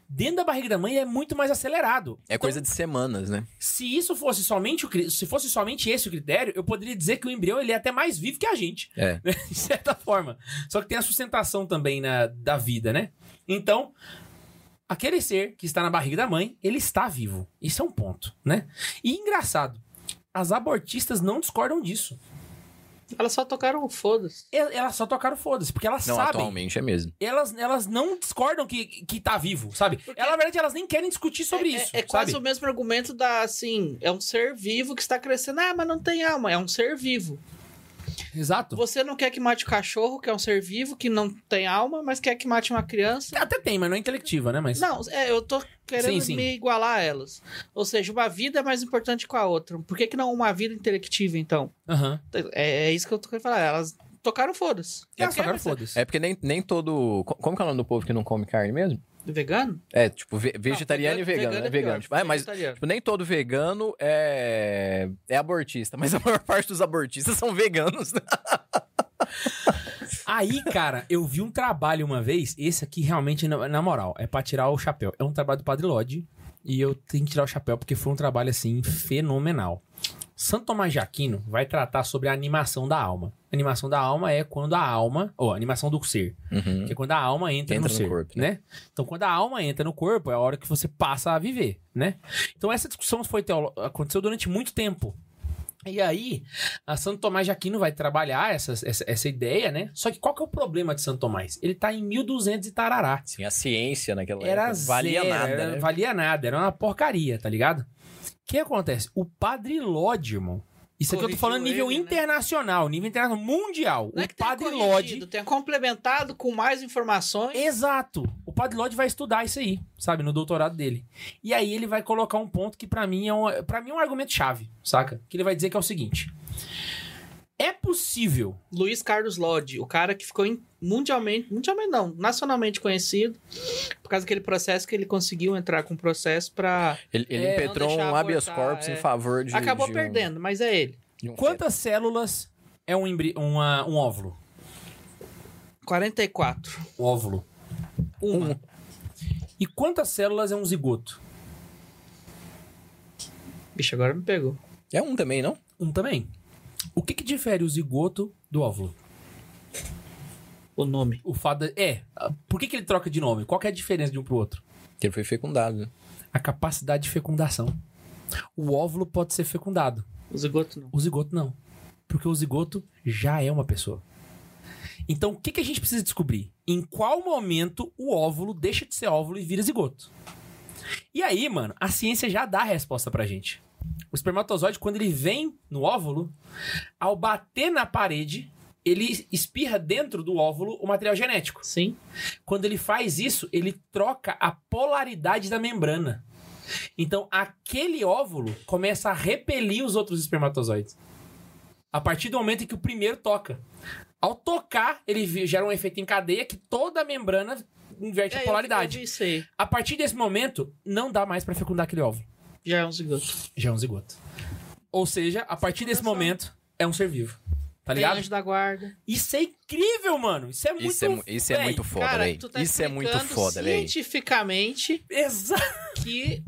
[SPEAKER 2] Dentro da barriga da mãe é muito mais acelerado.
[SPEAKER 3] É coisa de semanas, né?
[SPEAKER 2] Se isso fosse somente o cri- se fosse somente esse o critério, eu poderia dizer que o embrião ele é até mais vivo que a gente.
[SPEAKER 3] É.
[SPEAKER 2] né, De certa forma. Só que tem a sustentação também na, da vida, né? Então, aquele ser que está na barriga da mãe, ele está vivo. Isso é um ponto, né? E engraçado, as abortistas não discordam disso.
[SPEAKER 4] Elas só tocaram o foda-se.
[SPEAKER 2] El- Elas só tocaram foda-se, porque elas
[SPEAKER 3] Não,
[SPEAKER 2] sabem.
[SPEAKER 3] atualmente é mesmo.
[SPEAKER 2] Elas, elas não discordam que, que tá vivo, sabe? Ela, na verdade, elas nem querem discutir sobre
[SPEAKER 4] é,
[SPEAKER 2] isso.
[SPEAKER 4] É, é
[SPEAKER 2] sabe?
[SPEAKER 4] quase o mesmo argumento da, assim, é um ser vivo que está crescendo. Ah, mas não tem alma. É um ser vivo.
[SPEAKER 2] Exato.
[SPEAKER 4] um Você não quer que mate o cachorro, que é um ser vivo, que não tem alma, mas quer que mate uma criança.
[SPEAKER 2] Até tem, mas não é intelectiva, né? Mas...
[SPEAKER 4] Não, é, eu tô querendo
[SPEAKER 2] Sim, sim.
[SPEAKER 4] me igualar a elas. Ou seja, uma vida é mais importante que a outra. Por que, que não uma vida intelectiva, então?
[SPEAKER 2] Aham.
[SPEAKER 4] É, é isso que eu tô querendo falar. Elas tocaram foda-se.
[SPEAKER 2] É,
[SPEAKER 4] Não quer
[SPEAKER 2] agora
[SPEAKER 4] mais-
[SPEAKER 2] foda-se.
[SPEAKER 3] É porque nem, nem todo. co- Como que é o nome do povo que não come carne mesmo?
[SPEAKER 4] Vegano?
[SPEAKER 3] É, tipo, ve- vegetariano e vegano, né?
[SPEAKER 4] é
[SPEAKER 3] Vegano.
[SPEAKER 4] pior,
[SPEAKER 3] Tipo, é, mas
[SPEAKER 4] vegetariano.
[SPEAKER 3] tipo, nem todo vegano é... é abortista, mas a maior parte dos abortistas são veganos, né?
[SPEAKER 2] Aí, cara, eu vi um trabalho uma vez. Esse aqui realmente, na, na moral, é pra tirar o chapéu. É um trabalho do Padre Lodge. E eu tenho que tirar o chapéu porque foi um trabalho, assim, fenomenal. Santo Tomás de Aquino vai tratar sobre a animação da alma. A animação da alma é quando a alma. Ou a animação do ser.
[SPEAKER 3] Uhum.
[SPEAKER 2] Que é quando a alma entra,
[SPEAKER 3] Hum. Entra
[SPEAKER 2] no,
[SPEAKER 3] no
[SPEAKER 2] ser,
[SPEAKER 3] corpo,
[SPEAKER 2] né? Então, quando a alma entra no corpo, é a hora que você passa a viver, né? Então, essa discussão foi teolo- aconteceu durante muito tempo. E aí, a Santo Tomás de Aquino vai trabalhar essa, essa, essa ideia, né? Só que qual que é o problema de Santo Tomás? Ele tá em 1200 e tarará.
[SPEAKER 3] Sim, a ciência naquela
[SPEAKER 2] Era
[SPEAKER 3] época É, valia
[SPEAKER 2] zero,
[SPEAKER 3] nada,
[SPEAKER 2] era-
[SPEAKER 3] né?
[SPEAKER 2] Valia nada, era uma porcaria, tá ligado? O que acontece? O Padre Lodge, irmão. Isso aqui eu tô
[SPEAKER 4] Corrigiu
[SPEAKER 2] falando nível
[SPEAKER 4] ele, né?
[SPEAKER 2] internacional, nível internacional, mundial.
[SPEAKER 4] Não
[SPEAKER 2] o
[SPEAKER 4] é que tenha
[SPEAKER 2] Padre É.
[SPEAKER 4] corrigido,
[SPEAKER 2] Lodge
[SPEAKER 4] Tenha complementado com mais informações.
[SPEAKER 2] Exato. O Padre Lodge vai estudar isso aí, sabe, no doutorado dele. E aí ele vai colocar um ponto que pra mim é um, para mim é um argumento chave, saca? Que ele vai dizer que é o seguinte: É possível.
[SPEAKER 4] Luiz Carlos Lodge, o cara que ficou em- mundialmente, mundialmente não, nacionalmente conhecido, por causa daquele processo que ele conseguiu entrar com o processo pra.
[SPEAKER 3] Ele, ele
[SPEAKER 4] É, não
[SPEAKER 3] impetrou
[SPEAKER 4] deixar
[SPEAKER 3] um habeas
[SPEAKER 4] abortar,
[SPEAKER 3] corpus
[SPEAKER 4] é.
[SPEAKER 3] em favor de
[SPEAKER 4] Acabou
[SPEAKER 3] de um-
[SPEAKER 4] perdendo, mas é ele.
[SPEAKER 3] de um feto.
[SPEAKER 2] Quantas células é um, embri- uma- um óvulo?
[SPEAKER 4] 44.
[SPEAKER 2] Um óvulo.
[SPEAKER 4] Uma.
[SPEAKER 2] E quantas células é um zigoto?
[SPEAKER 4] Bicho, agora me pegou.
[SPEAKER 3] É um também, não?
[SPEAKER 2] Um também. O que, que difere o zigoto do óvulo?
[SPEAKER 4] O nome.
[SPEAKER 2] O fato da- é, por que, que ele troca de nome? Qual que é a diferença de um pro outro?
[SPEAKER 3] Que ele foi fecundado.
[SPEAKER 2] A capacidade de fecundação. O óvulo pode ser fecundado.
[SPEAKER 4] O zigoto não.
[SPEAKER 2] O zigoto não. Porque o zigoto já é uma pessoa. Então, o que, que a gente precisa descobrir? Em qual momento o óvulo deixa de ser óvulo e vira zigoto? E aí, mano, a ciência já dá a resposta pra gente. O espermatozoide, quando ele vem no óvulo, ao bater na parede, ele espirra dentro do óvulo o material genético.
[SPEAKER 4] Sim.
[SPEAKER 2] Quando ele faz isso, ele troca a polaridade da membrana. Então, aquele óvulo começa a repelir os outros espermatozoides. A partir do momento em que o primeiro toca. Ao tocar, ele vi- gera um efeito em cadeia que toda a membrana inverte
[SPEAKER 4] É,
[SPEAKER 2] a
[SPEAKER 4] eu-
[SPEAKER 2] tipo polaridade.
[SPEAKER 4] eu vi Isso aí.
[SPEAKER 2] A partir desse momento, não dá mais pra fecundar aquele óvulo.
[SPEAKER 4] Já é um zigoto.
[SPEAKER 2] Já é um zigoto. Ou seja, a partir desse momento, é um ser vivo. Tá
[SPEAKER 4] Tem
[SPEAKER 2] ligado?
[SPEAKER 4] anjo da guarda.
[SPEAKER 2] Isso é incrível, mano. Isso é muito...
[SPEAKER 3] Isso, é, mu- isso é
[SPEAKER 2] Véi,
[SPEAKER 3] muito foda,
[SPEAKER 4] cara,
[SPEAKER 3] velho.
[SPEAKER 4] tu tá
[SPEAKER 3] isso é muito
[SPEAKER 4] explicando
[SPEAKER 3] foda, velho.
[SPEAKER 4] cientificamente
[SPEAKER 2] Exato.
[SPEAKER 4] que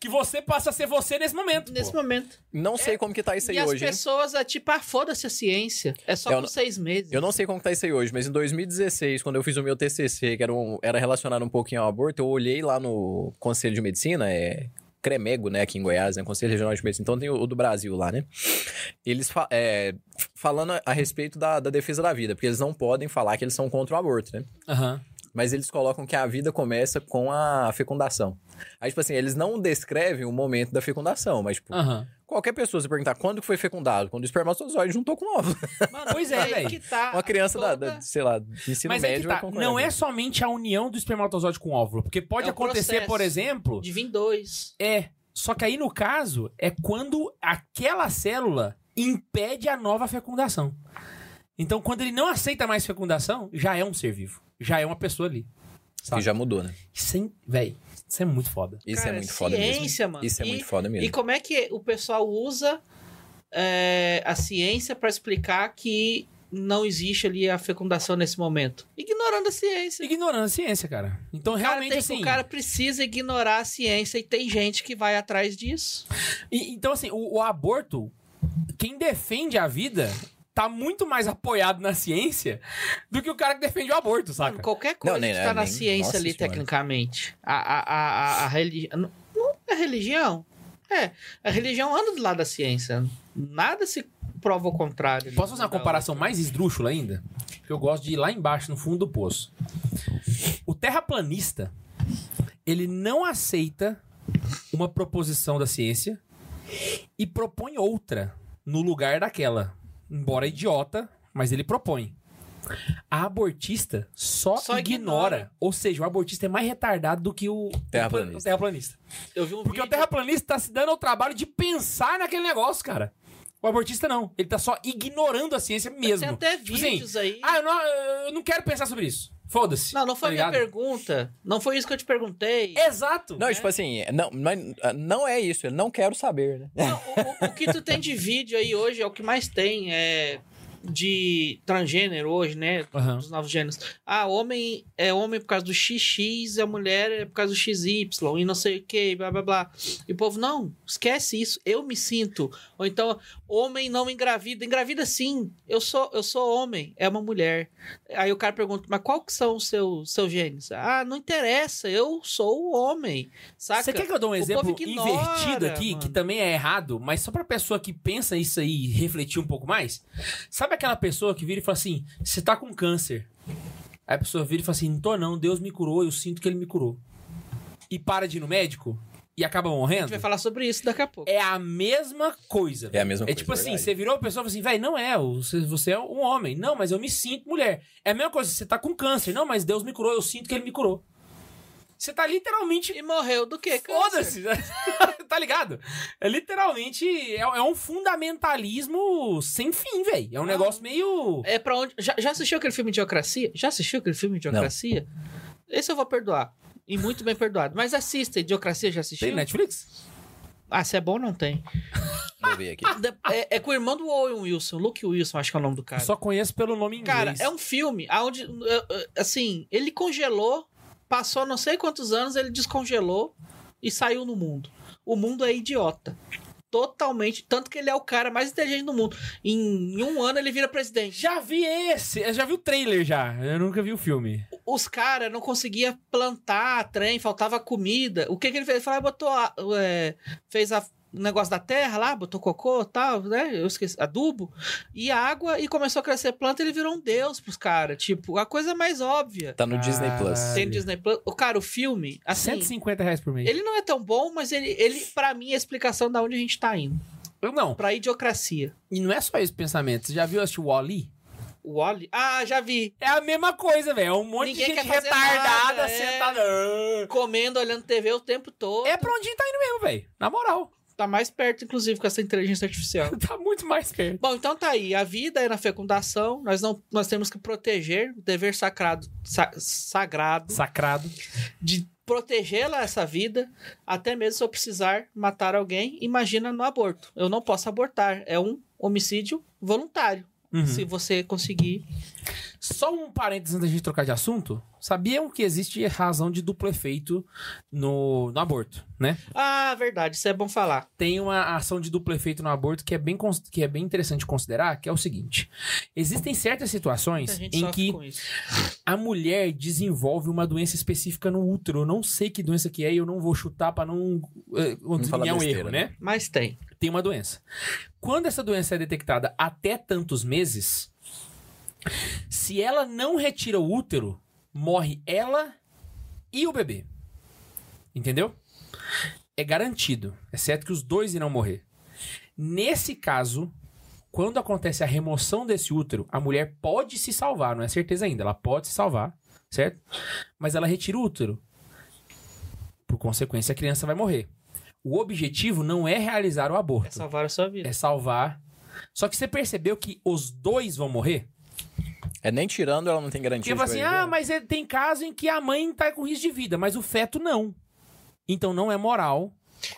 [SPEAKER 2] Que você passa a ser você nesse momento. pô.
[SPEAKER 4] nesse momento
[SPEAKER 3] Não sei como que tá isso aí
[SPEAKER 4] é E as
[SPEAKER 3] hoje, hein?
[SPEAKER 4] pessoas, é tipo, ah, foda-se a ciência. É só
[SPEAKER 3] Eu
[SPEAKER 4] por
[SPEAKER 3] não-
[SPEAKER 4] seis meses.
[SPEAKER 3] Eu não sei como que tá isso aí hoje, mas em 2016, quando eu fiz o meu TCC, que era, um- era relacionado um pouquinho ao aborto, eu olhei lá no Conselho de Medicina, é Cremego, né, aqui em Goiás, né, Conselho Regional de Medicina, então tem o, o do Brasil lá, né? Eles fa- é, f- falando a, a respeito da, da defesa da vida, porque eles não podem falar que eles são contra o aborto, né?
[SPEAKER 2] Aham.
[SPEAKER 3] Mas eles colocam que a vida começa com a fecundação. Aí, tipo assim, eles não descrevem o momento da fecundação, mas, tipo,
[SPEAKER 2] Aham.
[SPEAKER 3] qualquer pessoa, se perguntar quando que foi fecundado, quando o espermatozoide juntou com o ovo.
[SPEAKER 4] Mano,
[SPEAKER 2] Pois é,
[SPEAKER 4] aí
[SPEAKER 2] velho.
[SPEAKER 4] que tá
[SPEAKER 3] Uma criança da,
[SPEAKER 4] toda-
[SPEAKER 3] da- sei lá, do ensino
[SPEAKER 2] Mas é que
[SPEAKER 3] médio vai
[SPEAKER 2] tá,
[SPEAKER 3] concordar
[SPEAKER 2] não
[SPEAKER 3] com
[SPEAKER 2] é
[SPEAKER 3] isso.
[SPEAKER 2] somente a união do espermatozoide com o óvulo, porque pode
[SPEAKER 4] É o
[SPEAKER 2] acontecer,
[SPEAKER 4] processo.
[SPEAKER 2] por exemplo,
[SPEAKER 4] De vir dois.
[SPEAKER 2] é, só que aí no caso é quando aquela célula impede a nova fecundação. Então, quando ele não aceita mais fecundação, já é um ser vivo, já é uma pessoa ali.
[SPEAKER 3] Que
[SPEAKER 2] Sabe?
[SPEAKER 3] já mudou, né?
[SPEAKER 2] Sem, véi, isso é muito foda.
[SPEAKER 3] Isso
[SPEAKER 4] Cara,
[SPEAKER 3] é muito foda mesmo.
[SPEAKER 4] ciência, mano.
[SPEAKER 3] Isso é
[SPEAKER 4] E-
[SPEAKER 3] muito foda
[SPEAKER 4] E
[SPEAKER 3] mesmo.
[SPEAKER 4] como é que o pessoal usa é, a ciência pra explicar que não existe ali a fecundação nesse momento? Ignorando a ciência.
[SPEAKER 2] Ignorando a ciência, cara. Então,
[SPEAKER 4] O cara
[SPEAKER 2] realmente
[SPEAKER 4] tem-
[SPEAKER 2] assim,
[SPEAKER 4] O cara precisa ignorar a ciência e tem gente que vai atrás disso.
[SPEAKER 2] E- então, assim, o, o aborto, quem defende a vida tá muito mais apoiado na ciência do que o cara que defende o aborto, saca?
[SPEAKER 4] Qualquer coisa
[SPEAKER 3] nem- é
[SPEAKER 4] que tá na
[SPEAKER 3] nem-
[SPEAKER 4] ciência
[SPEAKER 3] nossa
[SPEAKER 4] ali,
[SPEAKER 3] senhora.
[SPEAKER 4] tecnicamente. A, a, a, a, religião. Não não é religião. É. A religião anda do lado da ciência. Nada se prova o contrário. né?
[SPEAKER 2] Posso fazer uma comparação mais esdrúxula ainda? Que eu gosto de ir lá embaixo, no fundo do poço. O terraplanista, ele não aceita uma proposição da ciência e propõe outra no lugar daquela. Embora idiota, mas ele propõe. A abortista só,
[SPEAKER 4] Só
[SPEAKER 2] ignora.
[SPEAKER 4] ignora.
[SPEAKER 2] Ou seja, o abortista é mais retardado do que o
[SPEAKER 3] Terraplanista.
[SPEAKER 2] o terraplanista.
[SPEAKER 4] Eu vi um
[SPEAKER 2] Porque
[SPEAKER 4] vídeo...
[SPEAKER 2] o terraplanista tá se dando ao trabalho de pensar naquele negócio, cara. O abortista não. Ele tá só ignorando a ciência
[SPEAKER 4] Tem
[SPEAKER 2] mesmo.
[SPEAKER 4] até
[SPEAKER 2] Tipo assim,
[SPEAKER 4] vídeos aí.
[SPEAKER 2] Ah, eu não, eu não quero pensar sobre isso. Foda-se.
[SPEAKER 4] Não, não foi
[SPEAKER 2] Tá
[SPEAKER 4] minha
[SPEAKER 2] ligado?
[SPEAKER 4] pergunta. Não foi isso que eu te perguntei.
[SPEAKER 2] Exato.
[SPEAKER 3] Não,
[SPEAKER 2] né?
[SPEAKER 3] tipo assim, não, não, não é isso. Eu não quero saber, né?
[SPEAKER 4] Não, o, o- o que tu tem de vídeo aí hoje é o que mais tem é, de transgênero hoje, né?
[SPEAKER 2] Aham.
[SPEAKER 4] Dos novos gêneros. Ah, homem é homem por causa do XX, a mulher é por causa do XY, e não sei o que, blá blá blá. E o povo, não, esquece isso, eu me sinto. Ou então, homem não engravida. Engravida sim, eu sou, eu sou homem, é uma mulher. Aí o cara pergunta, mas qual que são os seus, seus genes? Ah, não interessa, eu sou o homem. Saca?
[SPEAKER 2] Você quer que eu dê um
[SPEAKER 4] povo
[SPEAKER 2] exemplo
[SPEAKER 4] ignora,
[SPEAKER 2] invertido aqui, que
[SPEAKER 4] mano.
[SPEAKER 2] também é errado, mas só pra pessoa que pensa isso aí e refletir um pouco mais? Sabe aquela pessoa que vira e fala assim: você tá com câncer. Aí a pessoa vira e fala assim: não tô não, Deus me curou, eu sinto que ele me curou. E para de ir no médico e acaba
[SPEAKER 4] A gente
[SPEAKER 2] morrendo?
[SPEAKER 4] vai falar sobre isso daqui a pouco.
[SPEAKER 2] É a mesma coisa.
[SPEAKER 3] É a mesma
[SPEAKER 2] É
[SPEAKER 3] coisa.
[SPEAKER 2] tipo assim,
[SPEAKER 3] verdade.
[SPEAKER 2] você virou a pessoa e falou assim, velho, não é, você, você é um homem. Não, mas eu me sinto mulher. É a mesma coisa, você tá com câncer. Não, mas Deus me curou, eu sinto que ele me curou. Você tá literalmente...
[SPEAKER 4] E morreu do quê?
[SPEAKER 2] Foda-se,
[SPEAKER 4] Câncer.
[SPEAKER 2] tá ligado? É literalmente, é, é um fundamentalismo sem fim, velho. É um negócio meio...
[SPEAKER 4] É pra onde. Já, já assistiu aquele filme Idiocracia? Já assistiu aquele filme Idiocracia? Esse eu vou perdoar. E muito bem perdoado. Mas assista, Idiocracia já assistiu?
[SPEAKER 2] Tem né? Netflix?
[SPEAKER 4] Ah, se é bom, não tem.
[SPEAKER 3] Vou ver aqui.
[SPEAKER 4] De- É, é com o irmão do Owen Wilson, Luke Wilson, acho que é o nome do
[SPEAKER 2] Eu
[SPEAKER 4] cara.
[SPEAKER 2] só conheço pelo nome em
[SPEAKER 4] Cara,
[SPEAKER 2] inglês.
[SPEAKER 4] é um filme onde, assim, ele congelou, passou não sei quantos anos, ele descongelou e saiu no mundo. O mundo é idiota. Totalmente. Tanto que ele é o cara mais inteligente do mundo. Em um ano ele vira presidente.
[SPEAKER 2] Já vi esse, eu já vi o trailer já. Eu nunca vi o filme.
[SPEAKER 4] os caras não conseguiam plantar trem, faltava comida. O que, que ele fez? Ele falou, ah, botou a- é, fez a- o negócio da terra lá, botou cocô tal, né? Eu esqueci, adubo. E água, e começou a crescer planta, ele virou um deus pros caras. Tipo, a coisa mais óbvia.
[SPEAKER 3] Tá no Disney Plus.
[SPEAKER 2] Caralho.
[SPEAKER 4] Tem no Disney Plus. O cara, o filme, assim,
[SPEAKER 2] 150 reais por mês.
[SPEAKER 4] ele não é tão bom, mas ele, ele para mim, é a explicação da onde a gente tá indo.
[SPEAKER 2] Eu não.
[SPEAKER 4] Pra idiocracia.
[SPEAKER 2] E não é só esse pensamento. Você já viu acho, o Wall-E?
[SPEAKER 4] O Wally. Ah, já vi.
[SPEAKER 2] É a mesma coisa, velho. É um monte
[SPEAKER 4] Ninguém
[SPEAKER 2] de gente
[SPEAKER 4] quer fazer
[SPEAKER 2] retardada,
[SPEAKER 4] nada, é.
[SPEAKER 2] sentada. "Ah".
[SPEAKER 4] Comendo, olhando TV o tempo todo.
[SPEAKER 2] É. pra onde a gente tá indo mesmo, velho. Na moral.
[SPEAKER 4] Tá mais perto, inclusive, com essa inteligência artificial.
[SPEAKER 2] Tá muito mais perto.
[SPEAKER 4] Bom, então tá aí. A vida é na fecundação. Nós não, nós temos que proteger o dever sacrado, sa- sagrado
[SPEAKER 2] Sacrado.
[SPEAKER 4] de protegê-la essa vida, até mesmo se eu precisar matar alguém. Imagina no aborto. Eu não posso abortar. É um homicídio voluntário.
[SPEAKER 2] Uhum.
[SPEAKER 4] Se você conseguir.
[SPEAKER 2] Só um parênteses antes da gente trocar de assunto. Sabiam que existe razão de duplo efeito no, no aborto, né?
[SPEAKER 4] Ah, verdade. Isso é bom falar.
[SPEAKER 2] Tem uma ação de duplo efeito no aborto que é bem, cons- que é bem interessante considerar, que é o seguinte. Existem certas
[SPEAKER 4] Muita
[SPEAKER 2] situações
[SPEAKER 4] gente
[SPEAKER 2] em
[SPEAKER 4] sofre
[SPEAKER 2] que
[SPEAKER 4] com isso.
[SPEAKER 2] a mulher desenvolve uma doença específica no útero. Eu não sei que doença que é e eu não vou chutar pra não, eh,
[SPEAKER 3] falar
[SPEAKER 2] adivinhar um
[SPEAKER 3] besteira,
[SPEAKER 2] erro,
[SPEAKER 3] né?
[SPEAKER 2] né?
[SPEAKER 4] Mas tem.
[SPEAKER 2] tem uma doença. Quando essa doença é detectada até tantos meses, se ela não retira o útero, morre ela e o bebê. Entendeu? É garantido, exceto que os dois irão morrer. Nesse caso, quando acontece a remoção desse útero, a mulher pode se salvar, não é certeza ainda, ela pode se salvar, certo? Mas ela retira o útero. Por consequência, a criança vai morrer. O objetivo não é realizar o
[SPEAKER 4] É
[SPEAKER 2] aborto
[SPEAKER 4] salvar a sua vida.
[SPEAKER 2] é salvar. Só que você percebeu que os dois vão morrer?
[SPEAKER 3] É nem tirando, ela não tem
[SPEAKER 2] Porque
[SPEAKER 3] garantia.
[SPEAKER 2] fala
[SPEAKER 3] de
[SPEAKER 2] assim,
[SPEAKER 3] sobreviver.
[SPEAKER 2] ah, mas é- tem caso em que a mãe tá com risco de vida, mas o feto não. Então não é moral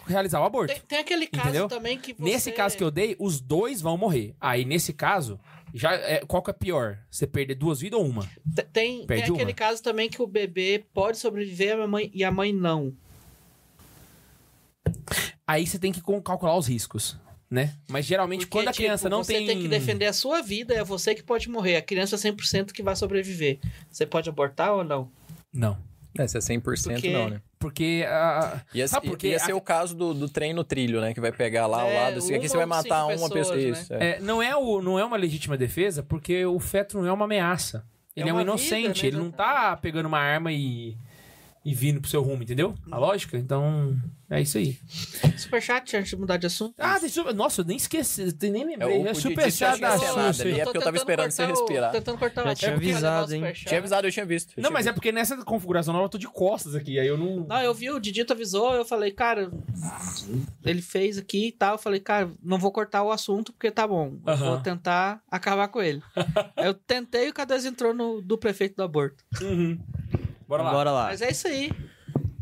[SPEAKER 2] realizar o aborto.
[SPEAKER 4] Tem, tem aquele caso
[SPEAKER 2] É Entendeu?
[SPEAKER 4] também que você...
[SPEAKER 2] Nesse caso que eu dei, os dois vão morrer. Aí, nesse caso, já é- qual que é pior? Você perder duas vidas ou uma?
[SPEAKER 4] Te- Tem, tem
[SPEAKER 2] Perde
[SPEAKER 4] aquele
[SPEAKER 2] uma.
[SPEAKER 4] caso também que o bebê pode sobreviver a mãe, e a mãe não.
[SPEAKER 2] Aí você tem que con- calcular os riscos, né? Mas geralmente,
[SPEAKER 4] Porque,
[SPEAKER 2] quando a
[SPEAKER 4] tipo,
[SPEAKER 2] criança não
[SPEAKER 4] você tem que defender a sua vida, é você que pode morrer. A criança é 100% que vai sobreviver. Você pode abortar ou não?
[SPEAKER 2] Não.
[SPEAKER 3] É, se é 100%
[SPEAKER 4] Porque-
[SPEAKER 3] não, né?
[SPEAKER 2] Porque a.
[SPEAKER 3] Ia,
[SPEAKER 2] "Ah, Sabe
[SPEAKER 3] Sabe
[SPEAKER 2] por
[SPEAKER 3] por
[SPEAKER 2] quê?
[SPEAKER 3] ia ser
[SPEAKER 2] A-
[SPEAKER 3] é o caso do, do trem no trilho, né? Que vai pegar lá
[SPEAKER 4] É,
[SPEAKER 3] ao lado. Assim,
[SPEAKER 4] uma
[SPEAKER 3] aqui você vai
[SPEAKER 4] ou cinco
[SPEAKER 3] matar uma pessoa.
[SPEAKER 4] pessoas,
[SPEAKER 3] Isso, é.
[SPEAKER 2] É, não, é o, não é uma legítima defesa, porque o feto não é uma ameaça. Ele é,
[SPEAKER 4] É
[SPEAKER 2] um
[SPEAKER 4] uma
[SPEAKER 2] inocente,
[SPEAKER 4] vida, né,
[SPEAKER 2] ele não tá pegando uma arma e e vindo pro seu rumo, entendeu? A lógica? Então, é isso aí.
[SPEAKER 4] Superchat antes de mudar de assunto.
[SPEAKER 2] Ah, tem super... Nossa, eu nem esqueci, tem- nem lembrei. É,
[SPEAKER 3] o Didi
[SPEAKER 2] super
[SPEAKER 3] tinha
[SPEAKER 2] chat da
[SPEAKER 3] cancelado
[SPEAKER 2] Xuxa.
[SPEAKER 3] ali.
[SPEAKER 2] aí.
[SPEAKER 3] é porque eu tava
[SPEAKER 4] né? tentando
[SPEAKER 3] esperando você
[SPEAKER 4] cortar o-
[SPEAKER 3] respirar.
[SPEAKER 4] Tentando cortar o
[SPEAKER 1] Já
[SPEAKER 4] assunto
[SPEAKER 1] tinha
[SPEAKER 4] pra levar o
[SPEAKER 1] avisado, hein?
[SPEAKER 4] superchat.
[SPEAKER 3] Tinha avisado, eu tinha visto. eu
[SPEAKER 2] Não,
[SPEAKER 3] tinha
[SPEAKER 2] mas é
[SPEAKER 3] visto.
[SPEAKER 2] porque nessa configuração nova eu tô de costas aqui, aí eu não...
[SPEAKER 4] Não, eu vi, o Didito avisou, eu falei, cara, ele fez aqui e tal. Eu falei, cara, não vou cortar o assunto porque tá bom. Eu
[SPEAKER 2] Aham.
[SPEAKER 4] Vou tentar acabar com ele. eu tentei e o K2 entrou no do prefeito do aborto.
[SPEAKER 2] Uhum. Bora lá.
[SPEAKER 1] Bora lá.
[SPEAKER 4] Mas é isso aí.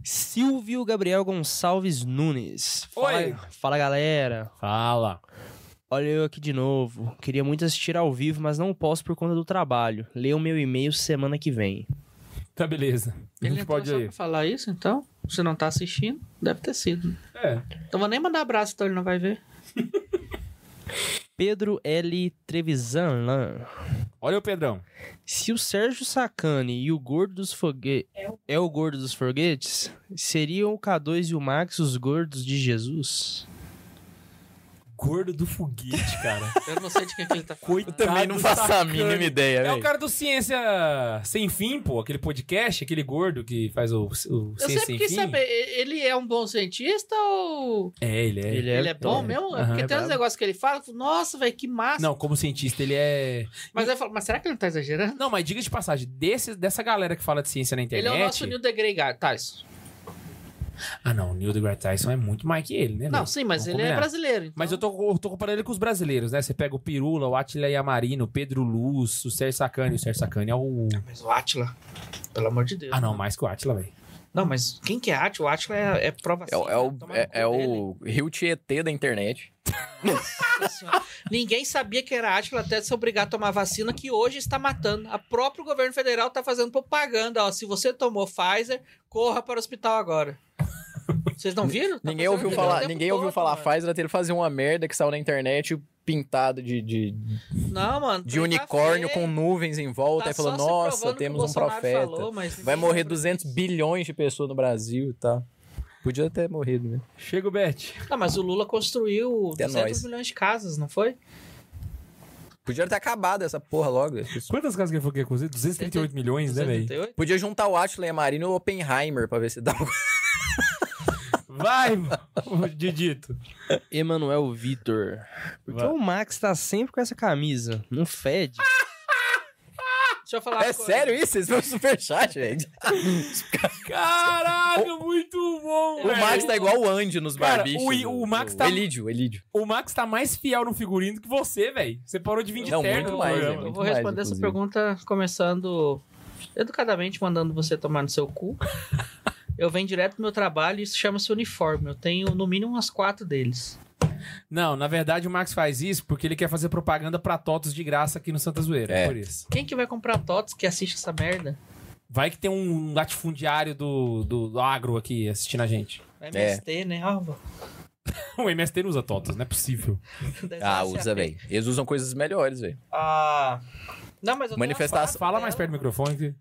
[SPEAKER 1] Silvio Gabriel Gonçalves Nunes. Fala,
[SPEAKER 2] Oi.
[SPEAKER 1] fala galera.
[SPEAKER 2] Fala.
[SPEAKER 1] Olha eu aqui de novo. Queria muito assistir ao vivo, mas não posso por conta do trabalho. Leia o meu e-mail semana que vem.
[SPEAKER 2] Tá, beleza. a
[SPEAKER 4] Ele
[SPEAKER 2] gente
[SPEAKER 4] entrou
[SPEAKER 2] pode
[SPEAKER 4] só
[SPEAKER 2] ir.
[SPEAKER 4] pra falar isso, então. Se não tá assistindo, deve ter sido. né?
[SPEAKER 2] É.
[SPEAKER 4] Então vou nem mandar abraço, então ele não vai ver.
[SPEAKER 1] Pedro L. Trevisan.
[SPEAKER 2] Olha o Pedrão.
[SPEAKER 1] Se o Sérgio Sacani e o Gordo dos Foguetes... É o Gordo dos Foguetes? Seriam o K2 e o Max os gordos de Jesus?
[SPEAKER 2] Gordo do foguete, cara.
[SPEAKER 4] Eu não sei de quem que ele tá falando.
[SPEAKER 2] Coitado.
[SPEAKER 3] Também não faço a
[SPEAKER 2] Sacane.
[SPEAKER 3] mínima ideia,
[SPEAKER 2] É
[SPEAKER 3] velho.
[SPEAKER 2] o cara do Ciência Sem Fim, pô. Aquele podcast, aquele gordo que faz o, o
[SPEAKER 4] Eu
[SPEAKER 2] Ciência
[SPEAKER 4] sempre
[SPEAKER 2] Sem
[SPEAKER 4] quis
[SPEAKER 2] Fim.
[SPEAKER 4] saber, e- ele é um bom cientista ou
[SPEAKER 2] É, ele é.
[SPEAKER 1] Ele
[SPEAKER 4] ele é bom
[SPEAKER 1] é.
[SPEAKER 4] mesmo? É
[SPEAKER 2] Aham,
[SPEAKER 4] porque
[SPEAKER 2] é
[SPEAKER 4] tem uns
[SPEAKER 2] brabo.
[SPEAKER 4] negócios que ele fala, eu falo, nossa, velho, que massa.
[SPEAKER 2] Não, como cientista, ele é.
[SPEAKER 4] Mas aí eu falo, mas será que ele não tá exagerando?
[SPEAKER 2] Não, mas diga de passagem, desse, dessa galera que fala de ciência na internet.
[SPEAKER 4] Ele é o nosso Neil deGray Tá, Ga- Tyson.
[SPEAKER 2] Ah, não, o Neil deGrasse Tyson é muito mais que ele, né?
[SPEAKER 4] Não,
[SPEAKER 2] velho?
[SPEAKER 4] sim,
[SPEAKER 2] Vamos
[SPEAKER 4] mas ele é
[SPEAKER 2] combinar.
[SPEAKER 4] brasileiro.
[SPEAKER 2] Mas eu tô, eu tô comparando ele com os brasileiros, né? Você pega o Pirula, o Atila Yamarino, o Pedro Luz, o Sérgio Sacani. O Sérgio Sacani é o.
[SPEAKER 4] Mas o Atila, pelo amor de Deus.
[SPEAKER 2] Ah, não, mais que o Atila, velho.
[SPEAKER 4] Não, mas quem que é Atila? O Atila é, é prova
[SPEAKER 3] É, o- é o,
[SPEAKER 2] né?
[SPEAKER 3] é, é o Rio Tietê da internet.
[SPEAKER 4] Ninguém sabia que era Atila até ser obrigado a tomar vacina que hoje está matando. A próprio governo federal tá fazendo propaganda, ó, se você tomou Pfizer, corra para o hospital agora. Vocês não viram? Tá
[SPEAKER 3] Ninguém
[SPEAKER 4] passando
[SPEAKER 3] ouviu
[SPEAKER 4] o tempo
[SPEAKER 3] falar,
[SPEAKER 4] todo, né?
[SPEAKER 3] ninguém ouviu falar
[SPEAKER 4] mano.
[SPEAKER 3] Pfizer até ele fazer uma merda que saiu na internet pintada de, de,
[SPEAKER 4] Não, mano.
[SPEAKER 3] de
[SPEAKER 4] tá
[SPEAKER 3] unicórnio
[SPEAKER 4] feio.
[SPEAKER 3] com nuvens em volta.
[SPEAKER 4] Tá
[SPEAKER 3] aí falou,
[SPEAKER 4] só se
[SPEAKER 3] nossa,
[SPEAKER 4] provando que o
[SPEAKER 3] temos um
[SPEAKER 4] Bolsonaro
[SPEAKER 3] profeta.
[SPEAKER 4] falou, mas
[SPEAKER 3] Vai
[SPEAKER 4] ninguém
[SPEAKER 3] morrer
[SPEAKER 4] lembra
[SPEAKER 3] 200
[SPEAKER 4] disso.
[SPEAKER 3] bilhões de pessoas no Brasil e tal. Podia ter morrido, né?
[SPEAKER 2] Chega o Bet.
[SPEAKER 4] Não, mas o Lula construiu
[SPEAKER 3] Até
[SPEAKER 4] 200
[SPEAKER 3] nós.
[SPEAKER 4] milhões de casas, não foi?
[SPEAKER 3] Podia ter acabado essa porra logo.
[SPEAKER 2] Quantas casas que ele falou que ia construir? 238 milhões, né, velho?
[SPEAKER 4] 288?
[SPEAKER 3] Podia juntar o Atila e a Marina e o Oppenheimer pra ver se dá um...
[SPEAKER 2] Vai, Didito.
[SPEAKER 1] é Emanuel Vitor. Por que
[SPEAKER 2] Vai.
[SPEAKER 1] o Max tá sempre com essa camisa? Não fede?
[SPEAKER 3] Ah,
[SPEAKER 4] Deixa eu falar.
[SPEAKER 3] É
[SPEAKER 4] uma coisa.
[SPEAKER 3] sério isso? Isso foi um superchat, gente.
[SPEAKER 2] Caraca, muito bom,
[SPEAKER 3] O
[SPEAKER 2] velho.
[SPEAKER 3] Max tá igual o Andy nos
[SPEAKER 2] Cara,
[SPEAKER 3] barbichos.
[SPEAKER 2] o I- o Max tá-
[SPEAKER 3] Elídio, Elídio.
[SPEAKER 2] O Max tá mais fiel no figurino do que você, velho. Você parou de vir de
[SPEAKER 3] Não,
[SPEAKER 2] terno
[SPEAKER 3] muito
[SPEAKER 2] no
[SPEAKER 3] mais,
[SPEAKER 2] programa.
[SPEAKER 3] velho.
[SPEAKER 4] Eu
[SPEAKER 3] Muito
[SPEAKER 4] vou
[SPEAKER 3] mais,
[SPEAKER 4] responder essa
[SPEAKER 3] inclusive.
[SPEAKER 4] pergunta começando educadamente, mandando você tomar no seu cu. Eu venho direto do meu trabalho e isso chama-se uniforme. Eu tenho no mínimo umas quatro deles.
[SPEAKER 2] Não, na verdade o Max faz isso porque ele quer fazer propaganda pra Totos de graça aqui no Santa Zoeira. É.
[SPEAKER 3] É.
[SPEAKER 2] Por isso.
[SPEAKER 4] Quem que vai comprar TOTS que assiste essa merda?
[SPEAKER 2] Vai que tem um latifundiário do, do, do agro aqui assistindo a gente.
[SPEAKER 4] É MST, né? Ah, vou-
[SPEAKER 2] O MST não usa Totos, não é possível.
[SPEAKER 3] Ah, usa, velho. Eles usam coisas melhores, velho.
[SPEAKER 4] assim. Ah. Não, mas eu tenho
[SPEAKER 3] Manifestação-
[SPEAKER 4] uma foto
[SPEAKER 2] Fala
[SPEAKER 4] dela.
[SPEAKER 2] mais perto do microfone. Que...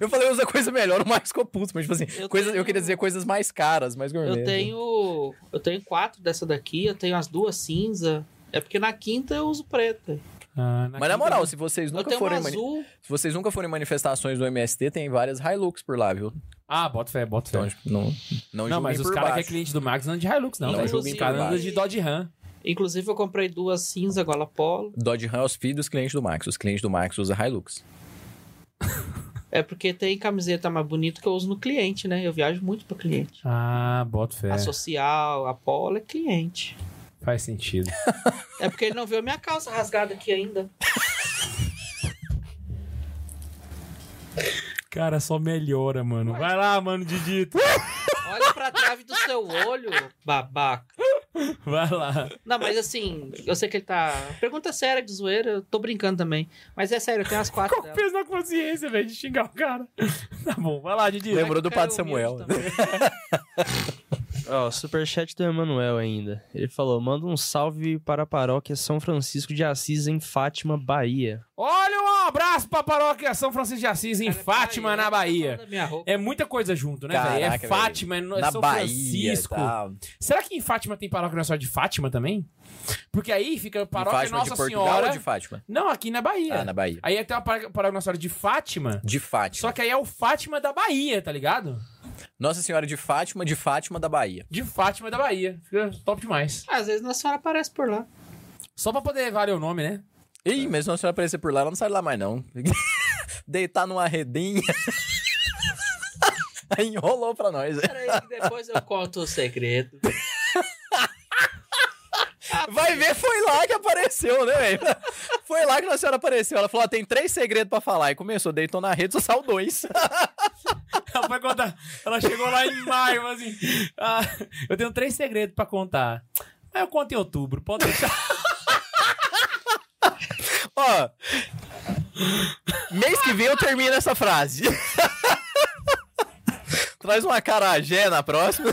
[SPEAKER 3] Eu falei usa coisa melhor, o Max ficou puto, mas tipo assim,
[SPEAKER 4] Eu
[SPEAKER 3] eu, coisas,
[SPEAKER 4] tenho-
[SPEAKER 3] eu queria dizer coisas mais caras, mais gourmet. né?
[SPEAKER 4] Eu tenho. Eu tenho quatro dessa daqui, eu tenho as duas cinza. É porque na quinta eu uso preta.
[SPEAKER 2] Ah,
[SPEAKER 3] Mas na
[SPEAKER 2] quinta-
[SPEAKER 3] moral, se vocês
[SPEAKER 4] Eu
[SPEAKER 3] nunca
[SPEAKER 4] tenho
[SPEAKER 3] forem
[SPEAKER 4] uma
[SPEAKER 3] mani-
[SPEAKER 4] azul.
[SPEAKER 3] se vocês nunca forem em manifestações do MST, tem várias Hilux por lá, viu?
[SPEAKER 2] Ah, bota fé, bota fé.
[SPEAKER 3] Então, tipo, não não,
[SPEAKER 2] não,
[SPEAKER 3] julguem
[SPEAKER 2] mas os
[SPEAKER 3] por
[SPEAKER 2] caras que é
[SPEAKER 3] baixo.
[SPEAKER 2] cliente do Max não andam de Hilux, não.
[SPEAKER 3] Não
[SPEAKER 2] velho.
[SPEAKER 3] julguem
[SPEAKER 2] Os caras
[SPEAKER 3] por
[SPEAKER 2] andam de Dodge Ram.
[SPEAKER 4] Inclusive, eu comprei duas cinza gola polo.
[SPEAKER 3] Dodge Ram é os filhos dos clientes do Max. Os clientes do Max usam Hilux.
[SPEAKER 4] É porque tem camiseta mais bonita que eu uso no cliente, né? Eu viajo muito pra cliente.
[SPEAKER 2] Ah, bota
[SPEAKER 3] É.
[SPEAKER 2] fé.
[SPEAKER 4] A social, a polo é cliente.
[SPEAKER 2] Faz sentido.
[SPEAKER 4] É porque ele não viu a minha calça rasgada aqui ainda.
[SPEAKER 2] Cara, só melhora, mano. Vai lá, mano, Didito.
[SPEAKER 4] Olha pra trave do seu olho, babaca.
[SPEAKER 2] Vai lá.
[SPEAKER 4] Não, mas assim, eu sei que ele tá. Pergunta séria de zoeira, eu tô brincando também. Mas é sério, eu tenho as quatro
[SPEAKER 2] Ficou com
[SPEAKER 4] delas.
[SPEAKER 2] peso na consciência, velho, de xingar o cara. Tá bom, vai lá, Didi.
[SPEAKER 3] Lembrou do
[SPEAKER 4] Cara
[SPEAKER 3] Padre
[SPEAKER 4] humilde
[SPEAKER 3] Samuel.
[SPEAKER 4] também.
[SPEAKER 1] Ó, superchat do Emanuel ainda. Ele falou: manda um salve para a paróquia São Francisco de Assis, em Fátima, Bahia.
[SPEAKER 2] Olha, um abraço pra paróquia São Francisco de Assis, em
[SPEAKER 4] Cara, é
[SPEAKER 2] Fátima, na
[SPEAKER 4] tá
[SPEAKER 2] Bahia.
[SPEAKER 4] falando da minha roupa.
[SPEAKER 2] É muita coisa junto, né, velho? É
[SPEAKER 3] Caraca,
[SPEAKER 2] Fátima, é
[SPEAKER 3] Na
[SPEAKER 2] São
[SPEAKER 3] Bahia,
[SPEAKER 2] Francisco.
[SPEAKER 3] tá?
[SPEAKER 2] Será que em Fátima tem paróquia na só de Fátima também? Porque aí fica a
[SPEAKER 3] Em
[SPEAKER 2] paróquia
[SPEAKER 3] Fátima
[SPEAKER 2] Nossa
[SPEAKER 3] de Portugal
[SPEAKER 2] Senhora.
[SPEAKER 3] ou de Fátima?
[SPEAKER 2] Não, aqui na Bahia.
[SPEAKER 3] Ah, na Bahia.
[SPEAKER 2] Aí até uma paró- paróquia Nossa Senhora de Fátima.
[SPEAKER 3] De Fátima.
[SPEAKER 2] Só que aí é o Fátima da Bahia, tá ligado?
[SPEAKER 3] Nossa Senhora de Fátima, de Fátima da Bahia.
[SPEAKER 2] De Fátima da Bahia. Fica top demais.
[SPEAKER 4] Às vezes Nossa Senhora aparece por lá.
[SPEAKER 2] Só pra poder variar o nome, né?
[SPEAKER 3] Ih, mas Nossa Senhora aparecer por lá, ela não sai lá mais não. Deitar numa redinha. Aí enrolou pra nós.
[SPEAKER 4] Peraí, que depois eu conto o segredo.
[SPEAKER 3] Vai ver, foi lá que apareceu, né, velho? Foi lá que Nossa Senhora apareceu. Ela falou: ó, tem três segredos pra falar. E começou, deitou na rede, só saiu dois.
[SPEAKER 2] Ela vai contar. Ela chegou lá em maio, falou assim. "Ah, eu tenho três segredos pra contar. Mas eu conto em outubro, pode deixar.
[SPEAKER 3] Ó. Mês que vem eu termino essa frase. Traz uma carajé na próxima.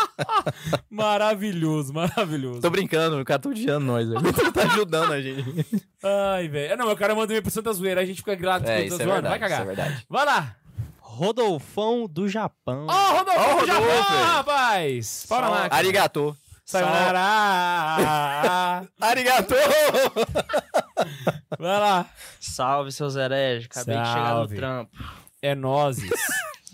[SPEAKER 2] Maravilhoso, maravilhoso.
[SPEAKER 3] Tô brincando, o cara tá odiando nós, velho. Ele tá ajudando a gente.
[SPEAKER 2] Ai, velho. É, Não, eu quero mandar e-mail pro Santa Zoeira, a gente fica grato
[SPEAKER 3] É,
[SPEAKER 2] pro
[SPEAKER 3] isso
[SPEAKER 2] Santa
[SPEAKER 3] é
[SPEAKER 2] Zoeira. vai
[SPEAKER 3] verdade.
[SPEAKER 2] cagar.
[SPEAKER 3] Isso é verdade.
[SPEAKER 2] Vai lá.
[SPEAKER 1] Rodolfão do Japão.
[SPEAKER 2] Ó, oh, Rodolfo,
[SPEAKER 3] Ó,
[SPEAKER 2] oh,
[SPEAKER 3] Rodolfo, velho.
[SPEAKER 2] rapaz. Para lá. cara.
[SPEAKER 3] Arigato.
[SPEAKER 2] Sayonara.
[SPEAKER 3] Arigato!
[SPEAKER 2] Vai lá.
[SPEAKER 1] Salve, seus hereges. Acabei de chegar no
[SPEAKER 2] Salve.
[SPEAKER 1] trampo.
[SPEAKER 2] É nozes.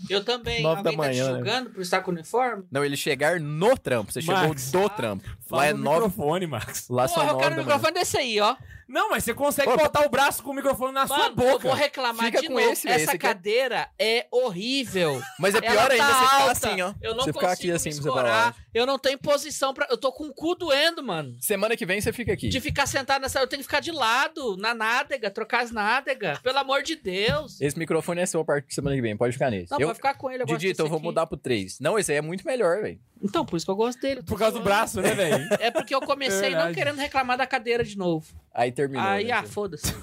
[SPEAKER 4] Eu também.
[SPEAKER 3] Nove
[SPEAKER 4] Alguém
[SPEAKER 3] da manhã,
[SPEAKER 4] tá
[SPEAKER 3] né?
[SPEAKER 4] te julgando por estar com uniforme?
[SPEAKER 3] Não, ele chegar no trampo. Você
[SPEAKER 2] Max. Ah,
[SPEAKER 3] chegou do trampo.
[SPEAKER 2] Fala
[SPEAKER 3] Lá é
[SPEAKER 2] no
[SPEAKER 3] nove.
[SPEAKER 2] microfone, Max.
[SPEAKER 3] Lá são
[SPEAKER 4] Porra, eu
[SPEAKER 3] nove
[SPEAKER 4] quero
[SPEAKER 3] da
[SPEAKER 4] o
[SPEAKER 3] manhã.
[SPEAKER 4] microfone desse aí, ó.
[SPEAKER 2] Não, mas você consegue
[SPEAKER 3] Opa.
[SPEAKER 2] botar o braço com o microfone na sua
[SPEAKER 4] Mano, eu
[SPEAKER 2] boca.
[SPEAKER 4] vou reclamar
[SPEAKER 3] Fica
[SPEAKER 4] de
[SPEAKER 3] com
[SPEAKER 4] novo.
[SPEAKER 3] esse, velho,
[SPEAKER 4] Essa
[SPEAKER 3] esse aqui é-
[SPEAKER 4] cadeira é horrível.
[SPEAKER 3] Mas é pior
[SPEAKER 4] Ela
[SPEAKER 3] ainda
[SPEAKER 4] tá
[SPEAKER 3] você ficar
[SPEAKER 4] alta.
[SPEAKER 3] assim, ó. Você
[SPEAKER 4] Eu não consigo
[SPEAKER 3] ficar aqui assim
[SPEAKER 4] me
[SPEAKER 3] pra você falar.
[SPEAKER 4] escorar. Eu não tenho posição pra. Eu tô com o cu doendo, mano.
[SPEAKER 3] Semana que vem você fica aqui.
[SPEAKER 4] De ficar sentado nessa. Eu tenho que ficar de lado, na nádega, trocar as nádegas. Pelo amor de Deus.
[SPEAKER 3] Esse microfone é seu a partir de semana que vem. Pode ficar nesse.
[SPEAKER 4] Não,
[SPEAKER 3] eu...
[SPEAKER 4] pode ficar com ele. Eu gosto
[SPEAKER 3] Didito, eu
[SPEAKER 4] desse
[SPEAKER 3] vou
[SPEAKER 4] aqui.
[SPEAKER 3] mudar pro 3. Não, esse aí é muito melhor, velho.
[SPEAKER 4] Então, por isso que eu gosto dele. eu tô
[SPEAKER 2] Por causa do
[SPEAKER 4] zoando.
[SPEAKER 2] braço, né, velho?
[SPEAKER 4] É porque eu comecei não
[SPEAKER 2] Verdade.
[SPEAKER 4] querendo reclamar da cadeira de novo.
[SPEAKER 3] Aí terminou.
[SPEAKER 4] Aí,
[SPEAKER 3] né?
[SPEAKER 4] ah, foda-se.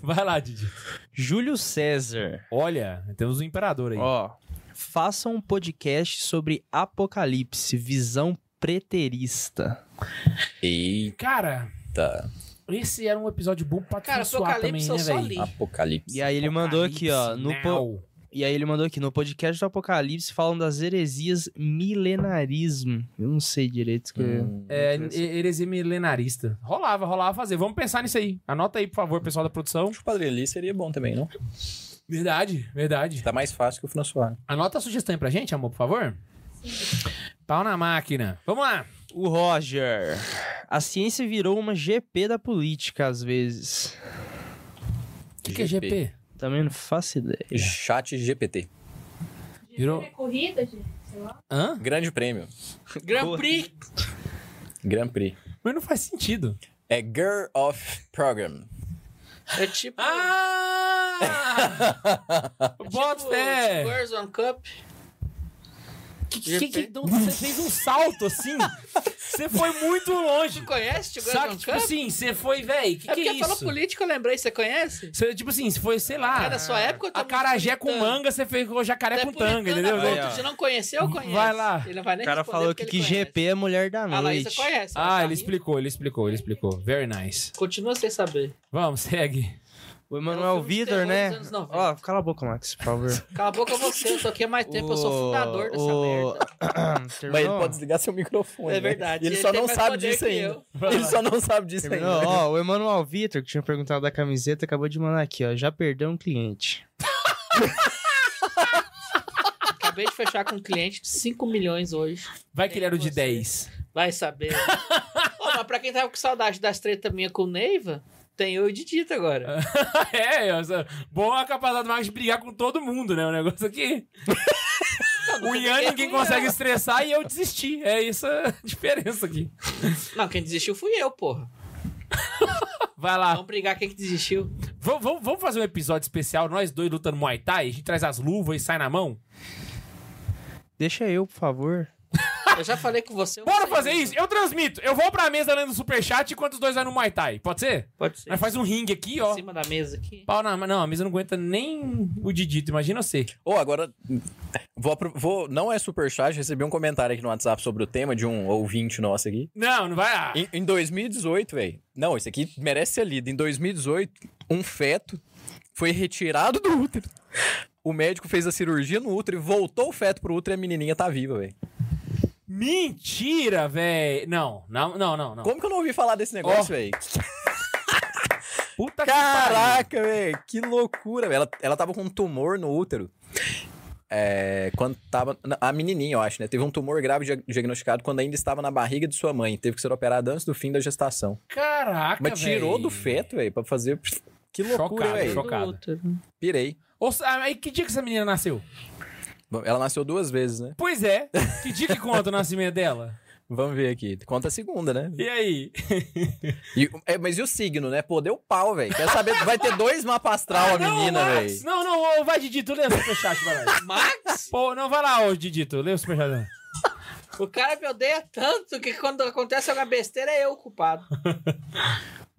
[SPEAKER 2] Vai lá, Didi.
[SPEAKER 1] Júlio César.
[SPEAKER 2] Olha, temos um imperador aí.
[SPEAKER 1] Ó, faça um podcast sobre apocalipse, visão preterista.
[SPEAKER 3] Eita.
[SPEAKER 2] Cara, esse era um episódio bom pra
[SPEAKER 4] Cara,
[SPEAKER 2] suar também,
[SPEAKER 4] Apocalipse eu
[SPEAKER 2] né,
[SPEAKER 4] só
[SPEAKER 2] velho?
[SPEAKER 4] li.
[SPEAKER 3] Apocalipse.
[SPEAKER 1] E aí ele mandou aqui, ó, no
[SPEAKER 2] Apocalipse
[SPEAKER 1] po-
[SPEAKER 2] Now.
[SPEAKER 1] E aí ele mandou aqui, no podcast do Apocalipse falam das heresias milenarismo. Eu não sei direito que
[SPEAKER 3] Hum.
[SPEAKER 2] É, he- heresia milenarista. Rolava, rolava fazer. Vamos pensar nisso aí. Anota aí, por favor, pessoal da produção.
[SPEAKER 3] Acho que o Padre Eli seria bom também, não?
[SPEAKER 2] Verdade, verdade.
[SPEAKER 3] Tá mais fácil que o François.
[SPEAKER 2] Anota a sugestão aí pra gente, amor, por favor. Pau na máquina. Vamos lá.
[SPEAKER 1] O Roger. A ciência virou uma GP da política às vezes.
[SPEAKER 2] O que, que é GP?
[SPEAKER 1] Também não faço ideia.
[SPEAKER 3] Chat GPT.
[SPEAKER 1] né?
[SPEAKER 2] Virou.
[SPEAKER 6] Corrida, gente. Sei lá.
[SPEAKER 2] Hã?
[SPEAKER 3] Grande prêmio.
[SPEAKER 2] Ah,
[SPEAKER 4] Grand Prix.
[SPEAKER 3] Grand Prix.
[SPEAKER 2] Mas não faz sentido.
[SPEAKER 3] É Girl of Program.
[SPEAKER 4] É tipo.
[SPEAKER 2] Ah! Bota
[SPEAKER 4] tipo
[SPEAKER 2] fé.
[SPEAKER 4] Girls One Cup.
[SPEAKER 2] né? Que, que, que- então, você fez um salto assim? Você foi muito
[SPEAKER 4] Você
[SPEAKER 2] longe.
[SPEAKER 4] conhece o Girls
[SPEAKER 2] Sabe,
[SPEAKER 4] One
[SPEAKER 2] tipo
[SPEAKER 4] Cup?
[SPEAKER 2] assim, você foi, véi, que
[SPEAKER 4] um é
[SPEAKER 2] que
[SPEAKER 4] porque
[SPEAKER 2] é
[SPEAKER 4] falou
[SPEAKER 2] isso?
[SPEAKER 4] política, eu lembrei. Você conhece?
[SPEAKER 2] Você, tipo assim, você foi, sei lá,
[SPEAKER 4] É da sua época ou tá
[SPEAKER 2] a carajé
[SPEAKER 4] muito
[SPEAKER 2] com
[SPEAKER 4] puritano?
[SPEAKER 2] manga, você fez o jacaré
[SPEAKER 4] Você
[SPEAKER 2] com
[SPEAKER 4] é puritano
[SPEAKER 2] tanga,
[SPEAKER 4] a
[SPEAKER 2] entendeu?
[SPEAKER 1] Aí,
[SPEAKER 4] ponto
[SPEAKER 1] ó.
[SPEAKER 4] de não conhecer ou conhece?
[SPEAKER 2] Vai lá.
[SPEAKER 4] Ele não vai
[SPEAKER 1] O
[SPEAKER 4] nem
[SPEAKER 1] cara
[SPEAKER 4] responder
[SPEAKER 1] falou
[SPEAKER 4] porque
[SPEAKER 1] que,
[SPEAKER 4] ele
[SPEAKER 1] que
[SPEAKER 4] conhece.
[SPEAKER 1] GP é mulher da
[SPEAKER 4] A Laísa
[SPEAKER 1] noite.
[SPEAKER 4] conhece. ela
[SPEAKER 2] Ah,
[SPEAKER 4] tá
[SPEAKER 2] ele
[SPEAKER 4] rindo.
[SPEAKER 2] explicou, ele explicou, ele explicou. Very nice.
[SPEAKER 4] Continua sem saber.
[SPEAKER 2] Vamos, segue.
[SPEAKER 1] O
[SPEAKER 4] É
[SPEAKER 1] Emanuel
[SPEAKER 4] um filme de
[SPEAKER 1] Vitor,
[SPEAKER 4] terror
[SPEAKER 1] né?
[SPEAKER 4] dos anos 90.
[SPEAKER 1] Ó, cala a boca, Max, por favor.
[SPEAKER 4] Cala a boca você, eu tô aqui há mais tempo, eu sou
[SPEAKER 1] O-
[SPEAKER 4] fundador dessa
[SPEAKER 1] o-
[SPEAKER 4] merda.
[SPEAKER 1] Terminou?
[SPEAKER 3] Mas ele pode desligar seu microfone.
[SPEAKER 4] É
[SPEAKER 3] né?
[SPEAKER 4] verdade.
[SPEAKER 3] Ele,
[SPEAKER 4] Ele
[SPEAKER 3] só
[SPEAKER 4] tem
[SPEAKER 3] não
[SPEAKER 4] mais
[SPEAKER 3] sabe
[SPEAKER 4] poder
[SPEAKER 3] disso
[SPEAKER 4] que
[SPEAKER 3] ainda.
[SPEAKER 2] eu.
[SPEAKER 3] Ele só não sabe disso
[SPEAKER 1] Terminou?
[SPEAKER 4] né?
[SPEAKER 3] ainda.
[SPEAKER 1] Ó, o Emanuel Vitor, que tinha perguntado da camiseta, acabou de mandar aqui, ó. Já perdeu um cliente.
[SPEAKER 4] Acabei de fechar com um cliente de 5 milhões hoje.
[SPEAKER 2] Vai que ele era o de
[SPEAKER 4] Você.
[SPEAKER 2] 10.
[SPEAKER 4] Vai saber. Ô, mas pra quem tava com saudade das tretas minha com o Neiva, tem eu e o Didito agora.
[SPEAKER 2] é, essa- bom a capacidade do Max de brigar com todo mundo, né? O negócio aqui. O Ian ninguém consegue estressar e eu desisti. É essa a diferença aqui. É.
[SPEAKER 4] Não, quem desistiu fui eu, porra.
[SPEAKER 2] Vai lá.
[SPEAKER 4] Vamos brigar quem que desistiu.
[SPEAKER 2] V- v- vamos fazer um episódio especial, nós dois lutando Muay Thai, a gente traz as luvas e sai na mão?
[SPEAKER 1] Deixa eu, por favor.
[SPEAKER 4] Eu já falei com você. eu não
[SPEAKER 2] Bora
[SPEAKER 4] sei
[SPEAKER 2] fazer
[SPEAKER 4] como.
[SPEAKER 2] isso? Eu transmito. Eu vou pra mesa lendo o superchat enquanto os dois vai no Muay Thai. Pode ser?
[SPEAKER 4] Pode ser.
[SPEAKER 2] Nós faz um ringue aqui,
[SPEAKER 4] Em
[SPEAKER 2] ó.
[SPEAKER 4] cima da mesa aqui.
[SPEAKER 2] Pau na... Não, a mesa não aguenta nem o Didito, imagina você.
[SPEAKER 3] Ou agora. Vou, apro- vou- não é superchat, recebi um comentário aqui no WhatsApp sobre o tema de um ouvinte nosso aqui.
[SPEAKER 2] Não, não vai... Ah,
[SPEAKER 3] Em, em 2018, velho. Não, isso aqui merece ser lido. Em 2018, um feto foi retirado do útero. O médico fez a cirurgia no útero e voltou o feto pro útero e a menininha tá viva, velho.
[SPEAKER 2] Mentira, véi. Não, não, não, não. não.
[SPEAKER 3] Como que eu não ouvi falar desse negócio,
[SPEAKER 2] Ó.
[SPEAKER 3] velho?
[SPEAKER 2] Puta que pariu.
[SPEAKER 3] Caraca, velho. Que loucura, velho. Ela, ela tava com um tumor no útero. é, quando tava. na- A menininha, eu acho, né? Teve um tumor grave dia- diagnosticado quando ainda estava na barriga de sua mãe. Teve que ser operada antes do fim da gestação.
[SPEAKER 2] Caraca,
[SPEAKER 3] Mas tirou
[SPEAKER 2] véi.
[SPEAKER 3] do feto, velho, pra fazer. Que loucura,
[SPEAKER 2] Chocado,
[SPEAKER 3] velho.
[SPEAKER 2] chocado. Trocado.
[SPEAKER 4] Outro.
[SPEAKER 3] Pirei.
[SPEAKER 2] Ou se- ah, aí que dia que essa menina nasceu?
[SPEAKER 3] Bom, Ela nasceu duas vezes, né?
[SPEAKER 2] Pois é. Que dia que conta o nascimento dela?
[SPEAKER 3] Vamos ver aqui. Conta a segunda, né?
[SPEAKER 2] E aí?
[SPEAKER 3] E- é, mas e o signo, né? Pô, deu pau, velho. Quer saber? Vai ter dois mapa astral a
[SPEAKER 2] Ah, não, é
[SPEAKER 3] menina,
[SPEAKER 2] Max,
[SPEAKER 3] velho.
[SPEAKER 2] Não, não, ô, vai, Didito, lê o superchat, vai lá.
[SPEAKER 4] Max,
[SPEAKER 2] Pô, não, vai lá, ô, Didito, lê o superchat.
[SPEAKER 4] o cara me odeia tanto que quando acontece alguma besteira é eu o culpado.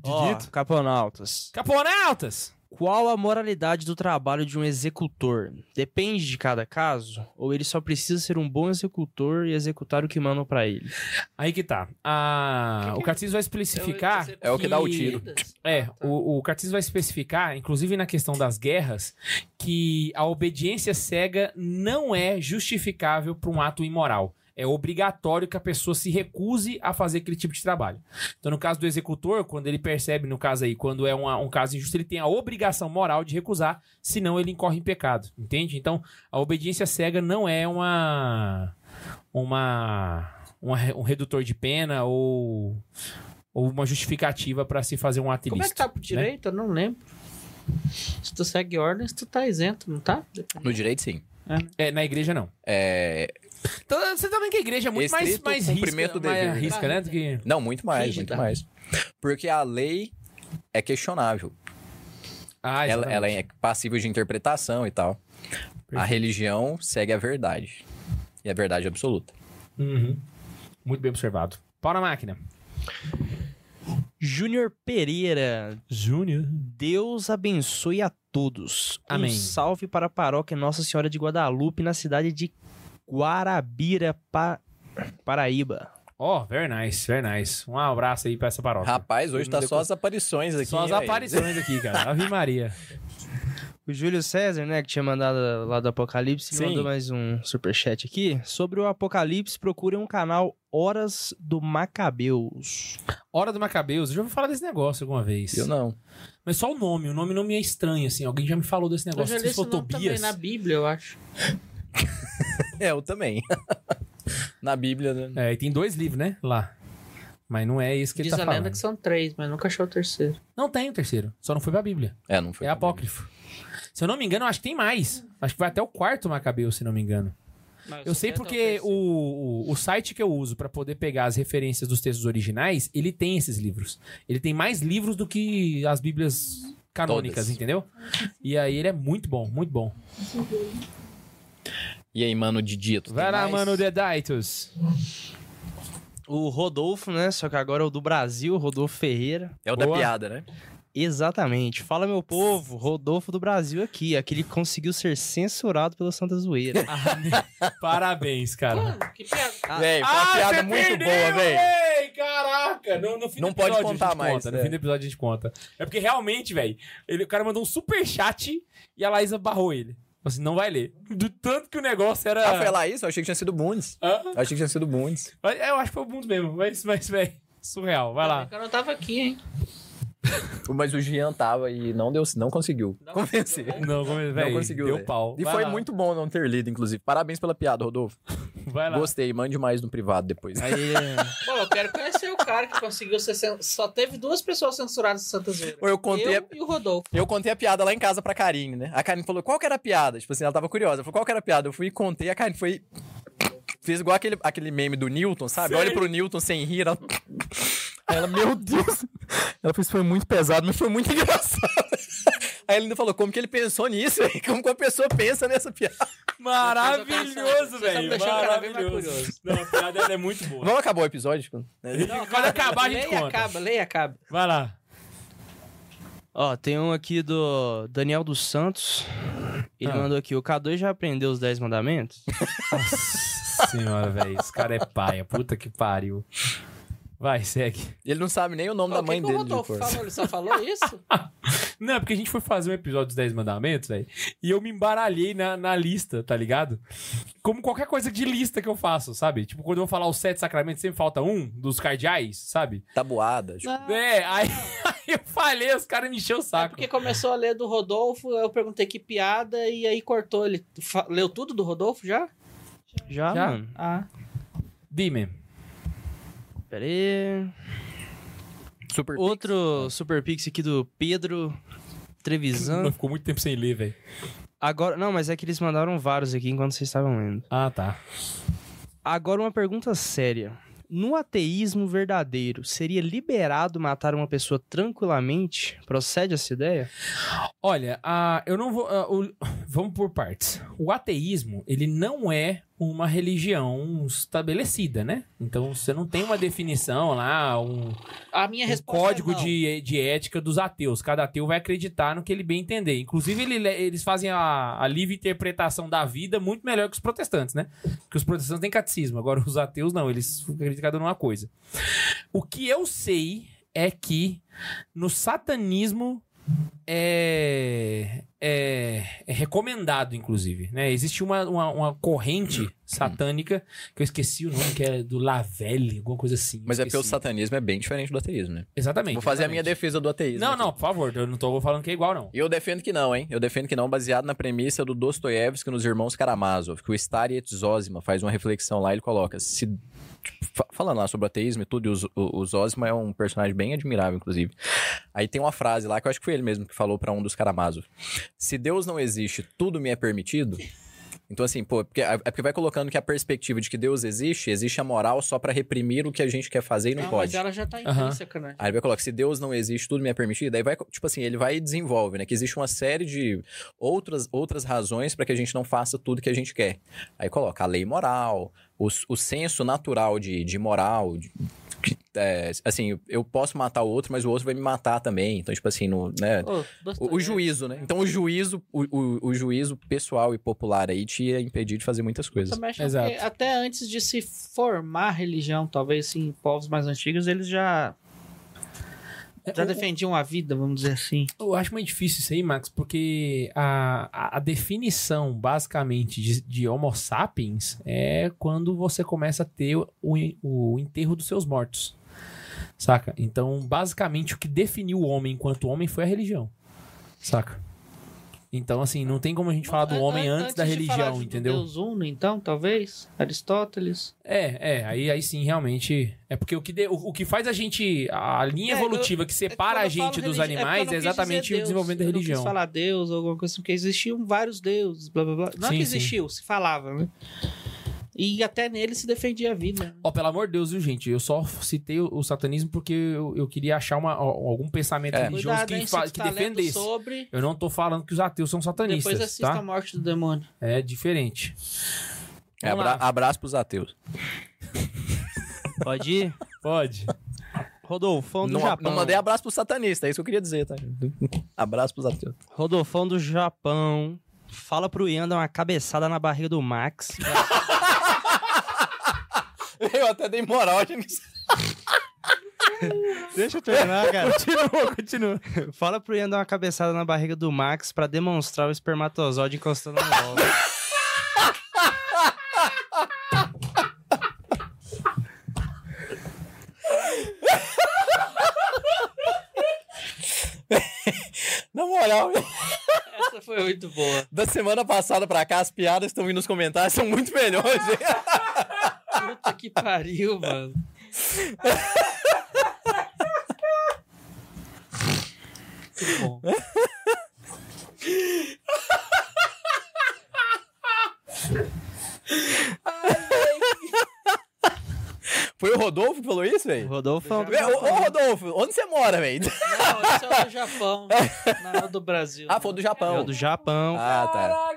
[SPEAKER 1] Ó,
[SPEAKER 2] Didito?
[SPEAKER 1] Caponautas.
[SPEAKER 2] né, Caponautas!
[SPEAKER 1] Qual a moralidade do trabalho de um executor? Depende de cada caso? Ou ele só precisa ser um bom executor e executar o que mandam pra ele?
[SPEAKER 2] Aí que tá. Ah,
[SPEAKER 4] Que que
[SPEAKER 2] o Catis vai especificar...
[SPEAKER 3] É o que dá o tiro.
[SPEAKER 4] Ah,
[SPEAKER 2] É,
[SPEAKER 4] tá.
[SPEAKER 2] o, o Cartes vai especificar, inclusive na questão das guerras, que a obediência cega não é justificável para um ato imoral. É obrigatório que a pessoa se recuse a fazer aquele tipo de trabalho. Então, no caso do executor, quando ele percebe, no caso aí, quando é uma- um caso injusto, ele tem a obrigação moral de recusar, senão ele incorre em pecado, entende? Então, a obediência cega não é uma. uma. uma re- um redutor de pena ou. ou uma justificativa para se fazer um ato
[SPEAKER 4] Como é que
[SPEAKER 2] ilícito,
[SPEAKER 4] tá pro
[SPEAKER 2] né?
[SPEAKER 4] direito? Eu não lembro. Se tu segue ordens, tu tá isento, não tá?
[SPEAKER 3] No direito, sim.
[SPEAKER 2] É, na igreja não.
[SPEAKER 3] É...
[SPEAKER 2] Então, você tá vendo que a igreja é muito mais,
[SPEAKER 3] Estrito
[SPEAKER 2] mais
[SPEAKER 3] cumprimento
[SPEAKER 2] risca,
[SPEAKER 3] do
[SPEAKER 2] mais
[SPEAKER 3] dever.
[SPEAKER 2] risca, né? Do que...
[SPEAKER 3] Não, muito mais,
[SPEAKER 4] Rígida.
[SPEAKER 3] muito mais. Porque a lei é questionável.
[SPEAKER 2] Ah,
[SPEAKER 3] Ela,
[SPEAKER 2] exatamente.
[SPEAKER 3] ela é passível de interpretação e tal. A
[SPEAKER 2] Perfeito.
[SPEAKER 3] religião segue a verdade. E a verdade absoluta.
[SPEAKER 2] Uhum. Muito bem observado. Pau na máquina.
[SPEAKER 1] Júnior Pereira,
[SPEAKER 2] Júnior.
[SPEAKER 1] Deus abençoe a todos.
[SPEAKER 2] Amém.
[SPEAKER 1] Um salve para a paróquia Nossa Senhora de Guadalupe, na cidade de Guarabira, Pa- Paraíba.
[SPEAKER 2] Oh, very nice, very nice. Um abraço aí pra essa paróquia.
[SPEAKER 3] Rapaz, hoje tá só as aparições aqui. é
[SPEAKER 2] Só as
[SPEAKER 3] hein, velho?
[SPEAKER 2] aparições aqui, cara. Ave Maria.
[SPEAKER 1] O Júlio César, né, que tinha mandado lá do Apocalipse,
[SPEAKER 3] Sim.
[SPEAKER 1] mandou mais um superchat aqui. Sobre o Apocalipse, procurem um canal Horas do Macabeus.
[SPEAKER 2] Hora do Macabeus. Eu já ouvi falar desse negócio alguma vez.
[SPEAKER 3] Eu não.
[SPEAKER 2] Mas só o nome. O nome não me é estranho, assim. Alguém já me falou desse
[SPEAKER 4] Eu
[SPEAKER 2] negócio. assim, Não
[SPEAKER 4] já
[SPEAKER 2] sei
[SPEAKER 4] li
[SPEAKER 2] se
[SPEAKER 4] esse
[SPEAKER 2] foi
[SPEAKER 4] nome também
[SPEAKER 2] Tobias.
[SPEAKER 4] na Bíblia, eu acho.
[SPEAKER 3] É, eu também. Na Bíblia, né?
[SPEAKER 2] É, e tem dois livros, né? Lá. Mas não é isso que
[SPEAKER 4] Diz
[SPEAKER 2] ele
[SPEAKER 4] a
[SPEAKER 2] tá
[SPEAKER 4] lenda
[SPEAKER 2] falando.
[SPEAKER 4] que são três, mas nunca achou o terceiro.
[SPEAKER 2] Não tem o terceiro. Só não foi pra Bíblia.
[SPEAKER 3] É, não foi.
[SPEAKER 2] é apócrifo. Se eu não me engano, eu acho que tem mais. Acho que vai até o quarto Macabeus, se não me engano. Eu sei porque o, o, o site que eu uso pra poder pegar as referências dos textos originais, ele tem esses livros. Ele tem mais livros do que as bíblias canônicas,
[SPEAKER 3] Todas.
[SPEAKER 2] entendeu? E aí ele é muito bom, muito bom.
[SPEAKER 3] E aí, mano, Didito?
[SPEAKER 2] Vai
[SPEAKER 3] tem
[SPEAKER 2] lá,
[SPEAKER 3] mais?
[SPEAKER 2] mano, Dedaitos.
[SPEAKER 1] O Rodolfo, né, só que agora é o do Brasil, Rodolfo Ferreira.
[SPEAKER 3] É o da
[SPEAKER 2] Boa.
[SPEAKER 3] piada, né?
[SPEAKER 1] Exatamente. Fala, meu povo, Rodolfo do Brasil aqui, aquele que conseguiu ser censurado pelo Santa Zoeira.
[SPEAKER 2] Parabéns, cara. Ah,
[SPEAKER 4] que piada.
[SPEAKER 3] Véi, foi uma piada muito boa, velho.
[SPEAKER 2] Caraca! No, no fim
[SPEAKER 3] Não
[SPEAKER 2] do
[SPEAKER 3] pode
[SPEAKER 2] episódio
[SPEAKER 3] contar
[SPEAKER 2] a gente
[SPEAKER 3] mais,
[SPEAKER 2] Conta, No
[SPEAKER 3] é.
[SPEAKER 2] fim do episódio a gente conta. É porque realmente, velho, ele- o cara mandou um super chat e a Laísa barrou ele. Falou assim, não vai ler. Do tanto que o negócio era.
[SPEAKER 3] Ah, foi lá isso? Eu achei que tinha sido Bundes.
[SPEAKER 2] Hã?
[SPEAKER 3] Eu achei que tinha sido Bundes.
[SPEAKER 2] Mas, é, Eu acho que foi o mundo mesmo, mas, mas velho, surreal. Vai lá.
[SPEAKER 4] Eu não tava aqui, hein?
[SPEAKER 3] Mas o Jean tava e não deu, não conseguiu convencer.
[SPEAKER 2] Não,
[SPEAKER 3] Não
[SPEAKER 2] velho,
[SPEAKER 3] conseguiu.
[SPEAKER 2] deu
[SPEAKER 3] velho.
[SPEAKER 2] pau.
[SPEAKER 3] E
[SPEAKER 2] Vai
[SPEAKER 3] foi
[SPEAKER 2] lá,
[SPEAKER 3] muito bom não ter lido, inclusive. Parabéns pela piada, Rodolfo.
[SPEAKER 2] Vai lá.
[SPEAKER 3] Gostei, mande mais no privado depois. né?
[SPEAKER 1] Aí,
[SPEAKER 4] Pô, eu quero conhecer o cara que conseguiu ser. cen- Só teve duas pessoas censuradas no Santa Zoeira.
[SPEAKER 3] Eu contei a-
[SPEAKER 4] e o Rodolfo.
[SPEAKER 3] Eu contei a piada lá em casa pra Karine, né? A Karine falou qual que era a piada. Tipo assim, ela tava curiosa. Ela falou qual que era a piada. Eu fui e contei, a Karine foi. Fez igual aquele, aquele meme do Newton, sabe?
[SPEAKER 2] Sei.
[SPEAKER 3] Olha pro Newton sem rir. Ela... Aí ela, meu Deus. Ela fez, foi muito pesado, mas foi muito engraçado. Aí ele ainda falou, como que ele pensou nisso? velho? Como que uma pessoa pensa nessa piada?
[SPEAKER 2] Maravilhoso,
[SPEAKER 4] Você tá me
[SPEAKER 2] velho.
[SPEAKER 4] deixando cada vez mais
[SPEAKER 2] Maravilhoso. Não, a piada ela é muito boa.
[SPEAKER 3] Vamos acabar o episódio? né?
[SPEAKER 2] Quando acabar, a gente
[SPEAKER 4] leia,
[SPEAKER 2] conta.
[SPEAKER 4] acaba, leia, acaba.
[SPEAKER 2] Vai lá.
[SPEAKER 1] ó, tem um aqui do Daniel dos Santos. Ele
[SPEAKER 2] Ah.
[SPEAKER 1] mandou aqui: o K2 já aprendeu os 10 mandamentos?
[SPEAKER 2] Senhora, velho, esse cara é paia. Puta que pariu. Vai, segue.
[SPEAKER 3] Ele não sabe nem o nome
[SPEAKER 4] Pô,
[SPEAKER 3] da
[SPEAKER 4] o
[SPEAKER 3] mãe
[SPEAKER 4] que que
[SPEAKER 3] dele. tipo,
[SPEAKER 4] o Rodolfo
[SPEAKER 3] de cor.
[SPEAKER 4] falou? Ele só falou isso?
[SPEAKER 2] Não, porque a gente foi fazer um episódio dos 10 mandamentos, velho. E eu me embaralhei na, na lista, tá ligado? Como qualquer coisa de lista que eu faço, sabe? Tipo, quando eu vou falar os sete sacramentos, sempre falta um dos cardeais, sabe?
[SPEAKER 3] Tabuada. tipo,
[SPEAKER 2] É, aí, aí eu falei, os caras me encheram o
[SPEAKER 4] Ah. É
[SPEAKER 2] saco.
[SPEAKER 4] porque começou a ler do Rodolfo, eu perguntei que piada e aí cortou. Ele fa- leu tudo do Rodolfo já?
[SPEAKER 1] Já,
[SPEAKER 2] Já?
[SPEAKER 1] mano?
[SPEAKER 4] Ah.
[SPEAKER 2] Dime.
[SPEAKER 1] Pera aí.
[SPEAKER 3] Super
[SPEAKER 1] Outro Super Pix aqui do Pedro
[SPEAKER 2] Não,
[SPEAKER 1] Trevisan.
[SPEAKER 2] ficou muito tempo sem ler, velho.
[SPEAKER 1] Agora, não, mas é que eles mandaram vários aqui enquanto vocês estavam lendo.
[SPEAKER 2] Ah, tá.
[SPEAKER 1] Agora uma pergunta séria. No ateísmo verdadeiro, seria liberado matar uma pessoa tranquilamente? Procede essa ideia?
[SPEAKER 2] Olha, ah, eu não vou. ah, o- vamos por partes. O ateísmo, ele não é uma religião estabelecida, né? Então você não tem uma definição lá, um,
[SPEAKER 4] A minha
[SPEAKER 2] um
[SPEAKER 4] resposta é
[SPEAKER 2] código
[SPEAKER 4] não.
[SPEAKER 2] de, de ética dos ateus. Cada ateu vai acreditar no que ele bem entender. Inclusive, ele le- eles fazem a, a livre interpretação da vida muito melhor que os protestantes, né? Porque os protestantes têm catecismo, agora os ateus não, eles acreditam cada um numa coisa. O que eu sei é que no satanismo é, é, é recomendado, inclusive. Né? Existe uma, uma, uma corrente satânica que eu esqueci o nome, que é do Lavelle, alguma coisa assim.
[SPEAKER 3] Mas é porque o
[SPEAKER 2] esqueci.
[SPEAKER 3] satanismo é bem diferente do ateísmo, né?
[SPEAKER 2] Exatamente.
[SPEAKER 3] Vou fazer a minha
[SPEAKER 2] exatamente.
[SPEAKER 3] defesa do ateísmo.
[SPEAKER 2] Não,
[SPEAKER 3] aqui.
[SPEAKER 2] não, por favor, eu não tô falando que é igual, não.
[SPEAKER 3] E eu defendo que não, hein? Eu defendo que não, baseado na premissa do Dostoiévski nos Irmãos Karamazov, que o Stariet Zosima faz uma reflexão lá, ele coloca, se... tipo, fa- Falando lá sobre ateísmo e tudo, e o, Z- o, o Zosima é um personagem bem admirável, inclusive. Aí tem uma frase lá que eu acho que foi ele mesmo que falou pra um dos Karamazov: Se Deus não existe, tudo me é permitido. Então, assim, pô, porque, é porque vai colocando que a perspectiva de que Deus existe, existe a moral só pra reprimir o que a gente quer fazer e não,
[SPEAKER 4] Não, mas
[SPEAKER 3] pode.
[SPEAKER 4] ela já tá
[SPEAKER 2] Aham.
[SPEAKER 4] intrínseca, né?
[SPEAKER 3] Aí ele vai colocar, se Deus não existe, tudo me é permitido. Aí vai, tipo assim, ele vai e desenvolve, né? Que existe uma série de outras, outras razões para que a gente não faça tudo que a gente quer. Aí coloca a lei moral, o, s- o senso natural de, de moral. de- que, é, assim, eu posso matar o outro, mas o outro vai me matar também. Então, tipo assim, no, né?
[SPEAKER 4] Ô,
[SPEAKER 3] O, o juízo, né? Então, o juízo, o, o, o juízo pessoal e popular aí te ia impedir de fazer muitas coisas.
[SPEAKER 4] Também acho
[SPEAKER 2] Exato.
[SPEAKER 4] que até antes de se formar religião, talvez assim, em povos mais antigos, eles já, já
[SPEAKER 2] Eu-
[SPEAKER 4] defendiam a vida, vamos dizer assim.
[SPEAKER 2] Eu acho meio difícil isso aí, Max, porque a, a- a definição, basicamente, de, de Homo sapiens é quando você começa a ter o, o enterro dos seus mortos. Saca? Então, basicamente, o que definiu o homem enquanto homem foi a religião. Saca? Então, assim, não tem como a gente falar do
[SPEAKER 4] An-
[SPEAKER 2] homem
[SPEAKER 4] an-
[SPEAKER 2] antes, da
[SPEAKER 4] de falar
[SPEAKER 2] religião,
[SPEAKER 4] de
[SPEAKER 2] entendeu?
[SPEAKER 4] Deus uno, então, talvez? Aristóteles?
[SPEAKER 2] É, é, aí, aí sim, realmente. É porque o que, de- o, o que faz a gente. A linha
[SPEAKER 4] É,
[SPEAKER 2] evolutiva que separa a gente dos animais é, exatamente o desenvolvimento da
[SPEAKER 4] Eu não
[SPEAKER 2] religião.
[SPEAKER 4] quis falar Deus ou alguma coisa assim, porque existiam vários deuses, blá blá blá. Não
[SPEAKER 2] Sim,
[SPEAKER 4] é que
[SPEAKER 2] sim.
[SPEAKER 4] existiu, se falava, né? E até nele se defendia a vida.
[SPEAKER 2] Ó, pelo amor de Deus, viu, gente? Eu só citei o, o satanismo porque eu, eu queria achar uma, ó, algum pensamento
[SPEAKER 3] É.
[SPEAKER 2] religioso
[SPEAKER 4] Cuidado, hein,
[SPEAKER 2] que,
[SPEAKER 4] se
[SPEAKER 2] fa-
[SPEAKER 4] tu
[SPEAKER 2] que
[SPEAKER 4] tá lendo
[SPEAKER 2] defendesse.
[SPEAKER 4] sobre,
[SPEAKER 2] Eu não tô falando que os ateus são
[SPEAKER 4] depois
[SPEAKER 2] satanistas,
[SPEAKER 4] assista a
[SPEAKER 2] tá?
[SPEAKER 4] morte do demônio.
[SPEAKER 2] É diferente.
[SPEAKER 3] É,
[SPEAKER 2] Vamos
[SPEAKER 3] abra,
[SPEAKER 2] lá.
[SPEAKER 3] abraço pros ateus.
[SPEAKER 1] Pode ir?
[SPEAKER 2] Pode.
[SPEAKER 1] Rodolfão do
[SPEAKER 3] Não,
[SPEAKER 1] Japão.
[SPEAKER 3] não mandei abraço pro satanista, é isso que eu queria dizer, tá? abraço pros ateus.
[SPEAKER 1] Rodolfão do Japão. Fala pro Ian dar uma cabeçada na barriga do Max.
[SPEAKER 3] Eu até dei moral, gente.
[SPEAKER 1] Deixa eu terminar, cara. continua, continua. Fala pro Ian dar uma cabeçada na barriga do Max pra demonstrar o espermatozoide encostando no bolo.
[SPEAKER 3] Na moral,
[SPEAKER 4] Essa foi muito boa.
[SPEAKER 3] da semana passada pra cá, as piadas que estão vindo nos comentários são muito melhores. hein?
[SPEAKER 4] Puta que pariu, mano. Muito bom.
[SPEAKER 3] Foi o Rodolfo que falou isso, velho?
[SPEAKER 1] Rodolfão.
[SPEAKER 3] Ô, ô, Rodolfo, onde você mora, velho?
[SPEAKER 4] Não, esse é o do Japão. Não é o do Brasil.
[SPEAKER 3] Ah, foi do
[SPEAKER 1] É o
[SPEAKER 3] Japão.
[SPEAKER 1] do Japão.
[SPEAKER 3] Ah,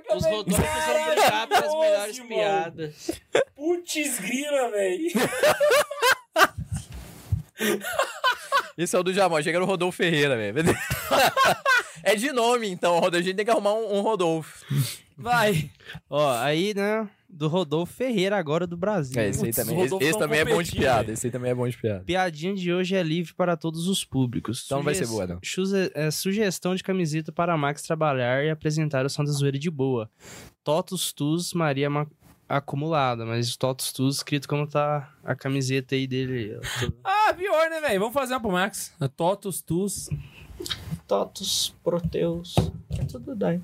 [SPEAKER 3] tá.
[SPEAKER 4] Os Rodolfos vão brigar pelas melhores piadas.
[SPEAKER 2] Putz, grila, velho.
[SPEAKER 3] Esse é o do Japão. Chega no Rodolfo Ferreira, velho. É de nome, então, Rodolfo. A gente tem que arrumar um, um Rodolfo.
[SPEAKER 1] Vai. Ó, aí, né? do Rodolfo Ferreira, agora do Brasil.
[SPEAKER 3] É, esse aí
[SPEAKER 2] Putz,
[SPEAKER 3] também,
[SPEAKER 2] os
[SPEAKER 3] esse,
[SPEAKER 2] Rodolfo um
[SPEAKER 3] esse
[SPEAKER 2] tão
[SPEAKER 3] também é bom de
[SPEAKER 2] competindo,
[SPEAKER 3] piada.
[SPEAKER 2] velho.
[SPEAKER 3] Esse aí também é bom de piada.
[SPEAKER 1] Piadinha de hoje é livre para todos os públicos.
[SPEAKER 3] Então não vai ser boa, não.
[SPEAKER 1] Suze- é, sugestão de camiseta para Max trabalhar e apresentar o Santa Zoeira de boa. Totus Tus Maria Ma- acumulada, mas Totus Tus escrito como tá a camiseta aí dele. Eu tô-
[SPEAKER 2] Ah, pior, né, velho? Vamos fazer uma pro Max. Totos, tus.
[SPEAKER 5] Totus, Proteus. É tudo daí.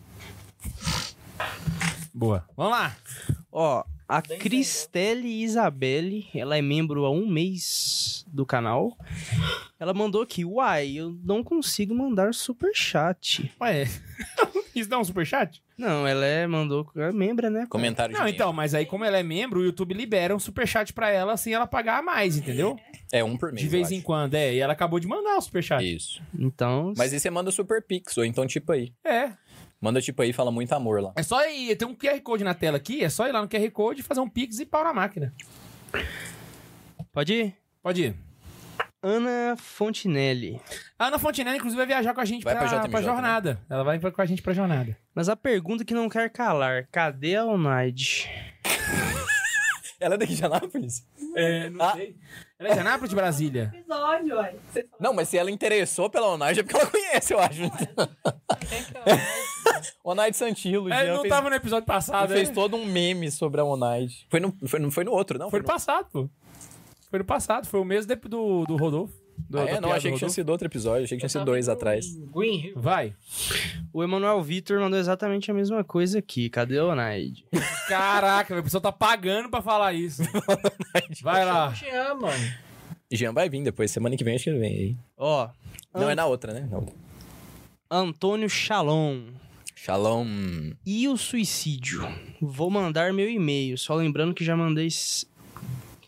[SPEAKER 2] Boa. Vamos lá.
[SPEAKER 1] Ó, a
[SPEAKER 5] Bem
[SPEAKER 1] Cristelle Isabelle, ela é membro há um mês do canal. Ela mandou aqui, uai, eu não consigo mandar superchat.
[SPEAKER 2] Ué, isso dá um superchat?
[SPEAKER 1] Não, ela é, mandou, é membra, né?
[SPEAKER 3] Comentário de
[SPEAKER 2] Não,
[SPEAKER 3] membro.
[SPEAKER 2] então, mas aí como ela é membro, o YouTube libera um superchat pra ela sem ela pagar a mais, entendeu?
[SPEAKER 3] É um por mês.
[SPEAKER 2] De vez em quando, é. E ela acabou de mandar o superchat.
[SPEAKER 3] Isso.
[SPEAKER 1] Então,
[SPEAKER 3] Mas aí você manda super pix, ou então tipo aí.
[SPEAKER 2] É.
[SPEAKER 3] Manda tipo aí e fala muito amor lá.
[SPEAKER 2] É só ir, tem um QR Code na tela aqui, é só ir lá no QR Code, fazer um pix e pau na máquina.
[SPEAKER 1] pode ir?
[SPEAKER 2] Pode ir.
[SPEAKER 1] Ana Fontinelli.
[SPEAKER 2] A Ana Fontenelle, inclusive, vai viajar com a gente
[SPEAKER 3] Vai
[SPEAKER 2] pra,
[SPEAKER 3] pra JMJ,
[SPEAKER 2] pra jornada. Ela vai com a gente pra jornada.
[SPEAKER 1] Mas a pergunta que não quer calar, cadê a Onaide?
[SPEAKER 3] Ela é daqui de Anápolis?
[SPEAKER 2] É, não
[SPEAKER 3] Ah.
[SPEAKER 2] sei. Ela é de Anápolis de Brasília.
[SPEAKER 6] episódio, olha. Vocês falam
[SPEAKER 3] Não, mas se ela interessou pela Onage é porque ela conhece, eu acho.
[SPEAKER 6] até que hora.
[SPEAKER 3] Onage Santilo.
[SPEAKER 2] É,
[SPEAKER 3] Jean
[SPEAKER 2] não
[SPEAKER 3] fez,
[SPEAKER 2] tava no episódio
[SPEAKER 3] ele
[SPEAKER 2] passado,
[SPEAKER 3] fez
[SPEAKER 2] né?
[SPEAKER 3] todo um meme sobre a Onage. Foi no, foi, no, foi no outro, não?
[SPEAKER 2] Foi no passado, pô. Foi no passado, foi o mês de- do, do Rodolfo. Do,
[SPEAKER 3] Ah,
[SPEAKER 2] da
[SPEAKER 3] é, não,
[SPEAKER 2] piada do
[SPEAKER 3] achei que tinha
[SPEAKER 2] Rodolfo.
[SPEAKER 3] sido outro episódio, achei que tinha sido dois atrás.
[SPEAKER 5] Green Hill.
[SPEAKER 2] Vai.
[SPEAKER 1] O Emanuel Vitor mandou exatamente a mesma coisa aqui, cadê a Onaide?
[SPEAKER 2] Caraca, velho, o pessoal tá pagando pra falar isso. Vai lá.
[SPEAKER 5] Jean, mano.
[SPEAKER 3] Jean vai vir depois, semana que vem acho que ele vem aí.
[SPEAKER 1] Ó,
[SPEAKER 3] Não, é na outra, né? Não.
[SPEAKER 1] Antônio Shalom.
[SPEAKER 3] Shalom.
[SPEAKER 1] E o suicídio? Vou mandar meu e-mail, só lembrando que já mandei... s-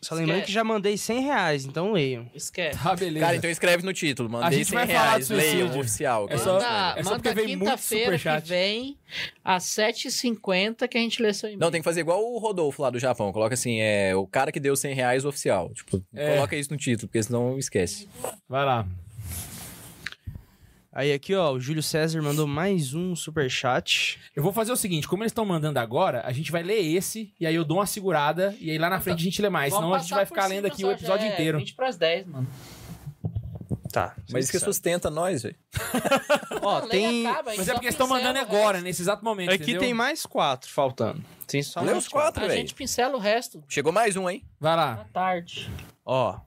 [SPEAKER 1] Só lembrando
[SPEAKER 4] Esquece.
[SPEAKER 1] que já mandei 100 reais, então leiam.
[SPEAKER 4] Esquece.
[SPEAKER 2] Tá, beleza.
[SPEAKER 3] Cara, então escreve no título,
[SPEAKER 2] A
[SPEAKER 3] mandei
[SPEAKER 2] gente
[SPEAKER 3] 100
[SPEAKER 2] vai falar
[SPEAKER 3] reais,
[SPEAKER 2] do suicídio.
[SPEAKER 3] leia o oficial. que
[SPEAKER 2] É
[SPEAKER 3] eu
[SPEAKER 2] só-
[SPEAKER 3] não sei.
[SPEAKER 4] Manda,
[SPEAKER 2] é só porque
[SPEAKER 4] manda
[SPEAKER 2] veio muito
[SPEAKER 4] quinta-feira que
[SPEAKER 2] superchat.
[SPEAKER 4] vem, às 7h50, que a gente lê seu e-mail.
[SPEAKER 3] Não, tem que fazer igual o Rodolfo lá do Japão. Coloca assim, é o cara que deu 100 reais o oficial. Tipo,
[SPEAKER 2] É.
[SPEAKER 3] coloca isso no título, porque senão esquece.
[SPEAKER 2] Vai lá.
[SPEAKER 1] Aí aqui, ó, o Júlio César mandou mais um superchat.
[SPEAKER 2] Eu vou fazer o seguinte, como eles estão mandando agora, a gente vai ler esse, e aí eu dou uma segurada, e aí lá na frente a gente lê mais.
[SPEAKER 4] Então,
[SPEAKER 2] Senão
[SPEAKER 4] Vamos
[SPEAKER 2] a gente
[SPEAKER 4] passar
[SPEAKER 2] vai
[SPEAKER 4] por
[SPEAKER 2] ficar
[SPEAKER 4] cima,
[SPEAKER 2] lendo aqui
[SPEAKER 4] só
[SPEAKER 2] o
[SPEAKER 4] já
[SPEAKER 2] episódio
[SPEAKER 4] é
[SPEAKER 2] inteiro.
[SPEAKER 4] 20 pras 10, mano.
[SPEAKER 1] Tá.
[SPEAKER 3] Mas isso é- que sustenta nós, velho.
[SPEAKER 1] Ó,
[SPEAKER 4] Leia,
[SPEAKER 1] tem...
[SPEAKER 4] acaba, a
[SPEAKER 2] Mas
[SPEAKER 4] gente
[SPEAKER 2] é
[SPEAKER 4] só
[SPEAKER 2] porque eles estão
[SPEAKER 4] pincela
[SPEAKER 2] mandando
[SPEAKER 4] o
[SPEAKER 2] agora, né?
[SPEAKER 4] resto.
[SPEAKER 2] nesse exato momento.
[SPEAKER 1] Aqui
[SPEAKER 2] entendeu?
[SPEAKER 1] tem mais quatro faltando. Tem só
[SPEAKER 3] Lê
[SPEAKER 1] mais
[SPEAKER 3] os quatro,
[SPEAKER 4] A
[SPEAKER 3] velho.
[SPEAKER 4] tá, gente pincela o resto
[SPEAKER 3] Chegou mais um, hein?
[SPEAKER 2] Vai
[SPEAKER 4] à
[SPEAKER 2] lá.
[SPEAKER 4] tarde.
[SPEAKER 1] Ó,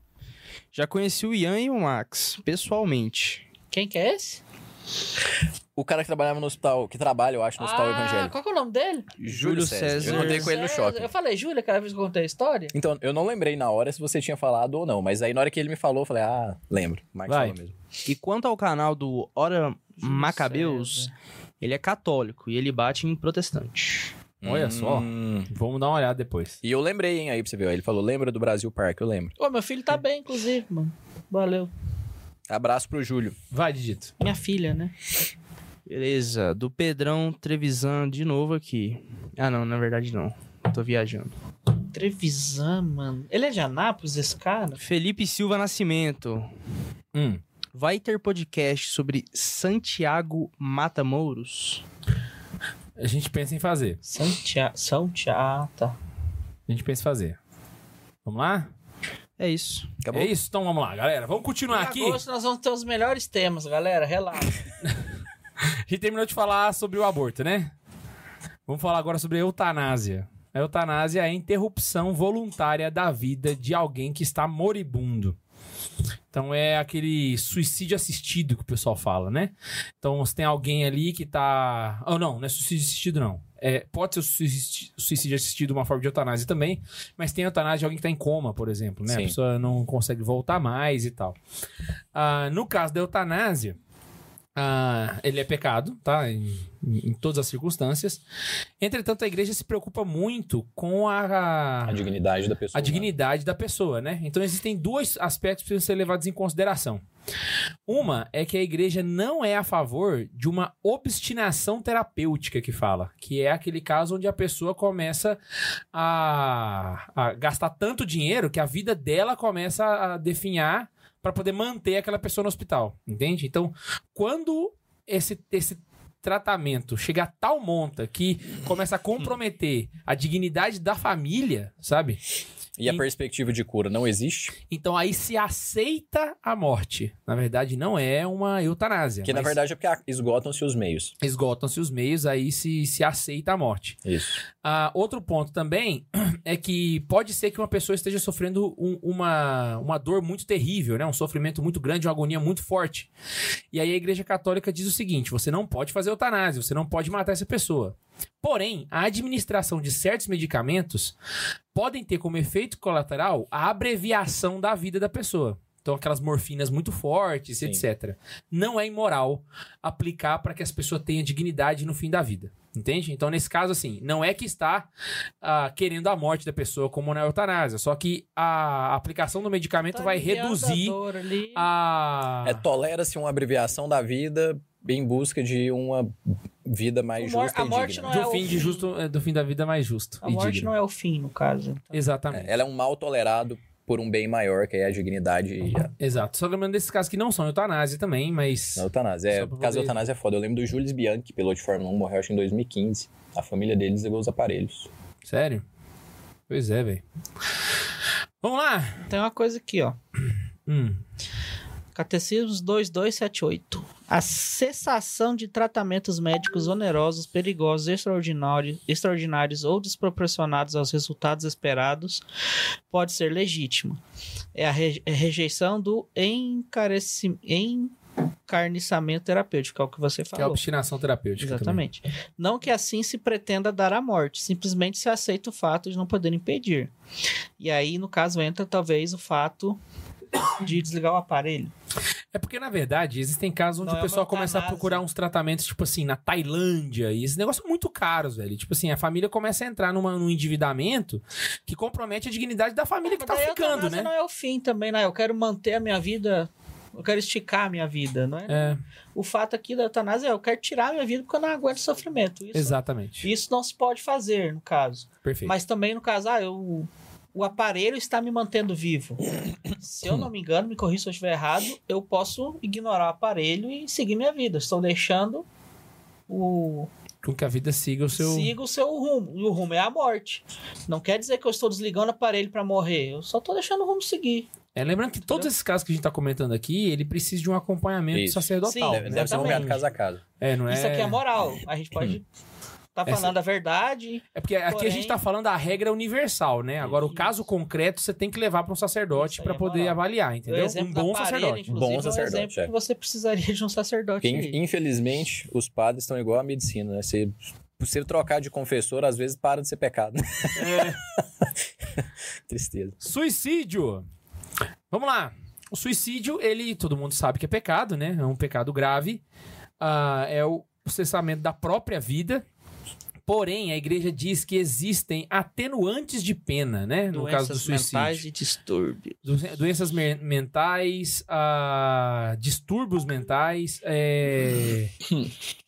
[SPEAKER 1] já conheci o Ian e o Max, pessoalmente.
[SPEAKER 4] Quem que é esse?
[SPEAKER 3] O cara que trabalhava no hospital, que trabalha, eu acho, no hospital evangélico.
[SPEAKER 4] qual que é o nome dele?
[SPEAKER 1] Júlio César.
[SPEAKER 3] Eu encontrei com ele no
[SPEAKER 4] César.
[SPEAKER 3] shopping.
[SPEAKER 4] É, Eu falei, Júlia, aquela vez que eu contei a história.
[SPEAKER 3] Então, eu não lembrei na hora se você tinha falado ou não, mas aí na hora que ele me falou, eu falei, ah, lembro. O Marcos
[SPEAKER 2] Vai.
[SPEAKER 3] falou mesmo.
[SPEAKER 1] E quanto ao canal do Ora Macabeus, ele é católico e ele bate em protestante.
[SPEAKER 2] Olha só.
[SPEAKER 3] Hum.
[SPEAKER 2] Vamos dar uma olhada depois.
[SPEAKER 3] E eu lembrei, hein, aí pra você ver. ó. Ele falou, lembra do Brasil Parque, eu lembro.
[SPEAKER 4] Ô, meu filho tá bem, inclusive, mano. Valeu.
[SPEAKER 3] Abraço pro Júlio.
[SPEAKER 2] Vai, Didito.
[SPEAKER 4] Minha filha, né?
[SPEAKER 1] Beleza, do Pedrão Trevisan de novo aqui. Ah, não, na verdade não. Tô viajando.
[SPEAKER 4] Trevisan, mano. Ele é de Anápolis, esse cara?
[SPEAKER 1] Felipe Silva Nascimento.
[SPEAKER 2] Hum.
[SPEAKER 1] Vai ter podcast sobre Santiago Matamouros?
[SPEAKER 2] A gente pensa em fazer.
[SPEAKER 4] Santiago. Santiago. Tá.
[SPEAKER 2] A gente pensa em fazer. Vamos lá?
[SPEAKER 1] É isso.
[SPEAKER 4] Tá
[SPEAKER 3] Acabou?
[SPEAKER 2] É isso? Então vamos lá, galera. Vamos continuar aqui.
[SPEAKER 4] Em agosto nós vamos ter os melhores temas, galera. Relaxa.
[SPEAKER 2] A gente terminou de falar sobre o aborto, né? Vamos falar agora sobre a eutanásia. A eutanásia é a interrupção voluntária da vida de alguém que está moribundo. Então é aquele suicídio assistido que o pessoal fala, né? Então se tem alguém ali que tá. Ou não, não é suicídio assistido, não. É, pode ser o suici- suicídio assistido uma forma de eutanásia também, mas tem a eutanásia de alguém que está em coma, por exemplo, né?
[SPEAKER 3] Sim.
[SPEAKER 2] A pessoa não consegue voltar mais e tal. Ah, no caso da eutanásia, ah, ele é pecado, tá? Em, em- em todas as circunstâncias. Entretanto, a igreja se preocupa muito com a, a,
[SPEAKER 3] A dignidade da pessoa.
[SPEAKER 2] a
[SPEAKER 3] né?
[SPEAKER 2] dignidade da pessoa, né? Então, existem dois aspectos que precisam ser levados em consideração. Uma é que a igreja não é a favor de uma obstinação terapêutica que fala, que é aquele caso onde a pessoa começa a, a gastar tanto dinheiro que a vida dela começa a definhar para poder manter aquela pessoa no hospital, entende? Então, quando esse, esse tratamento chega a tal monta que começa a comprometer a dignidade da família, sabe?
[SPEAKER 3] E a
[SPEAKER 2] E-
[SPEAKER 3] perspectiva de cura não existe?
[SPEAKER 2] Então aí se aceita a morte. Na verdade, não é uma eutanásia.
[SPEAKER 3] Que na
[SPEAKER 2] mas
[SPEAKER 3] verdade é porque ah, esgotam-se os meios.
[SPEAKER 2] Esgotam-se os meios, aí se, se aceita a morte.
[SPEAKER 3] Isso.
[SPEAKER 2] Ah, outro ponto também é que pode ser que uma pessoa esteja sofrendo um- uma, uma dor muito terrível, né? Um sofrimento muito grande, uma agonia muito forte. E aí a Igreja Católica diz o seguinte: você não pode fazer eutanásia, você não pode matar essa pessoa. Porém, a administração de certos medicamentos podem ter como efeito colateral a abreviação da vida da pessoa. Então, aquelas morfinas muito fortes,
[SPEAKER 3] Sim.
[SPEAKER 2] etc. Não é imoral aplicar para que as pessoas tenham dignidade no fim da vida. Entende? Então, nesse caso, assim, não é que está ah, querendo a morte da pessoa como na eutanásia, só que a aplicação do
[SPEAKER 4] Tá
[SPEAKER 2] medicamento vai reduzir Ah, a.
[SPEAKER 3] É tolera-se uma abreviação da vida em busca de uma vida mais
[SPEAKER 4] O mor-
[SPEAKER 3] justa
[SPEAKER 4] a
[SPEAKER 3] e
[SPEAKER 4] morte
[SPEAKER 3] digna.
[SPEAKER 4] não
[SPEAKER 2] do
[SPEAKER 4] é o
[SPEAKER 2] fim de
[SPEAKER 4] fim.
[SPEAKER 2] justo, é, do fim da vida mais justo.
[SPEAKER 4] A
[SPEAKER 2] e
[SPEAKER 4] morte
[SPEAKER 2] digno.
[SPEAKER 4] não é o fim, no caso.
[SPEAKER 2] Exatamente.
[SPEAKER 3] Ela é um mal tolerado por um bem maior, que é a dignidade e a
[SPEAKER 2] Exato. Só lembrando desses casos que não são eutanásia também, mas.
[SPEAKER 3] Na eutanásia.
[SPEAKER 2] Só
[SPEAKER 3] É,
[SPEAKER 2] pra
[SPEAKER 3] o caso da
[SPEAKER 2] poder-
[SPEAKER 3] eutanásia é foda. Eu lembro do Jules Bianchi, piloto de Fórmula 1, morreu acho que em 2015. A família dele desligou os aparelhos.
[SPEAKER 2] Sério? Pois é, velho. Vamos lá!
[SPEAKER 4] Tem uma coisa aqui, ó.
[SPEAKER 2] Hum.
[SPEAKER 4] Catecismos 2278. A cessação de tratamentos médicos onerosos, perigosos, extraordinários, extraordinários ou desproporcionados aos resultados esperados pode ser legítima. É a re- é rejeição do encareci- encarniçamento terapêutico, que é o que você
[SPEAKER 2] Que é a
[SPEAKER 4] falou.
[SPEAKER 2] obstinação terapêutica. também.
[SPEAKER 4] Exatamente. Não que assim se pretenda dar a morte, simplesmente se aceita o fato de não poder impedir. E aí, no caso, entra talvez o fato de desligar o aparelho.
[SPEAKER 2] É porque, na verdade, existem casos onde
[SPEAKER 4] Não,
[SPEAKER 2] o
[SPEAKER 4] é uma
[SPEAKER 2] pessoal começa a
[SPEAKER 4] eutanásia.
[SPEAKER 2] procurar uns tratamentos, tipo assim, na Tailândia. E esses negócios são muito caros, velho. Tipo assim, a família começa a entrar numa, num endividamento que compromete a dignidade da família que tá
[SPEAKER 4] Daí a
[SPEAKER 2] ficando,
[SPEAKER 4] eutanásia
[SPEAKER 2] né?
[SPEAKER 4] não é o fim também, né? Eu quero manter a minha vida, eu quero esticar a minha vida, não é?
[SPEAKER 2] É,
[SPEAKER 4] O fato aqui da eutanásia é eu quero tirar a minha vida porque eu não aguento sofrimento. é Isso,
[SPEAKER 2] exatamente.
[SPEAKER 4] isso não se pode fazer, no caso.
[SPEAKER 2] Perfeito.
[SPEAKER 4] Mas também, no caso, ah, eu, o aparelho está me mantendo vivo. Se eu não me engano, me corri se eu estiver errado, eu posso ignorar o aparelho e seguir minha vida. Estou deixando o.
[SPEAKER 2] Com que a vida siga o seu.
[SPEAKER 4] Siga o seu rumo. E o rumo é a morte. Não quer dizer que eu estou desligando o aparelho para morrer. Eu só estou deixando o rumo seguir.
[SPEAKER 2] É, lembrando que todos esses casos que a gente tá comentando aqui, ele precisa de um acompanhamento
[SPEAKER 3] Isso.
[SPEAKER 2] sacerdotal. né?
[SPEAKER 3] Deve,
[SPEAKER 4] Sim,
[SPEAKER 3] deve ser
[SPEAKER 4] exatamente.
[SPEAKER 3] nomeado caso a caso.
[SPEAKER 2] É, não é...
[SPEAKER 4] Isso aqui é moral. A gente pode. Tá
[SPEAKER 2] Essa-
[SPEAKER 4] falando a verdade.
[SPEAKER 2] É porque aqui
[SPEAKER 4] Porém-
[SPEAKER 2] a gente tá falando da regra universal, né? Agora, o
[SPEAKER 4] Isso.
[SPEAKER 2] caso concreto você tem que levar para um sacerdote
[SPEAKER 4] Isso aí
[SPEAKER 2] para
[SPEAKER 4] é
[SPEAKER 2] poder
[SPEAKER 4] moral.
[SPEAKER 2] avaliar, entendeu?
[SPEAKER 4] O
[SPEAKER 2] Um
[SPEAKER 4] exemplo do
[SPEAKER 2] bom
[SPEAKER 4] aparelho,
[SPEAKER 2] sacerdote.
[SPEAKER 4] inclusive,
[SPEAKER 3] Bom
[SPEAKER 4] é um
[SPEAKER 3] sacerdote,
[SPEAKER 4] exemplo
[SPEAKER 3] é.
[SPEAKER 4] que você precisaria de um sacerdote.
[SPEAKER 3] Porque, in-
[SPEAKER 4] aí.
[SPEAKER 3] infelizmente, os padres estão igual à medicina, né? Se você trocar de confessor, às vezes para de ser pecado.
[SPEAKER 2] É.
[SPEAKER 3] Tristeza.
[SPEAKER 2] Suicídio. Vamos lá. O suicídio, ele, todo mundo sabe que é pecado, né? É um pecado grave. Ah, é o cessamento da própria vida. Porém, a igreja diz que existem atenuantes de pena, né? No caso do
[SPEAKER 4] Doenças
[SPEAKER 2] suicídio.
[SPEAKER 4] mentais e distúrbios.
[SPEAKER 2] Doen- doenças me- mentais, ah, distúrbios mentais, é,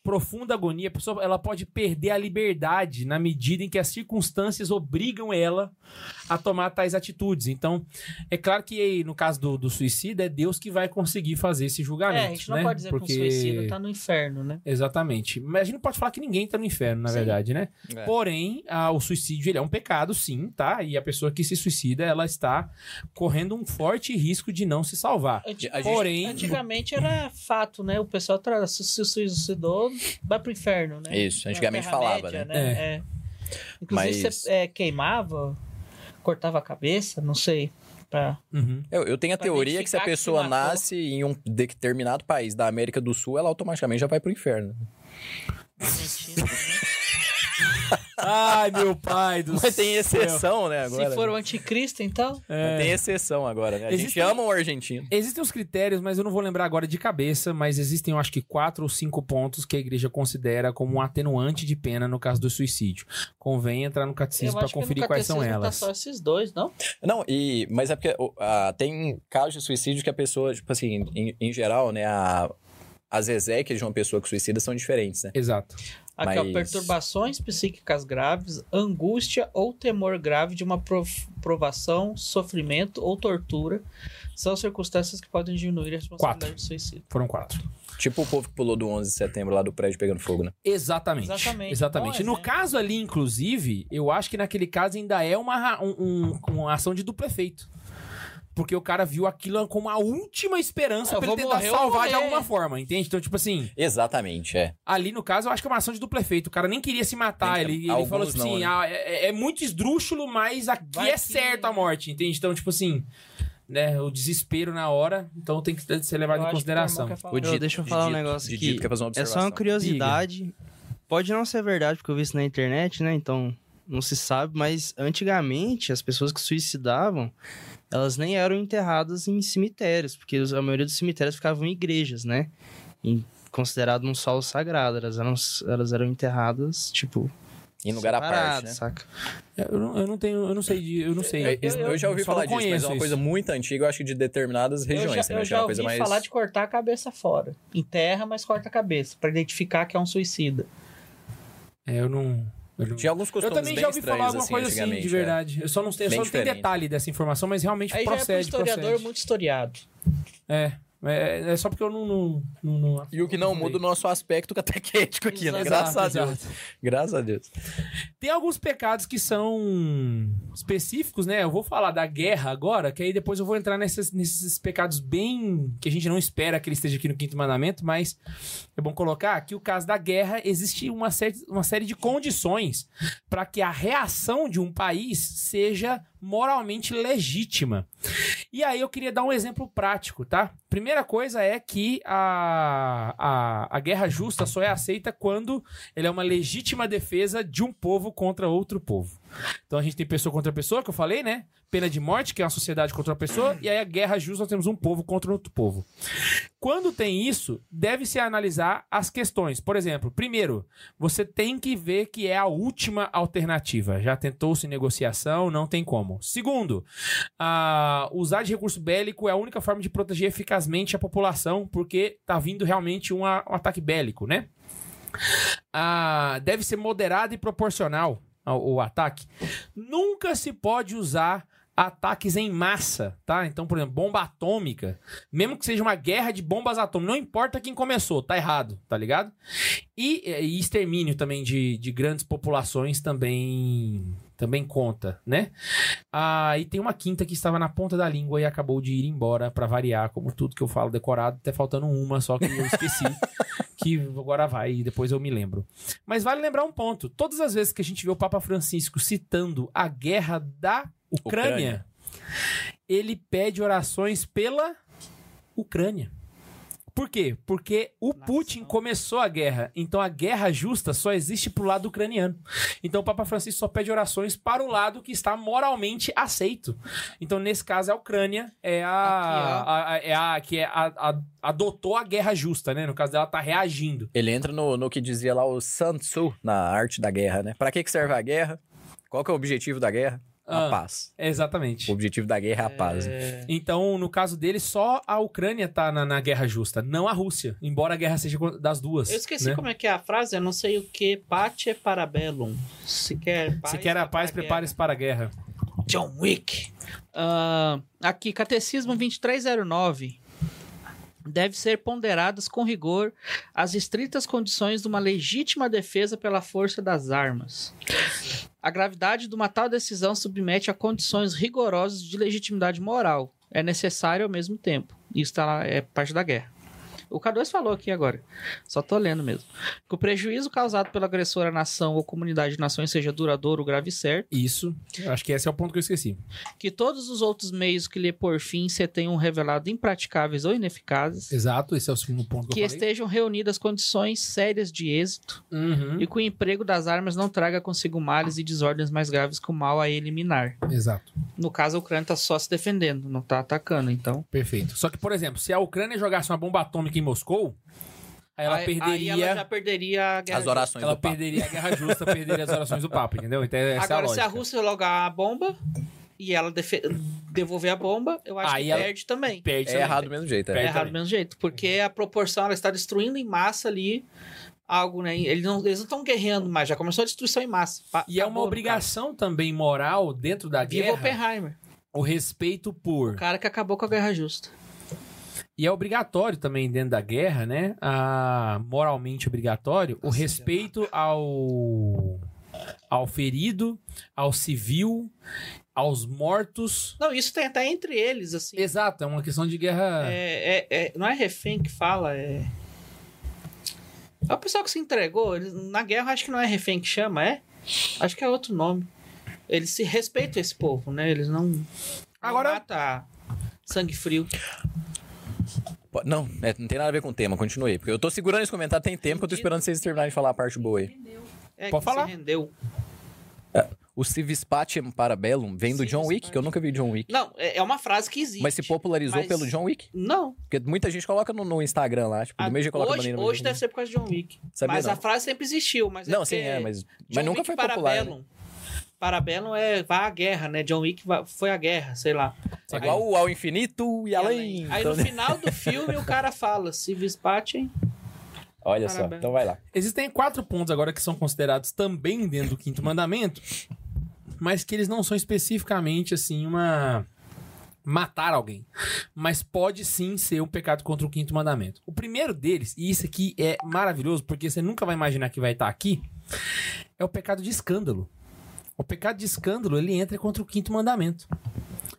[SPEAKER 2] profunda agonia. A pessoa ela pode perder a liberdade na medida em que as circunstâncias obrigam ela a tomar tais atitudes. Então, é claro que aí, no caso do, do suicida, é Deus que vai conseguir fazer esse julgamento.
[SPEAKER 4] É, a gente não
[SPEAKER 2] né?
[SPEAKER 4] pode dizer
[SPEAKER 2] Porque...
[SPEAKER 4] que um suicida tá no inferno, né?
[SPEAKER 2] Exatamente. Mas a gente não pode falar que ninguém tá no inferno, na
[SPEAKER 4] Sim.
[SPEAKER 2] verdade, né?
[SPEAKER 3] É.
[SPEAKER 2] Porém, ah, o suicídio ele é um pecado, sim, tá? E a pessoa que se suicida, ela está correndo um forte risco de não se salvar.
[SPEAKER 4] Antig-
[SPEAKER 3] A gente-
[SPEAKER 2] Porém-
[SPEAKER 4] Antigamente era fato, né? O pessoal tra- se se suicidou, vai pro inferno, né?
[SPEAKER 3] Isso,
[SPEAKER 4] Na
[SPEAKER 3] antigamente
[SPEAKER 4] Terra
[SPEAKER 3] falava,
[SPEAKER 4] Média,
[SPEAKER 3] né?
[SPEAKER 4] É. Inclusive,
[SPEAKER 3] Mas-
[SPEAKER 4] você é, queimava, cortava a cabeça, não sei. Pra...
[SPEAKER 2] Uhum.
[SPEAKER 3] Eu, eu tenho a
[SPEAKER 4] Pra
[SPEAKER 3] teoria que se a
[SPEAKER 4] identificar que
[SPEAKER 3] pessoa
[SPEAKER 4] matou.
[SPEAKER 3] nasce em um determinado país da América do Sul, ela automaticamente já vai pro inferno.
[SPEAKER 2] Ai, meu pai do
[SPEAKER 3] Mas tem
[SPEAKER 2] céu.
[SPEAKER 3] exceção, né? Agora.
[SPEAKER 4] Se for o anticristo, então.
[SPEAKER 2] É.
[SPEAKER 3] Tem exceção agora, né? A gente
[SPEAKER 2] Existem-
[SPEAKER 3] ama o argentino.
[SPEAKER 2] Existem os critérios, mas eu não vou lembrar agora de cabeça, mas existem, eu acho que quatro ou cinco pontos que a igreja considera como um atenuante de pena no caso do suicídio. Convém entrar no
[SPEAKER 4] Eu
[SPEAKER 2] catecismo para
[SPEAKER 4] acho que
[SPEAKER 2] conferir
[SPEAKER 4] no
[SPEAKER 2] quais são
[SPEAKER 4] catecismo tá
[SPEAKER 2] elas.
[SPEAKER 4] só esses dois, não?
[SPEAKER 3] Não, e, mas é porque o- ah, tem casos de suicídio que a pessoa, tipo assim, em, em geral, né, a, as exéquias de uma pessoa que suicida são diferentes, né?
[SPEAKER 2] Exato.
[SPEAKER 4] Aqui, ó,
[SPEAKER 3] Mas-
[SPEAKER 4] perturbações psíquicas graves, angústia ou temor grave de uma prov- provação, sofrimento ou tortura são circunstâncias que podem diminuir a responsabilidade
[SPEAKER 2] Quatro.
[SPEAKER 4] do suicídio.
[SPEAKER 2] Foram quatro.
[SPEAKER 3] Tipo o povo que pulou do 11 de setembro lá do prédio pegando fogo, né?
[SPEAKER 2] Exatamente. Exatamente.
[SPEAKER 6] Exatamente. Bom
[SPEAKER 2] no
[SPEAKER 6] exemplo.
[SPEAKER 2] caso ali, inclusive, eu acho que naquele caso ainda é uma, ra- um- um- uma ação de duplo efeito. Porque o cara viu aquilo como a última esperança
[SPEAKER 6] Eu
[SPEAKER 2] pra
[SPEAKER 6] É, vou
[SPEAKER 2] ele tentar
[SPEAKER 6] morrer, eu vou
[SPEAKER 2] salvar de
[SPEAKER 6] morrer.
[SPEAKER 2] alguma forma, entende? Então, tipo assim,
[SPEAKER 3] Exatamente, é.
[SPEAKER 2] ali no caso, eu acho que é uma ação de duplo efeito. O cara nem queria se matar.
[SPEAKER 3] Nem-
[SPEAKER 2] Ele, ele
[SPEAKER 3] alguns
[SPEAKER 2] falou tipo
[SPEAKER 3] não,
[SPEAKER 2] assim:
[SPEAKER 3] né?
[SPEAKER 2] ah, é, é muito esdrúxulo, mas aqui
[SPEAKER 6] Vai
[SPEAKER 2] é
[SPEAKER 6] que-
[SPEAKER 2] certo a morte, entende? Então, tipo assim, né? O desespero na hora, então tem que ser levado
[SPEAKER 6] Eu
[SPEAKER 2] em
[SPEAKER 6] acho que o
[SPEAKER 2] consideração.
[SPEAKER 6] Carmão quer falar.
[SPEAKER 3] O Dito-
[SPEAKER 1] deixa eu falar um
[SPEAKER 3] Dito-
[SPEAKER 1] negócio
[SPEAKER 3] Dito
[SPEAKER 1] aqui.
[SPEAKER 3] quer fazer uma
[SPEAKER 1] É só
[SPEAKER 3] observação.
[SPEAKER 1] uma curiosidade. Pode não ser verdade, porque eu vi isso na internet, né? Então não se sabe, mas antigamente as pessoas que suicidavam, elas nem eram enterradas em cemitérios, porque os- a maioria dos cemitérios ficavam em igrejas, né? Em, considerado um solo sagrado. Elas eram, elas eram enterradas, tipo,
[SPEAKER 3] Em lugar à parte, né?
[SPEAKER 1] separadas, saca?
[SPEAKER 2] Eu não, eu não tenho, eu não sei, de- eu não sei.
[SPEAKER 3] É, isso- Eu, já ouvi
[SPEAKER 2] só
[SPEAKER 3] falar
[SPEAKER 2] não
[SPEAKER 3] disso, mas
[SPEAKER 2] conheço
[SPEAKER 3] é uma
[SPEAKER 2] isso.
[SPEAKER 3] coisa muito antiga, eu acho que de determinadas regiões.
[SPEAKER 6] eu já,
[SPEAKER 3] né?
[SPEAKER 6] eu
[SPEAKER 3] Acho que é
[SPEAKER 6] já
[SPEAKER 3] uma
[SPEAKER 6] ouvi
[SPEAKER 3] coisa mais...
[SPEAKER 6] falar de cortar a cabeça fora. Enterra, mas corta a cabeça, pra identificar que é um suicida.
[SPEAKER 2] É, eu não. Eu, não-
[SPEAKER 3] Tinha alguns
[SPEAKER 2] eu
[SPEAKER 3] costumes
[SPEAKER 2] também
[SPEAKER 3] bem
[SPEAKER 2] já ouvi
[SPEAKER 3] estranhos,
[SPEAKER 2] falar alguma
[SPEAKER 3] assim,
[SPEAKER 2] coisa assim, de
[SPEAKER 3] antigamente, é.
[SPEAKER 2] verdade. Eu só não sei, eu
[SPEAKER 3] Bem
[SPEAKER 2] só não tenho
[SPEAKER 3] diferente.
[SPEAKER 2] detalhe dessa informação, mas realmente
[SPEAKER 6] Aí já é pro
[SPEAKER 2] Tipo, procede.
[SPEAKER 6] historiador
[SPEAKER 2] procede.
[SPEAKER 6] muito historiado.
[SPEAKER 2] É, é, é só porque eu não. não, não, não-
[SPEAKER 3] E o que não muda o nosso aspecto catequético aqui, né?
[SPEAKER 2] Exato,
[SPEAKER 3] Graças a
[SPEAKER 2] exato.
[SPEAKER 3] Deus. Graças a Deus.
[SPEAKER 2] Tem alguns pecados que são específicos, né? Eu vou falar da guerra agora, que aí depois eu vou entrar nesses, nesses pecados bem. que a gente não espera que ele esteja aqui no Quinto Mandamento, mas é bom colocar que o caso da guerra existe uma, série uma série de condições para que a reação de um país seja moralmente legítima. E aí eu queria dar um exemplo prático, tá? Primeira coisa é que a, a, a guerra justa só é aceita quando ela é uma legítima defesa de um povo contra outro povo. Então a gente tem pessoa contra pessoa, que eu falei, né? Pena de morte, que é uma sociedade contra uma pessoa, e aí a guerra justa nós temos um povo contra outro povo. Quando tem isso, deve-se analisar as questões. Por exemplo, primeiro, você tem que ver que é a última alternativa. Já tentou-se negociação, não tem como. Segundo, ah, usar de recurso bélico é a única forma de proteger eficazmente a população, porque tá vindo realmente um, a- um ataque bélico, né? Ah, deve ser moderado e proporcional ao, o ataque. Nunca se pode usar ataques em massa, tá? Então, por exemplo, bomba atômica, mesmo que seja uma guerra de bombas atômicas, não importa quem começou, tá errado, tá ligado? E, eh, e extermínio também de, de grandes populações também também conta, né? Ah, e tem uma quinta que estava na ponta da língua e acabou de ir embora pra variar, como tudo que eu falo decorado, até faltando uma só que eu esqueci, que agora vai e depois eu me lembro. Mas vale lembrar um ponto, todas as vezes que a gente vê o Papa Francisco citando a guerra da Ucrânia.
[SPEAKER 3] Ucrânia.
[SPEAKER 2] ele pede orações pela Ucrânia. Por quê? Porque o Putin começou a guerra. Então a guerra justa só existe pro lado ucraniano. Então o Papa Francisco só pede orações para o lado que está moralmente aceito. Então nesse caso a Ucrânia é a, a-
[SPEAKER 6] Aqui,
[SPEAKER 2] a- é a que é a- a- adotou a guerra justa, né? No caso dela tá reagindo.
[SPEAKER 3] Ele entra no, no que dizia lá o Sun Tzu, na arte da guerra, né? Pra que, que serve a guerra? Qual que é o objetivo da guerra?
[SPEAKER 2] Ah.
[SPEAKER 3] A paz. O
[SPEAKER 2] Exatamente.
[SPEAKER 3] objetivo da guerra é a paz. né?
[SPEAKER 2] Então, no caso dele, só a Ucrânia tá na, na guerra justa, não a Rússia. Embora a guerra seja das duas.
[SPEAKER 6] Eu esqueci
[SPEAKER 2] né?
[SPEAKER 6] como é que é a frase, eu não sei o que. Pace parabellum. Se quer é paz,
[SPEAKER 2] Se quer a paz, prepare-se para a guerra.
[SPEAKER 6] guerra. John Wick.
[SPEAKER 4] Ah, aqui, Catecismo 2309. Deve ser ponderadas com rigor as estritas condições de uma legítima defesa pela força das armas. A gravidade de uma tal decisão submete a condições rigorosas de legitimidade moral. É necessário ao mesmo tempo. Isso tá lá, é parte da guerra. O K2 falou aqui agora. Só tô lendo mesmo. Que o prejuízo causado pelo agressor à nação ou comunidade de nações seja duradouro, grave e certo
[SPEAKER 2] Isso. Eu Acho que esse é o ponto que eu esqueci.
[SPEAKER 4] que todos os outros meios que lhe por fim se tenham revelado impraticáveis ou ineficazes,
[SPEAKER 2] Exato, esse é o segundo ponto
[SPEAKER 4] que estejam reunidas condições sérias de êxito
[SPEAKER 2] Uhum,
[SPEAKER 4] e que o emprego das armas não traga consigo males e desordens mais graves que o mal a eliminar.
[SPEAKER 2] Exato.
[SPEAKER 4] No caso, a Ucrânia está só se defendendo, não está atacando, então.
[SPEAKER 2] Perfeito. Só que, por exemplo, se a Ucrânia jogasse uma bomba atômica em Moscou, aí ela
[SPEAKER 4] Aí-
[SPEAKER 2] perderia.
[SPEAKER 4] Aí ela já perderia a guerra.
[SPEAKER 3] As orações
[SPEAKER 2] ela
[SPEAKER 3] do Papa.
[SPEAKER 2] perderia a guerra justa, perderia as orações do Papa, entendeu? Então, essa é a
[SPEAKER 4] Agora, se
[SPEAKER 2] lógica.
[SPEAKER 4] a Rússia jogar a bomba e ela defe- devolver a bomba, eu acho
[SPEAKER 2] Aí
[SPEAKER 4] que
[SPEAKER 2] ela-
[SPEAKER 4] perde também.
[SPEAKER 2] Perde
[SPEAKER 3] É
[SPEAKER 2] também.
[SPEAKER 3] errado do mesmo jeito,
[SPEAKER 4] É
[SPEAKER 3] é.
[SPEAKER 2] Perde.
[SPEAKER 4] errado do
[SPEAKER 2] também. Uhum.
[SPEAKER 4] mesmo jeito, porque a proporção ela está destruindo em massa ali algo, né? Eles não eles não estão guerreando mais, já começou a destruição em massa. Pa-
[SPEAKER 2] E é
[SPEAKER 4] acabou,
[SPEAKER 2] uma
[SPEAKER 4] no
[SPEAKER 2] obrigação também moral dentro da
[SPEAKER 4] caso. Viva
[SPEAKER 2] guerra
[SPEAKER 4] Oppenheimer,
[SPEAKER 2] o respeito por.
[SPEAKER 4] o cara que acabou com a guerra justa.
[SPEAKER 2] E é obrigatório também dentro da guerra, né? Ah, moralmente obrigatório o
[SPEAKER 7] Nossa,
[SPEAKER 4] é
[SPEAKER 2] respeito ao ao ferido, ao civil, aos mortos.
[SPEAKER 4] Não, isso tem até entre eles, assim.
[SPEAKER 2] Exato, é uma questão de guerra.
[SPEAKER 4] É, é- é- não é refém que fala, é. É o pessoal que se entregou. eles- na guerra, acho que não é refém que chama, é? Acho que é outro nome. Eles se respeitam esse povo, né? Eles não. não
[SPEAKER 2] Agora-
[SPEAKER 4] mata sangue frio.
[SPEAKER 3] Po- Não, é, não tem nada a ver com o tema, continuei. Porque eu tô segurando esse comentário tem tempo, que eu tô esperando vocês terminarem de falar a parte boa aí.
[SPEAKER 4] É,
[SPEAKER 2] Pode
[SPEAKER 4] que se
[SPEAKER 2] falar.
[SPEAKER 4] rendeu.
[SPEAKER 3] O Civis Patim Parabellum vem do
[SPEAKER 4] Civis
[SPEAKER 3] John Wick, que eu
[SPEAKER 4] Pacem.
[SPEAKER 3] nunca vi John Wick.
[SPEAKER 4] Não, é, é uma frase que existe.
[SPEAKER 3] Mas se popularizou
[SPEAKER 4] mas-
[SPEAKER 3] pelo John Wick.
[SPEAKER 4] Não.
[SPEAKER 3] Porque muita gente coloca no, no Instagram lá, tipo, do
[SPEAKER 4] a-
[SPEAKER 3] mesmo jeito que coloca a
[SPEAKER 4] hoje
[SPEAKER 3] bandeira no
[SPEAKER 4] hoje
[SPEAKER 3] mesmo
[SPEAKER 4] deve ser por causa de John Wick.
[SPEAKER 3] Sabia
[SPEAKER 4] mas
[SPEAKER 3] não.
[SPEAKER 4] a frase sempre existiu. Mas
[SPEAKER 3] Não,
[SPEAKER 4] é
[SPEAKER 3] sim,
[SPEAKER 4] porque
[SPEAKER 3] é, mas,
[SPEAKER 4] John
[SPEAKER 3] mas nunca
[SPEAKER 4] Wick
[SPEAKER 3] foi popular. né?
[SPEAKER 4] Parabellum. Parabellum é vá à guerra, né? John Wick va- foi à guerra, sei lá.
[SPEAKER 3] É igual o ao infinito e além.
[SPEAKER 4] Aí
[SPEAKER 3] Então,
[SPEAKER 4] no final do filme o cara fala, se vispatem.
[SPEAKER 3] Olha só,
[SPEAKER 4] Parabéns.
[SPEAKER 3] então vai lá.
[SPEAKER 2] Existem quatro pontos agora que são considerados também dentro do quinto mandamento, mas que eles não são especificamente assim uma matar alguém, mas pode sim ser um pecado contra o quinto mandamento. O primeiro deles, e isso aqui é maravilhoso porque você nunca vai imaginar que vai estar aqui, é o pecado de escândalo. O pecado de escândalo, ele entra contra o quinto mandamento.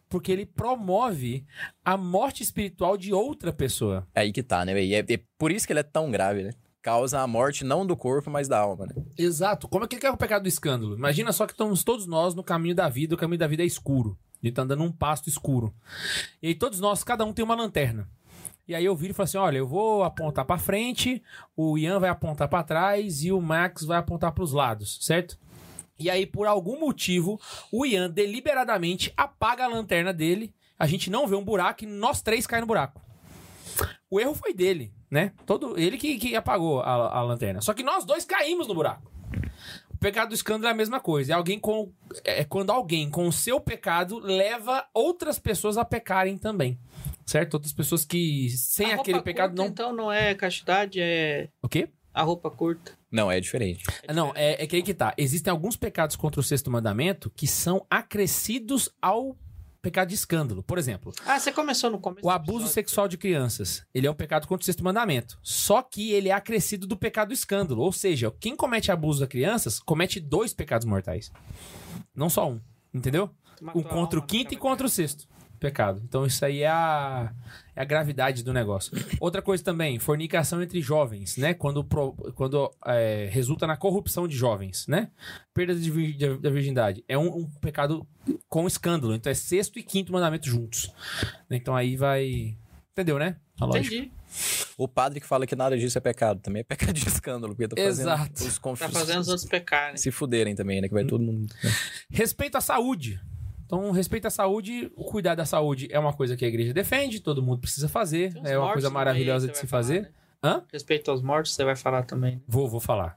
[SPEAKER 2] Porque ele promove a morte espiritual de outra pessoa.
[SPEAKER 3] É aí que tá, né? E é, é por isso que ele é tão grave, né? Causa a morte não do corpo, mas da alma, né?
[SPEAKER 2] Exato. Como é que que é o pecado do escândalo? Imagina só que estamos todos nós no caminho da vida, o caminho da vida é escuro. A gente tá andando num pasto escuro. E aí todos nós, cada um tem uma lanterna. E aí eu viro e falo assim: olha, eu vou apontar pra frente, o Ian vai apontar pra trás e o Max vai apontar pros lados, certo? E aí, por algum motivo, o Ian deliberadamente apaga a lanterna dele, a gente não vê um buraco e nós três caímos no buraco. O erro foi dele, né? Todo, ele que, que apagou a, a lanterna. Só que nós dois caímos no buraco. O pecado do escândalo é a mesma coisa. É, alguém com, é quando alguém com o seu pecado leva outras pessoas a pecarem também. Certo? Outras pessoas que,
[SPEAKER 4] A
[SPEAKER 2] sem
[SPEAKER 4] roupa
[SPEAKER 2] aquele pecado,
[SPEAKER 4] curta,
[SPEAKER 2] não.
[SPEAKER 4] Então não é castidade, é
[SPEAKER 2] O quê?
[SPEAKER 4] a roupa curta.
[SPEAKER 3] Não, é diferente.
[SPEAKER 2] Não, é, é que aí que tá. Existem alguns pecados contra o sexto mandamento que são acrescidos ao pecado de escândalo. Por exemplo,
[SPEAKER 4] Ah, você começou no começo.
[SPEAKER 2] o
[SPEAKER 4] do
[SPEAKER 2] abuso
[SPEAKER 4] episódio. é
[SPEAKER 2] sexual de crianças. Ele é um pecado contra o sexto mandamento. Só que ele é acrescido do pecado do escândalo. Ou seja, quem comete abuso das crianças comete dois pecados mortais. Não só um. Entendeu?
[SPEAKER 4] Matou
[SPEAKER 2] Um
[SPEAKER 4] a
[SPEAKER 2] contra o
[SPEAKER 4] alma, né?
[SPEAKER 2] quinto e
[SPEAKER 4] chama.
[SPEAKER 2] contra o sexto pecado. Então isso aí é a, é a gravidade do negócio. Outra coisa também, fornicação entre jovens, né? Quando, pro- quando é, resulta na corrupção de jovens, né? Perda de vir- de- da virgindade. É um, um pecado com escândalo. Então é sexto e quinto mandamento juntos. Então aí vai... Entendeu, né? A lógica.
[SPEAKER 4] Entendi.
[SPEAKER 3] O padre que fala que nada disso é pecado também é pecado de escândalo, porque tá fazendo
[SPEAKER 2] Exato.
[SPEAKER 3] os conf...
[SPEAKER 4] Tá fazendo os outros Hum. pecarem.
[SPEAKER 3] se fuderem também, né? Que vai todo mundo.
[SPEAKER 2] Respeito à saúde. Então, respeito à saúde, o cuidar da saúde é uma coisa que a igreja defende, todo mundo precisa fazer,
[SPEAKER 4] Tem uns
[SPEAKER 2] é uma
[SPEAKER 4] mortos
[SPEAKER 2] coisa
[SPEAKER 4] no meio,
[SPEAKER 2] maravilhosa
[SPEAKER 4] você
[SPEAKER 2] de se
[SPEAKER 4] vai falar,
[SPEAKER 2] fazer.
[SPEAKER 4] né?
[SPEAKER 2] Hã?
[SPEAKER 4] Respeito aos mortos, você vai falar também. né?
[SPEAKER 2] Vou, vou falar.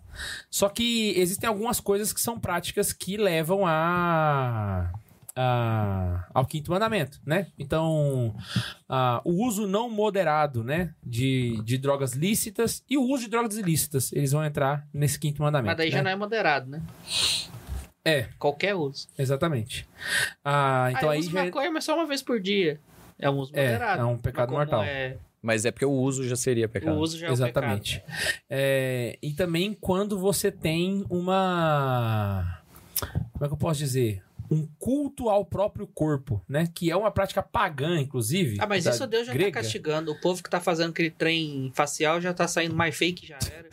[SPEAKER 2] Só que existem algumas coisas que são práticas que levam a. a- ao quinto mandamento, né? Então, a- o uso não moderado, né? De, de drogas lícitas e o uso de drogas ilícitas, eles vão entrar nesse quinto mandamento.
[SPEAKER 4] Mas daí
[SPEAKER 2] né?
[SPEAKER 4] já não é moderado, né?
[SPEAKER 2] É.
[SPEAKER 4] Qualquer uso.
[SPEAKER 2] Exatamente. Ah, então
[SPEAKER 4] ah,
[SPEAKER 2] aí,
[SPEAKER 4] uso
[SPEAKER 2] já.
[SPEAKER 4] maconha, mas só uma vez por dia. É um uso
[SPEAKER 2] É,
[SPEAKER 4] moderado.
[SPEAKER 2] é um pecado
[SPEAKER 4] Mas como
[SPEAKER 2] mortal.
[SPEAKER 4] É,
[SPEAKER 3] Mas é porque o uso já seria
[SPEAKER 4] o
[SPEAKER 3] pecado.
[SPEAKER 4] uso já é um
[SPEAKER 2] Exatamente. É, e também quando você tem uma. Como é que eu posso dizer? Um culto ao próprio corpo, né? Que é uma prática pagã, inclusive.
[SPEAKER 4] Ah, mas
[SPEAKER 2] da
[SPEAKER 4] isso Deus já
[SPEAKER 2] grega.
[SPEAKER 4] tá castigando. O povo que tá fazendo aquele trem facial já tá saindo mais fake, já era.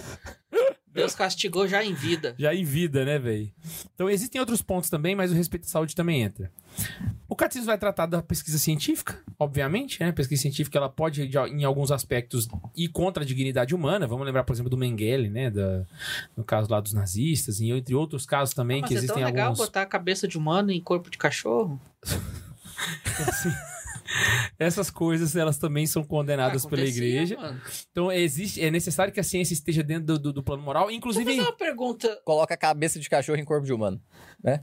[SPEAKER 4] Deus castigou já em vida.
[SPEAKER 2] Já em vida, né, velho? Então existem outros pontos também, mas o respeito à saúde também entra. O catecismo vai tratar da pesquisa científica, obviamente, né? A pesquisa científica ela pode, de- em alguns aspectos, ir contra a dignidade humana. Vamos lembrar, por exemplo, do Mengele, né? Da, no caso lá dos nazistas, e entre outros casos também
[SPEAKER 4] Mas
[SPEAKER 2] que
[SPEAKER 4] é tão
[SPEAKER 2] existem
[SPEAKER 4] legal
[SPEAKER 2] alguns.
[SPEAKER 4] botar a cabeça de humano em corpo de cachorro?
[SPEAKER 2] Essas coisas elas também são condenadas
[SPEAKER 4] Ah,
[SPEAKER 2] pela
[SPEAKER 4] acontecia,
[SPEAKER 2] igreja.
[SPEAKER 4] mano.
[SPEAKER 2] Então existe, é necessário que a ciência esteja dentro do, do- do plano moral,
[SPEAKER 4] Deixa eu
[SPEAKER 2] inclusive.
[SPEAKER 4] fazer uma pergunta.
[SPEAKER 3] Coloca a cabeça de cachorro em corpo de humano, né?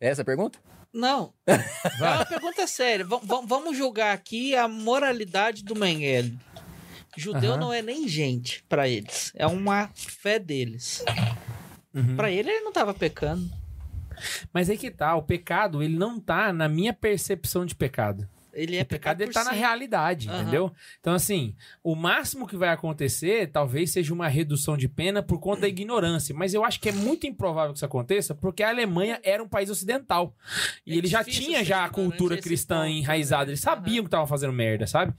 [SPEAKER 3] É Essa a pergunta?
[SPEAKER 4] Não. É
[SPEAKER 2] Vai.
[SPEAKER 4] uma pergunta séria. Vam- vam- vamos julgar aqui a moralidade do Mengele. Judeu
[SPEAKER 2] Aham.
[SPEAKER 4] não é nem gente pra eles. É uma fé deles.
[SPEAKER 2] Uhum.
[SPEAKER 4] Pra ele, ele não tava pecando.
[SPEAKER 2] Mas aí que tá, o pecado ele não tá na minha percepção de pecado.
[SPEAKER 8] Ele é
[SPEAKER 2] O pecado ele
[SPEAKER 8] por
[SPEAKER 2] tá na
[SPEAKER 8] si.
[SPEAKER 2] realidade,
[SPEAKER 8] Aham.
[SPEAKER 2] entendeu? Então, assim, o máximo que vai acontecer talvez seja uma redução de pena por conta da ignorância. Mas eu acho que é muito improvável que isso aconteça, porque a Alemanha era um país ocidental. E
[SPEAKER 4] É
[SPEAKER 2] ele já
[SPEAKER 4] difícil
[SPEAKER 2] tinha
[SPEAKER 4] ser
[SPEAKER 2] já a
[SPEAKER 4] ignorante
[SPEAKER 2] cultura
[SPEAKER 4] nesse
[SPEAKER 2] cristã
[SPEAKER 4] ponto, né?
[SPEAKER 2] enraizada. Eles sabiam que estavam fazendo merda, sabe?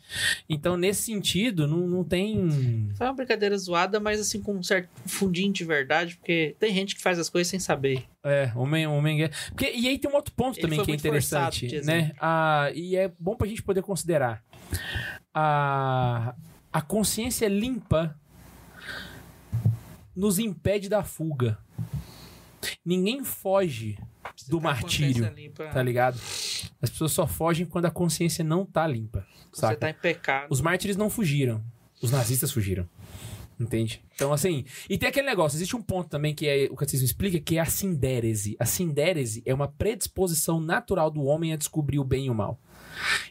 [SPEAKER 2] Então, nesse sentido, não, não tem.
[SPEAKER 4] Foi uma brincadeira zoada, mas assim, com um certo fundinho de verdade, porque tem gente que faz as coisas sem saber.
[SPEAKER 2] É, homem, homem. é- Porque, e aí tem um outro ponto
[SPEAKER 4] Ele
[SPEAKER 2] também
[SPEAKER 4] foi
[SPEAKER 2] que é
[SPEAKER 4] muito forçado,
[SPEAKER 2] interessante,
[SPEAKER 4] Jason.
[SPEAKER 2] né? Ah, e é bom pra gente poder considerar. A, a consciência limpa nos impede da fuga. Ninguém foge do
[SPEAKER 4] Você tá com a
[SPEAKER 2] martírio,
[SPEAKER 4] consciência limpa,
[SPEAKER 2] tá ligado? As pessoas só fogem quando a consciência não tá limpa,
[SPEAKER 4] Você
[SPEAKER 2] saca?
[SPEAKER 4] tá em pecado.
[SPEAKER 2] Os mártires não fugiram. Os nazistas fugiram. Entende? Então, assim. E tem aquele negócio: existe um ponto também que é, o catecismo explica, que é a sindérese. A sindérese é uma predisposição natural do homem a descobrir o bem e o mal.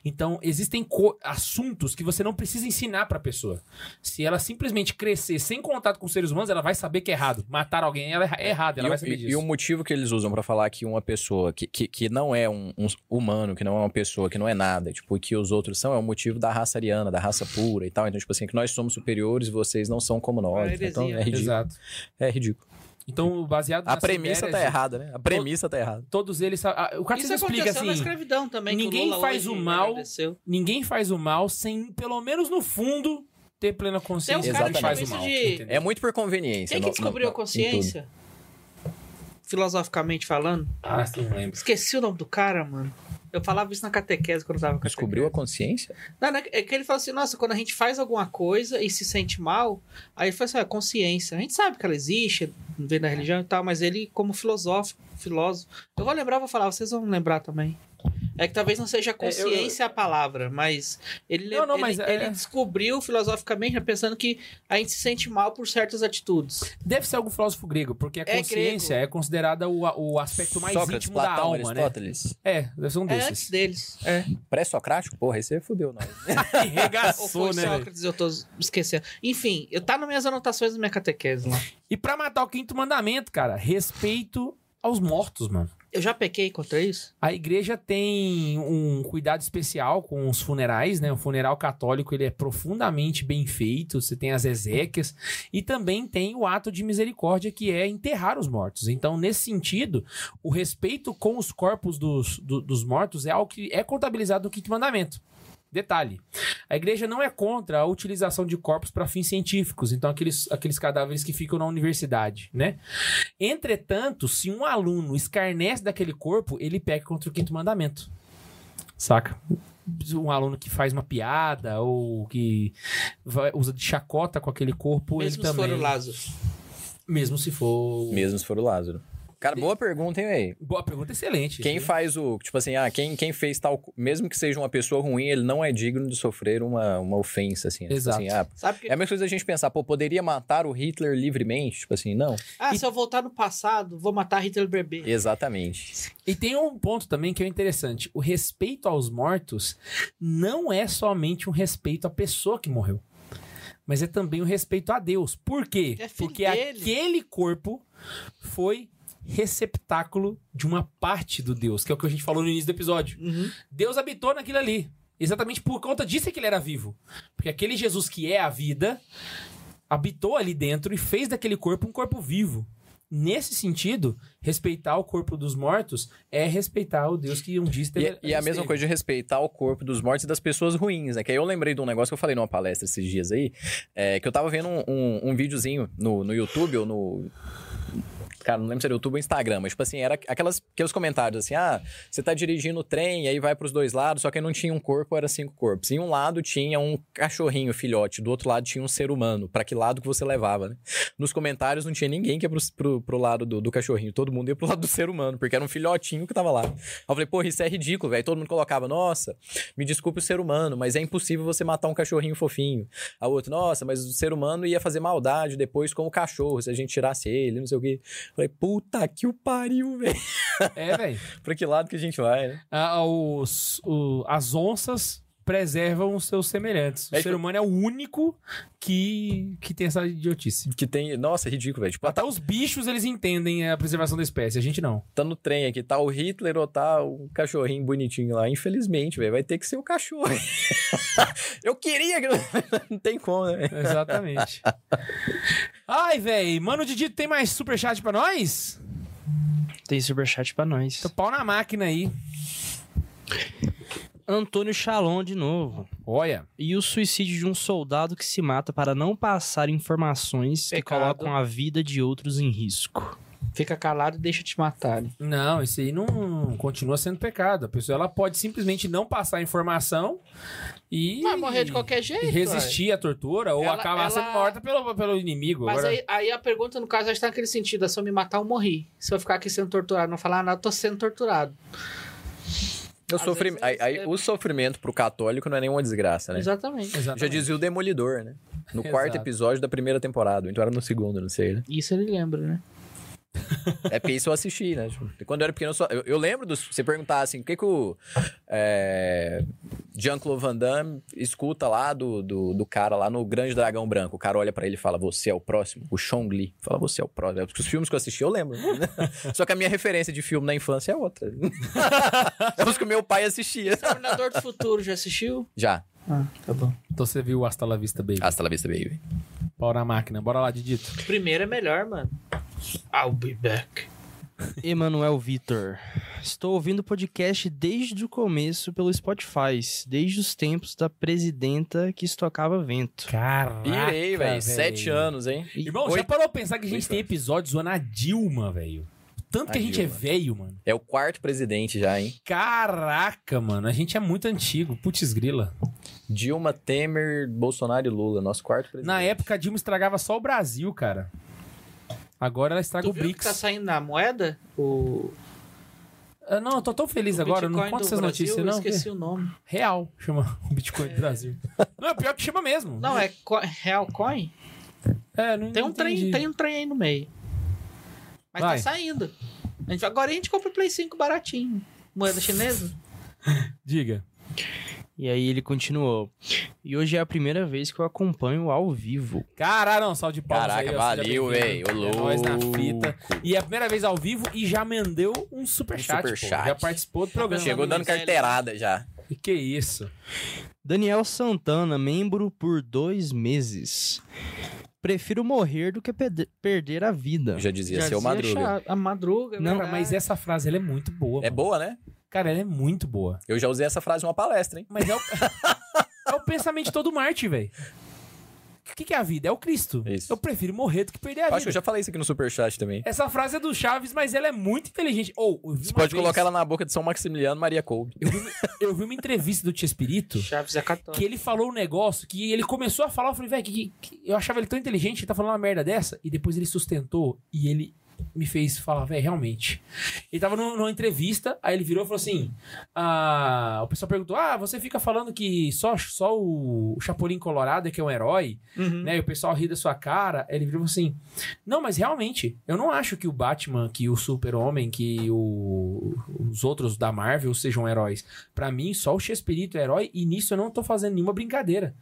[SPEAKER 2] Então, existem co- assuntos que você não precisa ensinar pra pessoa. Se ela simplesmente crescer sem contato com seres humanos, ela vai saber que é errado. Matar alguém ela é erra- é errado, ela
[SPEAKER 3] E,
[SPEAKER 2] vai
[SPEAKER 3] o-
[SPEAKER 2] saber
[SPEAKER 3] e-
[SPEAKER 2] disso.
[SPEAKER 3] e o motivo que eles usam pra falar que uma pessoa que, que, que não é um, um humano, que não é uma pessoa, que não é nada, tipo, e que os outros são, é o motivo da raça ariana, da raça pura e tal. Então, tipo assim, que nós somos superiores e vocês não são como nós.
[SPEAKER 4] Uma heresia,
[SPEAKER 3] então, é
[SPEAKER 4] né?
[SPEAKER 3] ridículo.
[SPEAKER 2] Exato.
[SPEAKER 3] É ridículo.
[SPEAKER 2] Então, baseado
[SPEAKER 3] A
[SPEAKER 2] na
[SPEAKER 3] premissa tá
[SPEAKER 2] sindérese,
[SPEAKER 3] errada, né? A premissa tá errada.
[SPEAKER 2] Todos eles. sa- ah, O
[SPEAKER 4] Isso
[SPEAKER 2] catecismo
[SPEAKER 4] aconteceu
[SPEAKER 2] explica
[SPEAKER 4] na
[SPEAKER 2] assim.
[SPEAKER 4] escravidão também. que
[SPEAKER 2] ninguém
[SPEAKER 4] o Lula
[SPEAKER 2] faz
[SPEAKER 4] hoje
[SPEAKER 2] o mal.
[SPEAKER 4] agradeceu.
[SPEAKER 2] ninguém faz o mal sem, pelo menos no fundo, ter plena consciência
[SPEAKER 4] um
[SPEAKER 3] Tem uns
[SPEAKER 2] de
[SPEAKER 3] caras
[SPEAKER 2] que
[SPEAKER 3] que
[SPEAKER 2] faz o
[SPEAKER 3] chamam
[SPEAKER 2] mal.
[SPEAKER 4] isso de-
[SPEAKER 2] entendeu?
[SPEAKER 3] É muito por conveniência.
[SPEAKER 4] Quem que
[SPEAKER 3] é no-
[SPEAKER 4] descobriu
[SPEAKER 3] no-
[SPEAKER 4] a
[SPEAKER 3] no- em tudo.
[SPEAKER 4] consciência? Filosoficamente falando.
[SPEAKER 2] Ah, sim, lembro.
[SPEAKER 4] Esqueci o nome do cara, mano. Eu falava isso na catequese quando eu tava com
[SPEAKER 3] Descobriu a consciência?
[SPEAKER 4] Não, né? É que ele fala assim, nossa, quando a gente faz alguma coisa e se sente mal, aí ele fala assim, ah, consciência. A gente sabe que ela existe, vem
[SPEAKER 2] É.
[SPEAKER 4] da religião e tal, mas ele, como filósofo, filósofo, eu vou lembrar, vou falar, vocês vão lembrar também. É que talvez não seja consciência a palavra, mas ele,
[SPEAKER 2] Não, não,
[SPEAKER 4] ele,
[SPEAKER 2] mas é-
[SPEAKER 4] ele descobriu filosoficamente, né, pensando que a gente se sente mal por certas atitudes.
[SPEAKER 2] Deve ser algum filósofo grego, porque a
[SPEAKER 4] É
[SPEAKER 2] consciência é, considerada o, o aspecto mais
[SPEAKER 3] Sócrates,
[SPEAKER 2] íntimo da
[SPEAKER 3] Platão,
[SPEAKER 2] alma, né?
[SPEAKER 3] Aristóteles.
[SPEAKER 2] É, deve ser um
[SPEAKER 4] É antes
[SPEAKER 2] desses.
[SPEAKER 4] deles. É.
[SPEAKER 3] Pré-socrático? Porra, aí você fudeu, não.
[SPEAKER 2] Que
[SPEAKER 4] Ou foi
[SPEAKER 2] regaçou, né? velho?
[SPEAKER 4] Sócrates, eu tô esquecendo. Enfim, eu tá nas minhas anotações da minha catequese
[SPEAKER 6] né?
[SPEAKER 4] lá.
[SPEAKER 2] E pra matar o quinto mandamento, cara, respeito aos mortos, mano.
[SPEAKER 4] Eu já pequei contra isso?
[SPEAKER 2] A igreja tem um cuidado especial com os funerais, né? O funeral católico ele é profundamente bem feito, você tem as exéquias e também tem o ato de misericórdia que é enterrar os mortos. Então, nesse sentido, o respeito com os corpos dos, do- dos mortos é algo que é contabilizado no quinto mandamento. Detalhe, a igreja não é contra a utilização de corpos para fins científicos, então aqueles, aqueles cadáveres que ficam na universidade, né? Entretanto, se um aluno escarnece daquele corpo, ele peca contra o quinto mandamento. Saca? Um aluno que faz uma piada ou que vai- usa de chacota com aquele corpo,
[SPEAKER 4] Mesmo
[SPEAKER 2] ele
[SPEAKER 4] se
[SPEAKER 2] também.
[SPEAKER 4] for o Lázaro.
[SPEAKER 2] Mesmo se for.
[SPEAKER 3] Mesmo se for o Lázaro. Cara, boa pergunta, hein, véi?
[SPEAKER 2] Boa pergunta, excelente.
[SPEAKER 3] Quem faz o. Tipo assim, ah, quem, quem fez tal. co- Mesmo que seja uma pessoa ruim, ele não é digno de sofrer uma, uma ofensa, assim. Tipo
[SPEAKER 2] Exato.
[SPEAKER 3] assim, ah,
[SPEAKER 4] Sabe que...
[SPEAKER 3] é a mesma coisa a gente pensar, pô, poderia matar o Hitler livremente? Tipo assim, não.
[SPEAKER 4] Ah, se eu voltar no passado, vou matar Hitler Bebê.
[SPEAKER 3] Exatamente.
[SPEAKER 2] E tem um ponto também que é interessante. O respeito aos mortos não é somente um respeito à pessoa que morreu, mas é também um respeito a Deus. Por quê?
[SPEAKER 4] É filho
[SPEAKER 2] Porque
[SPEAKER 4] dele.
[SPEAKER 2] aquele corpo foi receptáculo de uma parte do Deus, que é o que a gente falou no início do episódio.
[SPEAKER 6] Uhum.
[SPEAKER 2] Deus habitou naquilo ali. Exatamente por conta disso é que ele era vivo. Porque aquele Jesus que é a vida habitou ali dentro e fez daquele corpo um corpo vivo. Nesse sentido, respeitar o corpo dos mortos é respeitar o Deus que um dia esteve.
[SPEAKER 3] E, é- e a mesma
[SPEAKER 2] esteve.
[SPEAKER 3] coisa de respeitar o corpo dos mortos e das pessoas ruins, né? Que aí eu lembrei de um negócio que eu falei numa palestra esses dias aí, é, que eu tava vendo um, um, um videozinho no, no YouTube ou no. Cara, não lembro se era YouTube ou Instagram, mas, tipo assim, era aquelas, aqueles comentários assim: ah, você tá dirigindo o trem, aí vai pros dois lados, só que aí não tinha um corpo, era cinco corpos. Em um lado tinha um cachorrinho filhote, do outro lado tinha um ser humano. Pra que lado que você levava, né? Nos comentários não tinha ninguém que ia pro, pro, pro lado do, do cachorrinho, todo mundo ia pro lado do ser humano, porque era um filhotinho que tava lá. Aí eu falei, porra, isso é ridículo, velho. Todo mundo colocava, nossa, me desculpe o ser humano, mas é impossível você matar um cachorrinho fofinho. A outra, nossa, mas o ser humano ia fazer maldade depois com o cachorro, se a gente tirasse ele, não sei o quê. Eu falei, puta que o pariu, velho.
[SPEAKER 2] É, velho.
[SPEAKER 3] pra que lado que a gente vai, né?
[SPEAKER 2] Ah, os- o- as onças preservam os seus semelhantes. O
[SPEAKER 3] É,
[SPEAKER 2] ser
[SPEAKER 3] tipo-
[SPEAKER 2] humano é o único que, que tem essa idiotice.
[SPEAKER 3] Que tem. Nossa, é ridículo, velho. Tipo, ah,
[SPEAKER 2] Até
[SPEAKER 3] tá,
[SPEAKER 2] os bichos, eles entendem a preservação da espécie. A gente não.
[SPEAKER 3] tá no trem aqui, tá o Hitler ou tá o cachorrinho bonitinho lá. Infelizmente, velho, vai ter que ser o cachorro. Eu queria que. Não tem como, né? velho?
[SPEAKER 2] Exatamente. Ai, velho. Mano, Didi, tem mais superchat pra nós?
[SPEAKER 1] Tem superchat pra nós.
[SPEAKER 2] Então, pau na máquina aí.
[SPEAKER 1] Antônio Chalon de novo.
[SPEAKER 2] Olha.
[SPEAKER 1] E o suicídio de um soldado que se mata para não passar informações
[SPEAKER 6] Pecado.
[SPEAKER 1] que colocam a vida de outros em risco.
[SPEAKER 6] Fica calado e deixa te matarem.
[SPEAKER 2] Não, isso aí não continua sendo pecado. A pessoa ela pode simplesmente não passar a informação e.
[SPEAKER 6] Vai morrer de qualquer
[SPEAKER 2] e
[SPEAKER 6] jeito.
[SPEAKER 2] resistir à tortura ou
[SPEAKER 6] Ela-
[SPEAKER 2] acabar
[SPEAKER 6] ela-
[SPEAKER 2] sendo morta pelo, pelo inimigo.
[SPEAKER 6] Mas
[SPEAKER 2] Agora-
[SPEAKER 6] aí, aí a pergunta, no caso, já está naquele sentido: é se eu me matar ou morrer. Se eu ficar aqui sendo torturado, não falar nada, eu tô sendo torturado.
[SPEAKER 3] O,
[SPEAKER 6] Às
[SPEAKER 3] sofri...
[SPEAKER 6] vezes
[SPEAKER 3] aí, aí
[SPEAKER 6] é-
[SPEAKER 3] o sofrimento pro católico não é nenhuma desgraça, né?
[SPEAKER 6] Exatamente.
[SPEAKER 3] Já
[SPEAKER 2] Exatamente.
[SPEAKER 3] dizia o Demolidor, né? No
[SPEAKER 2] Exato.
[SPEAKER 3] quarto episódio da primeira temporada. Então era no segundo, não sei, né?
[SPEAKER 6] Isso ele lembra, né?
[SPEAKER 3] É porque isso eu assisti, né? Tipo, Quando eu era pequeno, eu, só... eu, eu lembro dos. Você perguntar assim, o que que o. É... Jean-Claude Van Damme escuta lá do, do, do cara lá no Grande Dragão Branco. O cara olha pra ele e fala, você é o próximo. O Chong Li fala, você é o próximo. É, Os filmes que eu assisti, eu lembro. né? Só que a minha referência de filme na infância é outra. é os que o meu pai assistia.
[SPEAKER 6] Terminador do Futuro, já assistiu?
[SPEAKER 3] Já.
[SPEAKER 6] Ah, tá bom.
[SPEAKER 2] Então você viu o Hasta La Vista Baby.
[SPEAKER 3] Hasta la vista, baby.
[SPEAKER 2] Pau na máquina. Bora lá, Didito.
[SPEAKER 6] Primeiro é melhor, mano. I'll be back.
[SPEAKER 1] Emanuel Vitor. Estou ouvindo o podcast desde o começo pelo Spotify, desde os tempos da presidenta que estocava vento.
[SPEAKER 2] Caraca,
[SPEAKER 3] Pirei, velho. Sete anos, hein?
[SPEAKER 2] Irmão,
[SPEAKER 3] Oi?
[SPEAKER 2] já parou pra pensar que a gente
[SPEAKER 3] Oito
[SPEAKER 2] tem episódios zoando a Dilma, velho? O Tanto que a
[SPEAKER 3] A
[SPEAKER 2] gente é
[SPEAKER 3] Dilma.
[SPEAKER 2] velho, mano.
[SPEAKER 3] É o quarto presidente já, hein?
[SPEAKER 2] Caraca, mano. A gente é muito antigo. Putz grila.
[SPEAKER 3] Dilma, Temer, Bolsonaro e Lula. Nosso quarto presidente.
[SPEAKER 2] Na época, a Dilma estragava só o Brasil, cara. Agora ela estraga
[SPEAKER 6] Tu
[SPEAKER 2] o
[SPEAKER 6] viu que tá
[SPEAKER 2] BRICS.
[SPEAKER 6] saindo na moeda? O.
[SPEAKER 2] Ah, não, eu tô tão feliz
[SPEAKER 6] o
[SPEAKER 2] agora. eu Não
[SPEAKER 6] Bitcoin
[SPEAKER 2] conta
[SPEAKER 6] do
[SPEAKER 2] essas
[SPEAKER 6] Brasil?
[SPEAKER 2] notícias,
[SPEAKER 6] Eu
[SPEAKER 2] não.
[SPEAKER 6] esqueci o nome.
[SPEAKER 2] Real chama o Bitcoin do Brasil. Não, é pior que chama mesmo.
[SPEAKER 6] Não, é co... Real Coin?
[SPEAKER 2] É, não
[SPEAKER 6] Tem um, trem,
[SPEAKER 2] entendi.
[SPEAKER 6] tem um trem aí no meio. Mas
[SPEAKER 2] Vai.
[SPEAKER 6] tá saindo. A gente... Agora a gente compra o Play 5 baratinho. Moeda chinesa? um
[SPEAKER 2] Diga.
[SPEAKER 1] E aí ele continuou. E hoje é a primeira vez que eu acompanho ao vivo.
[SPEAKER 2] Caralho, não, salve de palmas aí,
[SPEAKER 3] Caraca,
[SPEAKER 2] ó,
[SPEAKER 3] valeu,
[SPEAKER 2] seja
[SPEAKER 3] velho.
[SPEAKER 2] bem-vindo.
[SPEAKER 3] Ô,
[SPEAKER 2] É
[SPEAKER 3] louco.
[SPEAKER 2] nóis na fita. E é a primeira vez ao vivo e já mendeu um superchat,
[SPEAKER 3] Um superchat.
[SPEAKER 2] pô. Já participou do programa.
[SPEAKER 3] Chegou dando carteirada já.
[SPEAKER 2] E Que isso.
[SPEAKER 1] Daniel Santana, membro por dois meses. Prefiro morrer do que perde- perder a vida.
[SPEAKER 3] Já dizia,
[SPEAKER 6] Já
[SPEAKER 3] seu
[SPEAKER 6] dizia
[SPEAKER 3] Madruga.
[SPEAKER 6] chá- A madruga,
[SPEAKER 1] Não,
[SPEAKER 2] Cara, mas essa frase, ela é muito boa.
[SPEAKER 3] É
[SPEAKER 2] mano.
[SPEAKER 3] boa, né?
[SPEAKER 2] Cara, ela é muito boa.
[SPEAKER 3] Eu já usei essa frase numa palestra, hein?
[SPEAKER 2] Mas é o, é o pensamento de todo Marte, velho. O que, que é a vida? É o Cristo.
[SPEAKER 3] Isso.
[SPEAKER 2] Eu prefiro morrer do que perder a
[SPEAKER 3] Eu
[SPEAKER 2] É vida.
[SPEAKER 3] acho que eu já falei isso aqui no Superchat também.
[SPEAKER 2] Essa frase é do Chaves, mas ela é muito inteligente. Ou, eu vi
[SPEAKER 3] Você
[SPEAKER 2] uma
[SPEAKER 3] pode
[SPEAKER 2] vez-
[SPEAKER 3] colocar ela na boca de São Maximiliano Maria Kolbe.
[SPEAKER 2] Eu vi uma entrevista do Tia Espírito
[SPEAKER 6] Chaves é católico.
[SPEAKER 2] que ele falou um negócio que ele começou a falar, eu falei, velho, que, que- eu achava ele tão inteligente, ele tá falando uma merda dessa, e depois ele sustentou e ele me fez falar, velho, realmente. Ele tava num- numa entrevista, aí ele virou e falou assim: ah, o pessoal perguntou: Ah, você fica falando que só, só o, o Chapolin Colorado é que é um herói,
[SPEAKER 6] Uhum.
[SPEAKER 2] né? E o pessoal ri da sua cara. Aí ele virou e falou assim: Não, mas realmente, eu não acho que o Batman, que o Super-Homem, que o- os outros da Marvel sejam heróis. Pra mim, só o Chespirito é herói, e nisso eu não tô fazendo nenhuma brincadeira.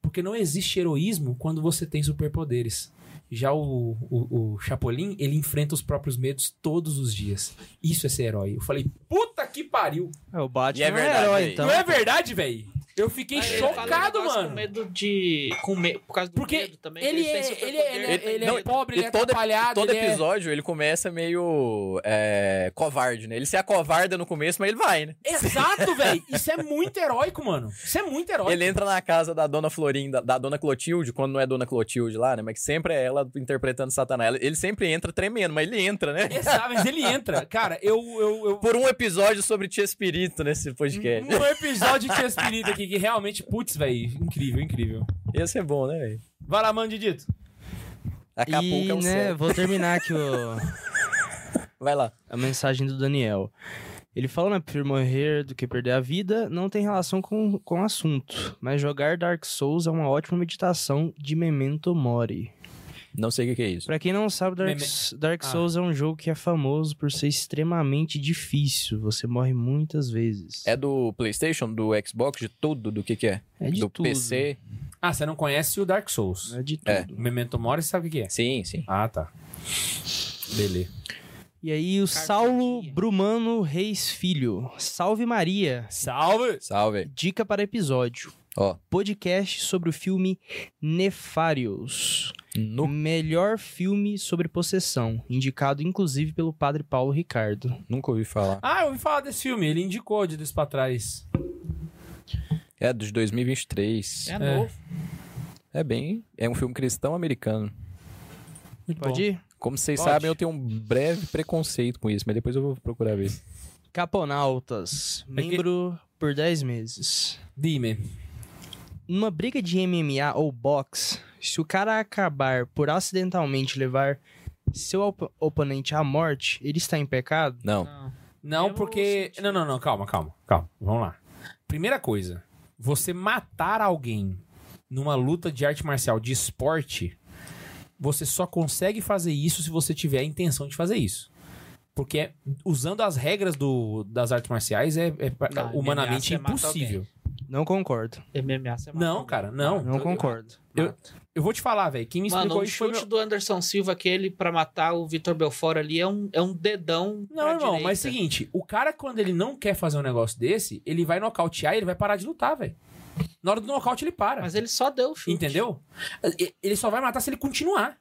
[SPEAKER 2] Porque não existe heroísmo quando você tem superpoderes. Já o, o, o Chapolin, ele enfrenta os próprios medos todos os dias. Isso é ser herói. Eu falei, puta que pariu!
[SPEAKER 1] É, o
[SPEAKER 3] E
[SPEAKER 1] Batman
[SPEAKER 3] é verdade,
[SPEAKER 1] herói,
[SPEAKER 3] aí.
[SPEAKER 1] então.
[SPEAKER 2] não é verdade, velho? Eu fiquei
[SPEAKER 6] Aí ele fala um
[SPEAKER 2] chocado,
[SPEAKER 6] negócio
[SPEAKER 2] mano.
[SPEAKER 6] Com medo de. Com me... Por causa do
[SPEAKER 2] Porque
[SPEAKER 6] medo também. que
[SPEAKER 2] Ele
[SPEAKER 6] eles têm
[SPEAKER 2] é, ele, é,
[SPEAKER 6] superpoder.
[SPEAKER 2] ele, é- ele é
[SPEAKER 3] Não,
[SPEAKER 2] pobre,
[SPEAKER 3] e
[SPEAKER 2] ele é
[SPEAKER 3] todo-
[SPEAKER 2] atrapalhado.
[SPEAKER 3] Todo
[SPEAKER 2] ele é-
[SPEAKER 3] episódio ele começa meio é, covarde, né? Ele se acovarda no começo, mas ele vai, né?
[SPEAKER 2] Exato, velho. Isso é muito heróico, mano. Isso é muito heróico.
[SPEAKER 3] Ele entra na casa da dona Florinda, da dona Clotilde, quando não é dona Clotilde lá, né? Mas que sempre é ela interpretando Satanás. Ela- Ele sempre entra tremendo, mas ele entra, né?
[SPEAKER 2] Exato, mas ele entra. Cara, eu... eu, eu...
[SPEAKER 3] Por um episódio sobre Tia Espírito nesse podcast.
[SPEAKER 2] Um episódio de Espírito aqui que realmente, putz, velho, incrível, incrível.
[SPEAKER 3] Ia ser bom, né, velho?
[SPEAKER 2] Vai lá, mano, Didito.
[SPEAKER 3] Acapulco
[SPEAKER 1] e,
[SPEAKER 3] é um
[SPEAKER 1] né,
[SPEAKER 3] céu.
[SPEAKER 1] vou terminar aqui o...
[SPEAKER 3] Vai lá.
[SPEAKER 1] a mensagem do Daniel. Ele fala, né, prefiro morrer do que perder a vida, não tem relação com, com o assunto, mas jogar Dark Souls é uma ótima meditação de memento mori.
[SPEAKER 3] Não sei o que que é isso.
[SPEAKER 1] Pra quem não sabe, Dark,
[SPEAKER 2] Meme-
[SPEAKER 1] Dark
[SPEAKER 2] Ah.
[SPEAKER 1] Souls é um jogo que é famoso por ser extremamente difícil. Você morre muitas vezes.
[SPEAKER 3] É do PlayStation, do Xbox, de tudo, do que que é?
[SPEAKER 1] É de
[SPEAKER 3] do
[SPEAKER 1] tudo.
[SPEAKER 3] PC?
[SPEAKER 2] Ah, você não conhece o Dark Souls.
[SPEAKER 1] É de tudo.
[SPEAKER 3] É.
[SPEAKER 2] Memento Mori, sabe o que é?
[SPEAKER 3] Sim, sim.
[SPEAKER 2] Ah, tá. Beleza.
[SPEAKER 1] E aí, o
[SPEAKER 6] Carta
[SPEAKER 1] Saulo
[SPEAKER 6] aqui.
[SPEAKER 1] Brumano Reis Filho. Salve Maria!
[SPEAKER 2] Salve!
[SPEAKER 3] Salve.
[SPEAKER 1] Dica para episódio.
[SPEAKER 3] Ó.
[SPEAKER 1] Podcast sobre o filme Nefários. Hum?
[SPEAKER 3] Nu-
[SPEAKER 1] Melhor filme sobre possessão. Indicado, inclusive, pelo padre Paulo Ricardo.
[SPEAKER 3] Nunca ouvi falar.
[SPEAKER 2] Ah, eu ouvi falar desse filme, ele indicou de dois pra trás.
[SPEAKER 3] É dos 2023.
[SPEAKER 6] É novo.
[SPEAKER 3] É bem. É um filme cristão americano.
[SPEAKER 2] Muito
[SPEAKER 1] Pode ir?
[SPEAKER 3] Como vocês
[SPEAKER 1] Pode.
[SPEAKER 3] sabem, eu tenho um breve preconceito com isso, mas depois eu vou procurar ver.
[SPEAKER 1] Caponautas. Membro por 10 meses.
[SPEAKER 2] Dime.
[SPEAKER 1] Numa briga de MMA ou boxe, se o cara acabar por acidentalmente levar seu op- oponente à morte, ele está em pecado?
[SPEAKER 3] Não.
[SPEAKER 6] Não.
[SPEAKER 2] Não,
[SPEAKER 6] Eu
[SPEAKER 2] porque.
[SPEAKER 6] senti-
[SPEAKER 2] Não, não, não, calma, calma, calma. Vamos lá. Primeira coisa, você matar alguém numa luta de arte marcial de esporte, você só consegue fazer isso se você tiver a intenção de fazer isso. Porque é- usando as regras do, das artes marciais é, é pra-
[SPEAKER 6] Não,
[SPEAKER 2] humanamente
[SPEAKER 6] MMA você mata
[SPEAKER 2] impossível.
[SPEAKER 1] Não concordo.
[SPEAKER 6] MMA você é mata
[SPEAKER 2] É. Não,
[SPEAKER 6] alguém.
[SPEAKER 2] cara, não.
[SPEAKER 1] Não concordo.
[SPEAKER 2] Eu vou te falar, velho. Quem me
[SPEAKER 6] Mano,
[SPEAKER 2] explicou
[SPEAKER 6] o
[SPEAKER 2] isso foi
[SPEAKER 6] chute
[SPEAKER 2] meu...
[SPEAKER 6] do Anderson Silva, aquele pra matar o Vitor Belfort ali, é um, é um dedão.
[SPEAKER 2] Não,
[SPEAKER 6] pra
[SPEAKER 2] irmão,
[SPEAKER 6] direita.
[SPEAKER 2] mas seguinte, o cara, quando ele não quer fazer um negócio desse, ele vai nocautear e ele vai parar de lutar, velho. Na hora do nocaute, ele para.
[SPEAKER 6] Mas ele só deu o chute.
[SPEAKER 2] Entendeu? E- Ele só vai matar se ele continuar.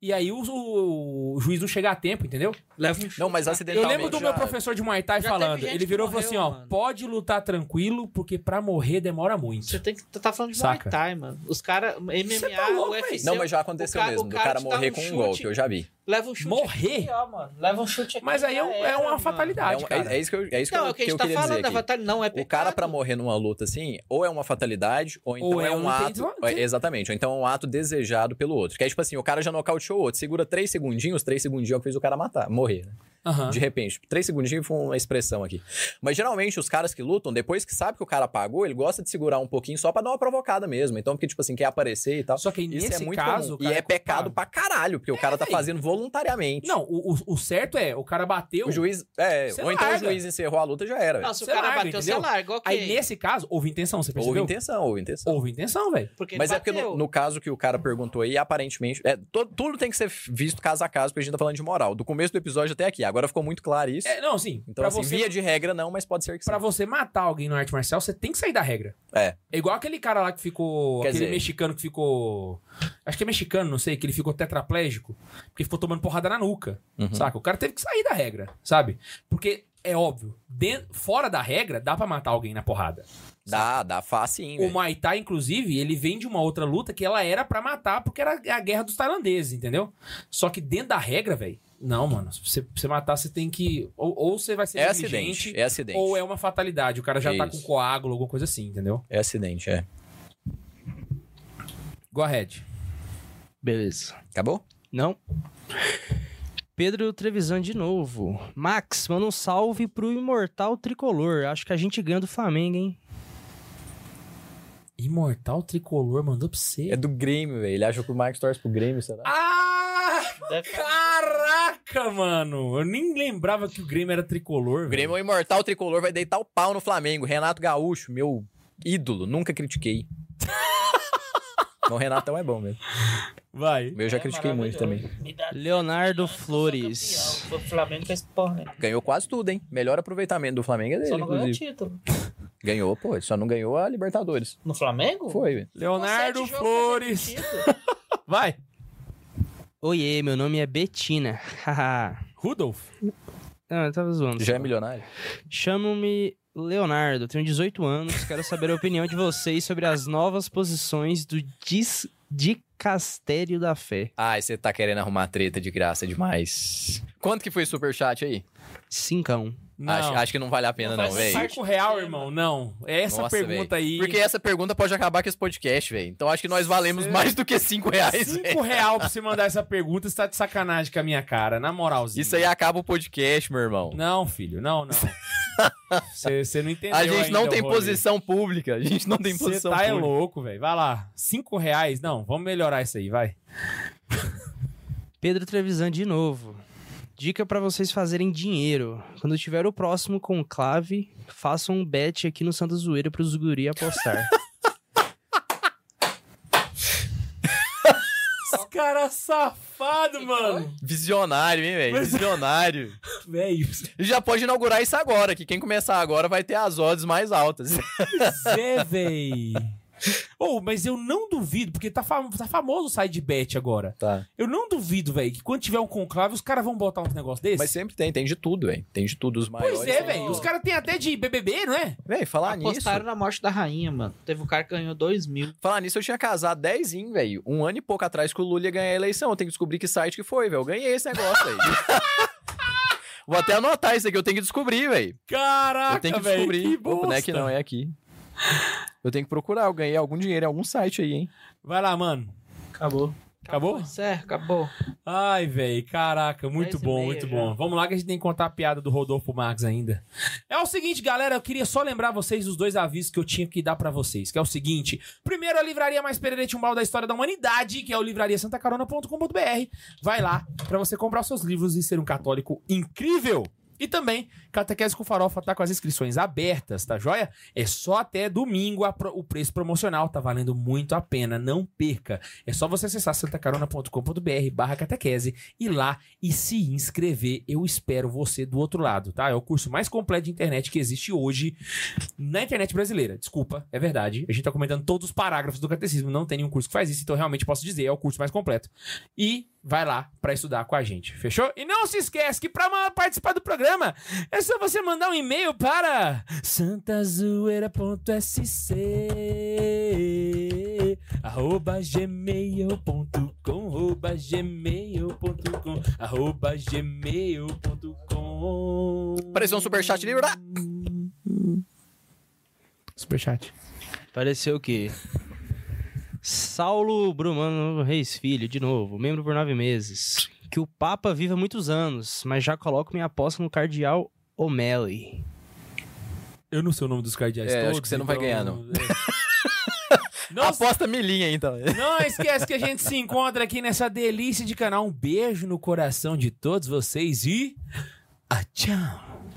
[SPEAKER 2] E aí o, o- o juiz não chega a tempo, entendeu?
[SPEAKER 6] Leva um chute.
[SPEAKER 3] Não, mas assim,
[SPEAKER 2] Eu
[SPEAKER 3] acidentalmente.
[SPEAKER 2] lembro do meu professor de Muay Thai
[SPEAKER 6] Já
[SPEAKER 2] falando.
[SPEAKER 6] teve gente
[SPEAKER 2] Ele virou e
[SPEAKER 6] que
[SPEAKER 2] falou assim, ó,
[SPEAKER 6] morreu, mano.
[SPEAKER 2] pode lutar tranquilo, porque pra morrer demora muito.
[SPEAKER 6] Você tem que tá falando de
[SPEAKER 2] Saca.
[SPEAKER 6] Muay Thai, mano. Os caras, MMA,
[SPEAKER 2] Você tá louco,
[SPEAKER 6] UFC,
[SPEAKER 3] Não, mas já aconteceu
[SPEAKER 6] o cara-
[SPEAKER 3] mesmo.
[SPEAKER 6] o
[SPEAKER 3] Do
[SPEAKER 6] cara
[SPEAKER 3] cara
[SPEAKER 6] te dá
[SPEAKER 3] morrer
[SPEAKER 6] um
[SPEAKER 3] com um
[SPEAKER 6] chute.
[SPEAKER 3] golpe, eu já vi.
[SPEAKER 6] leva um chute.
[SPEAKER 2] Morrer?
[SPEAKER 6] aqui, ó, mano. Leva um chute aqui.
[SPEAKER 2] Mas aí é, um-
[SPEAKER 6] já
[SPEAKER 2] é
[SPEAKER 6] era,
[SPEAKER 2] uma
[SPEAKER 6] mano.
[SPEAKER 3] É,
[SPEAKER 2] fatalidade,
[SPEAKER 3] um-
[SPEAKER 2] cara.
[SPEAKER 3] é- é isso que eu, é isso que
[SPEAKER 6] Então,
[SPEAKER 3] eu,
[SPEAKER 6] é o que a
[SPEAKER 3] que
[SPEAKER 6] gente
[SPEAKER 3] eu
[SPEAKER 6] tá
[SPEAKER 3] queria
[SPEAKER 6] falando,
[SPEAKER 3] dizer
[SPEAKER 6] a
[SPEAKER 3] aqui.
[SPEAKER 6] batalha não é
[SPEAKER 3] O cara,
[SPEAKER 6] pecado.
[SPEAKER 3] pra morrer numa luta assim, ou é uma fatalidade, ou então
[SPEAKER 2] Ou
[SPEAKER 3] é,
[SPEAKER 2] é
[SPEAKER 3] um,
[SPEAKER 2] um
[SPEAKER 3] ato.
[SPEAKER 2] intenso-
[SPEAKER 3] é, Exatamente, ou então é um ato desejado pelo outro. Que é tipo assim, o cara já nocauteou o outro, segura três segundinhos, três segundinhos é o que fez o cara matar, morrer, né?
[SPEAKER 2] Aham.
[SPEAKER 3] De repente, tipo, três segundinhos foi uma expressão aqui. Mas geralmente os caras que lutam, depois que sabe que o cara apagou, ele gosta de segurar um pouquinho só pra dar uma provocada mesmo. Então, porque, tipo assim, quer aparecer e tal.
[SPEAKER 2] Só que aí,
[SPEAKER 3] Isso
[SPEAKER 2] nesse
[SPEAKER 3] é muito
[SPEAKER 2] caso... o
[SPEAKER 3] comum. E
[SPEAKER 2] cara
[SPEAKER 3] é pecado
[SPEAKER 2] culpado.
[SPEAKER 3] pra caralho, porque o cara tá
[SPEAKER 2] véi.
[SPEAKER 3] fazendo voluntariamente.
[SPEAKER 2] Não, o, o- o certo é, o cara bateu...
[SPEAKER 3] O juiz. É,
[SPEAKER 2] Você
[SPEAKER 3] ou então
[SPEAKER 2] larga.
[SPEAKER 3] o juiz encerrou a luta já era.
[SPEAKER 6] Não,
[SPEAKER 3] velho.
[SPEAKER 6] se o
[SPEAKER 2] Você
[SPEAKER 6] cara
[SPEAKER 2] larga,
[SPEAKER 6] bateu,
[SPEAKER 2] entendeu?
[SPEAKER 6] você larga, ok.
[SPEAKER 2] Aí, nesse caso, houve intenção, você
[SPEAKER 3] Houve
[SPEAKER 2] percebeu?
[SPEAKER 3] intenção, houve intenção.
[SPEAKER 2] Houve intenção, velho.
[SPEAKER 6] Porque ele
[SPEAKER 3] Mas é porque no,
[SPEAKER 6] bateu.
[SPEAKER 3] no caso que o cara perguntou aí, aparentemente. É, to- tudo tem que ser visto caso a caso, porque a gente tá falando de moral. Do começo do episódio até aqui. Agora ficou muito claro isso.
[SPEAKER 2] É, não, assim,
[SPEAKER 3] então,
[SPEAKER 2] pra
[SPEAKER 3] assim,
[SPEAKER 2] você
[SPEAKER 3] via de regra, não, mas pode ser que sim.
[SPEAKER 2] Pra você matar alguém no arte marcial, você tem que sair da regra.
[SPEAKER 3] É.
[SPEAKER 2] É igual aquele cara lá que ficou.
[SPEAKER 3] Quer
[SPEAKER 2] aquele
[SPEAKER 3] dizer-
[SPEAKER 2] mexicano que ficou. Acho que é mexicano, não sei, que ele ficou tetraplégico, porque ficou tomando porrada na nuca.
[SPEAKER 3] Uhum.
[SPEAKER 2] Saca? O cara teve que sair da regra, sabe? Porque é óbvio, den- fora da regra, dá pra matar alguém na porrada.
[SPEAKER 3] Dá, dá facinho.
[SPEAKER 2] O
[SPEAKER 3] velho.
[SPEAKER 2] Muay Thai, inclusive, ele vem de uma outra luta que ela era pra matar, porque era a guerra dos tailandeses, entendeu? Só que dentro da regra, velho. Não, mano. Se você- você matar, você tem que. Ou, ou você vai ser
[SPEAKER 3] É
[SPEAKER 2] negligente,
[SPEAKER 3] acidente. É acidente.
[SPEAKER 2] ou é uma fatalidade, o cara já tá com
[SPEAKER 3] Isso.
[SPEAKER 2] coágulo, alguma coisa assim, entendeu?
[SPEAKER 3] É acidente, é.
[SPEAKER 2] Go ahead.
[SPEAKER 1] Beleza.
[SPEAKER 3] Acabou?
[SPEAKER 1] Não. Pedro Trevisan de novo. Max, manda um salve pro Imortal Tricolor. Acho que a gente ganha do Flamengo, hein?
[SPEAKER 2] Imortal Tricolor mandou pra
[SPEAKER 3] É
[SPEAKER 2] você.
[SPEAKER 3] do Grêmio, velho. Ele achou que o Marcos torce pro Grêmio, será?
[SPEAKER 2] Ah!
[SPEAKER 6] Deve-
[SPEAKER 2] Caraca, mano! Eu nem lembrava que o Grêmio era tricolor.
[SPEAKER 3] o Grêmio é o imortal tricolor, vai deitar o pau no Flamengo. Renato Gaúcho, meu ídolo, nunca critiquei. Mas o Renatão é bom mesmo.
[SPEAKER 2] Vai.
[SPEAKER 3] Eu já critiquei muito também.
[SPEAKER 5] Me dá
[SPEAKER 1] Leonardo
[SPEAKER 5] campeão.
[SPEAKER 1] Flores.
[SPEAKER 5] O Flamengo
[SPEAKER 6] é
[SPEAKER 5] fez porra, né?
[SPEAKER 3] Ganhou quase tudo, hein? Melhor aproveitamento do Flamengo é dele,
[SPEAKER 5] Só não ganhou
[SPEAKER 3] inclusive.
[SPEAKER 5] título.
[SPEAKER 3] Ganhou, pô. ele Só não ganhou a Libertadores.
[SPEAKER 5] No Flamengo?
[SPEAKER 3] Foi, velho.
[SPEAKER 2] é Leonardo
[SPEAKER 5] Sete jogos
[SPEAKER 2] Flores.
[SPEAKER 5] sem título.
[SPEAKER 2] Vai.
[SPEAKER 1] Oiê, meu nome é Betina. Haha.
[SPEAKER 2] Rudolf.
[SPEAKER 1] Não, eu tava zoando.
[SPEAKER 3] Já é milionário.
[SPEAKER 1] Chamo-me Leonardo, tenho 18 anos. Quero saber a opinião de vocês sobre as novas posições do dis Dicastério da Fé.
[SPEAKER 3] Ai, você tá querendo arrumar treta de graça demais. Quanto que foi o superchat aí?
[SPEAKER 1] Cincão.
[SPEAKER 2] Não.
[SPEAKER 3] Acho, acho que não vale a pena,
[SPEAKER 5] Não
[SPEAKER 3] não,
[SPEAKER 5] faz
[SPEAKER 3] velho.
[SPEAKER 5] parte.
[SPEAKER 2] Cinco real, irmão. Não. É essa
[SPEAKER 3] Nossa,
[SPEAKER 2] pergunta aí.
[SPEAKER 3] Porque essa pergunta pode acabar com esse podcast, velho. Então acho que nós valemos
[SPEAKER 2] Cê-
[SPEAKER 3] mais do que cinco reais,
[SPEAKER 2] Cinco
[SPEAKER 3] é velho.
[SPEAKER 2] real pra você mandar essa pergunta, você tá de sacanagem com a minha cara, na moralzinha.
[SPEAKER 3] Isso aí é acaba o podcast, meu irmão.
[SPEAKER 2] Não, filho, não, não. Você você não entendeu
[SPEAKER 3] a gente não
[SPEAKER 2] ainda
[SPEAKER 3] tem
[SPEAKER 2] o rolê.
[SPEAKER 3] posição pública. A gente não tem
[SPEAKER 2] Você
[SPEAKER 3] posição
[SPEAKER 2] tá é
[SPEAKER 3] pública.
[SPEAKER 2] louco, velho. Vai lá. Cinco reais? Não, vamos melhorar isso aí, vai.
[SPEAKER 1] Pedro Trevisan de novo. Dica pra vocês fazerem dinheiro. Quando tiver o próximo conclave, façam um bet aqui no Santa Zoeira pros guri apostar.
[SPEAKER 2] Os caras safados, é mano.
[SPEAKER 3] Visionário, hein, velho?
[SPEAKER 2] Mas-
[SPEAKER 3] Visionário.
[SPEAKER 2] Velho,
[SPEAKER 3] E já pode inaugurar isso agora, que quem começar agora vai ter as odds mais altas.
[SPEAKER 2] Zé, véi. Oh, mas eu não duvido, porque tá, fam- tá famoso o side bet agora.
[SPEAKER 3] Tá.
[SPEAKER 2] Eu não duvido, velho, que quando tiver um conclave, os caras vão botar um negócio desse.
[SPEAKER 3] Mas sempre tem, tem de tudo, velho. Tem de tudo, os maiores.
[SPEAKER 2] pois é,
[SPEAKER 3] tem-
[SPEAKER 2] velho. Os caras têm até de BBB, não é?
[SPEAKER 3] Véi, falar Tá nisso.
[SPEAKER 6] Apostaram na morte da rainha, mano. Teve um cara que ganhou 2 mil.
[SPEAKER 3] Falar nisso, eu tinha casado 10 in, velho. Um ano e pouco atrás que o Lula ia ganhar a eleição. Eu tenho que descobrir que site que foi, velho. Eu ganhei esse negócio, velho. Vou até anotar isso aqui, eu tenho que descobrir, velho.
[SPEAKER 2] Caraca,
[SPEAKER 3] Eu tenho que
[SPEAKER 2] véi,
[SPEAKER 3] descobrir.
[SPEAKER 2] que
[SPEAKER 3] Opa, não é que
[SPEAKER 2] bosta.
[SPEAKER 3] não, é aqui. Eu tenho que procurar, eu ganhei algum dinheiro em algum site aí, hein?
[SPEAKER 2] Vai lá, mano.
[SPEAKER 1] Acabou.
[SPEAKER 2] Acabou?
[SPEAKER 6] Certo, acabou.
[SPEAKER 2] Ai, velho, caraca, muito
[SPEAKER 6] Dez e
[SPEAKER 2] bom,
[SPEAKER 6] meia
[SPEAKER 2] muito
[SPEAKER 6] já.
[SPEAKER 2] bom. Vamos lá que a gente tem que contar a piada do Rodolfo Marques ainda. É o seguinte, galera, eu queria só lembrar vocês dos dois avisos que eu tinha que dar pra vocês, que é o seguinte. Primeiro, a livraria mais pererete umbral da história da humanidade, que é o livrariasantacarona.com.br. Vai lá pra você comprar os seus livros e ser um católico incrível. E também, Catequese com Farofa tá com as inscrições abertas, tá joia? É só até domingo a pro- o preço promocional, tá valendo muito a pena, não perca. É só você acessar santacarona.com.br barra catequese e lá e se inscrever. Eu espero você do outro lado, tá? É o curso mais completo de internet que existe hoje na internet brasileira. Desculpa, é verdade. A gente tá comentando todos os parágrafos do catecismo, não tem nenhum curso que faz isso, então eu realmente posso dizer, é o curso mais completo. E vai lá pra estudar com a gente, fechou? E não se esquece que pra ma- participar do programa é só você mandar um e-mail para santazoeira.sc arroba gmail.com arroba gmail.com arroba gmail.com
[SPEAKER 3] Apareceu um superchat ali, brá.
[SPEAKER 2] Superchat.
[SPEAKER 1] Pareceu o quê? Saulo Brumano Reis Filho, de novo, membro por nove meses. Que o Papa viva muitos anos, mas já coloco minha aposta no Cardeal O'Malley.
[SPEAKER 2] Eu não sei o nome dos cardeais
[SPEAKER 3] É, acho
[SPEAKER 2] todos.
[SPEAKER 3] que você não vai ganhar, não.
[SPEAKER 2] é. não,
[SPEAKER 3] Aposta milinha, aí, então.
[SPEAKER 2] não esquece que a gente se encontra aqui nessa delícia de canal. Um beijo no coração de todos vocês e... Ah, tchau!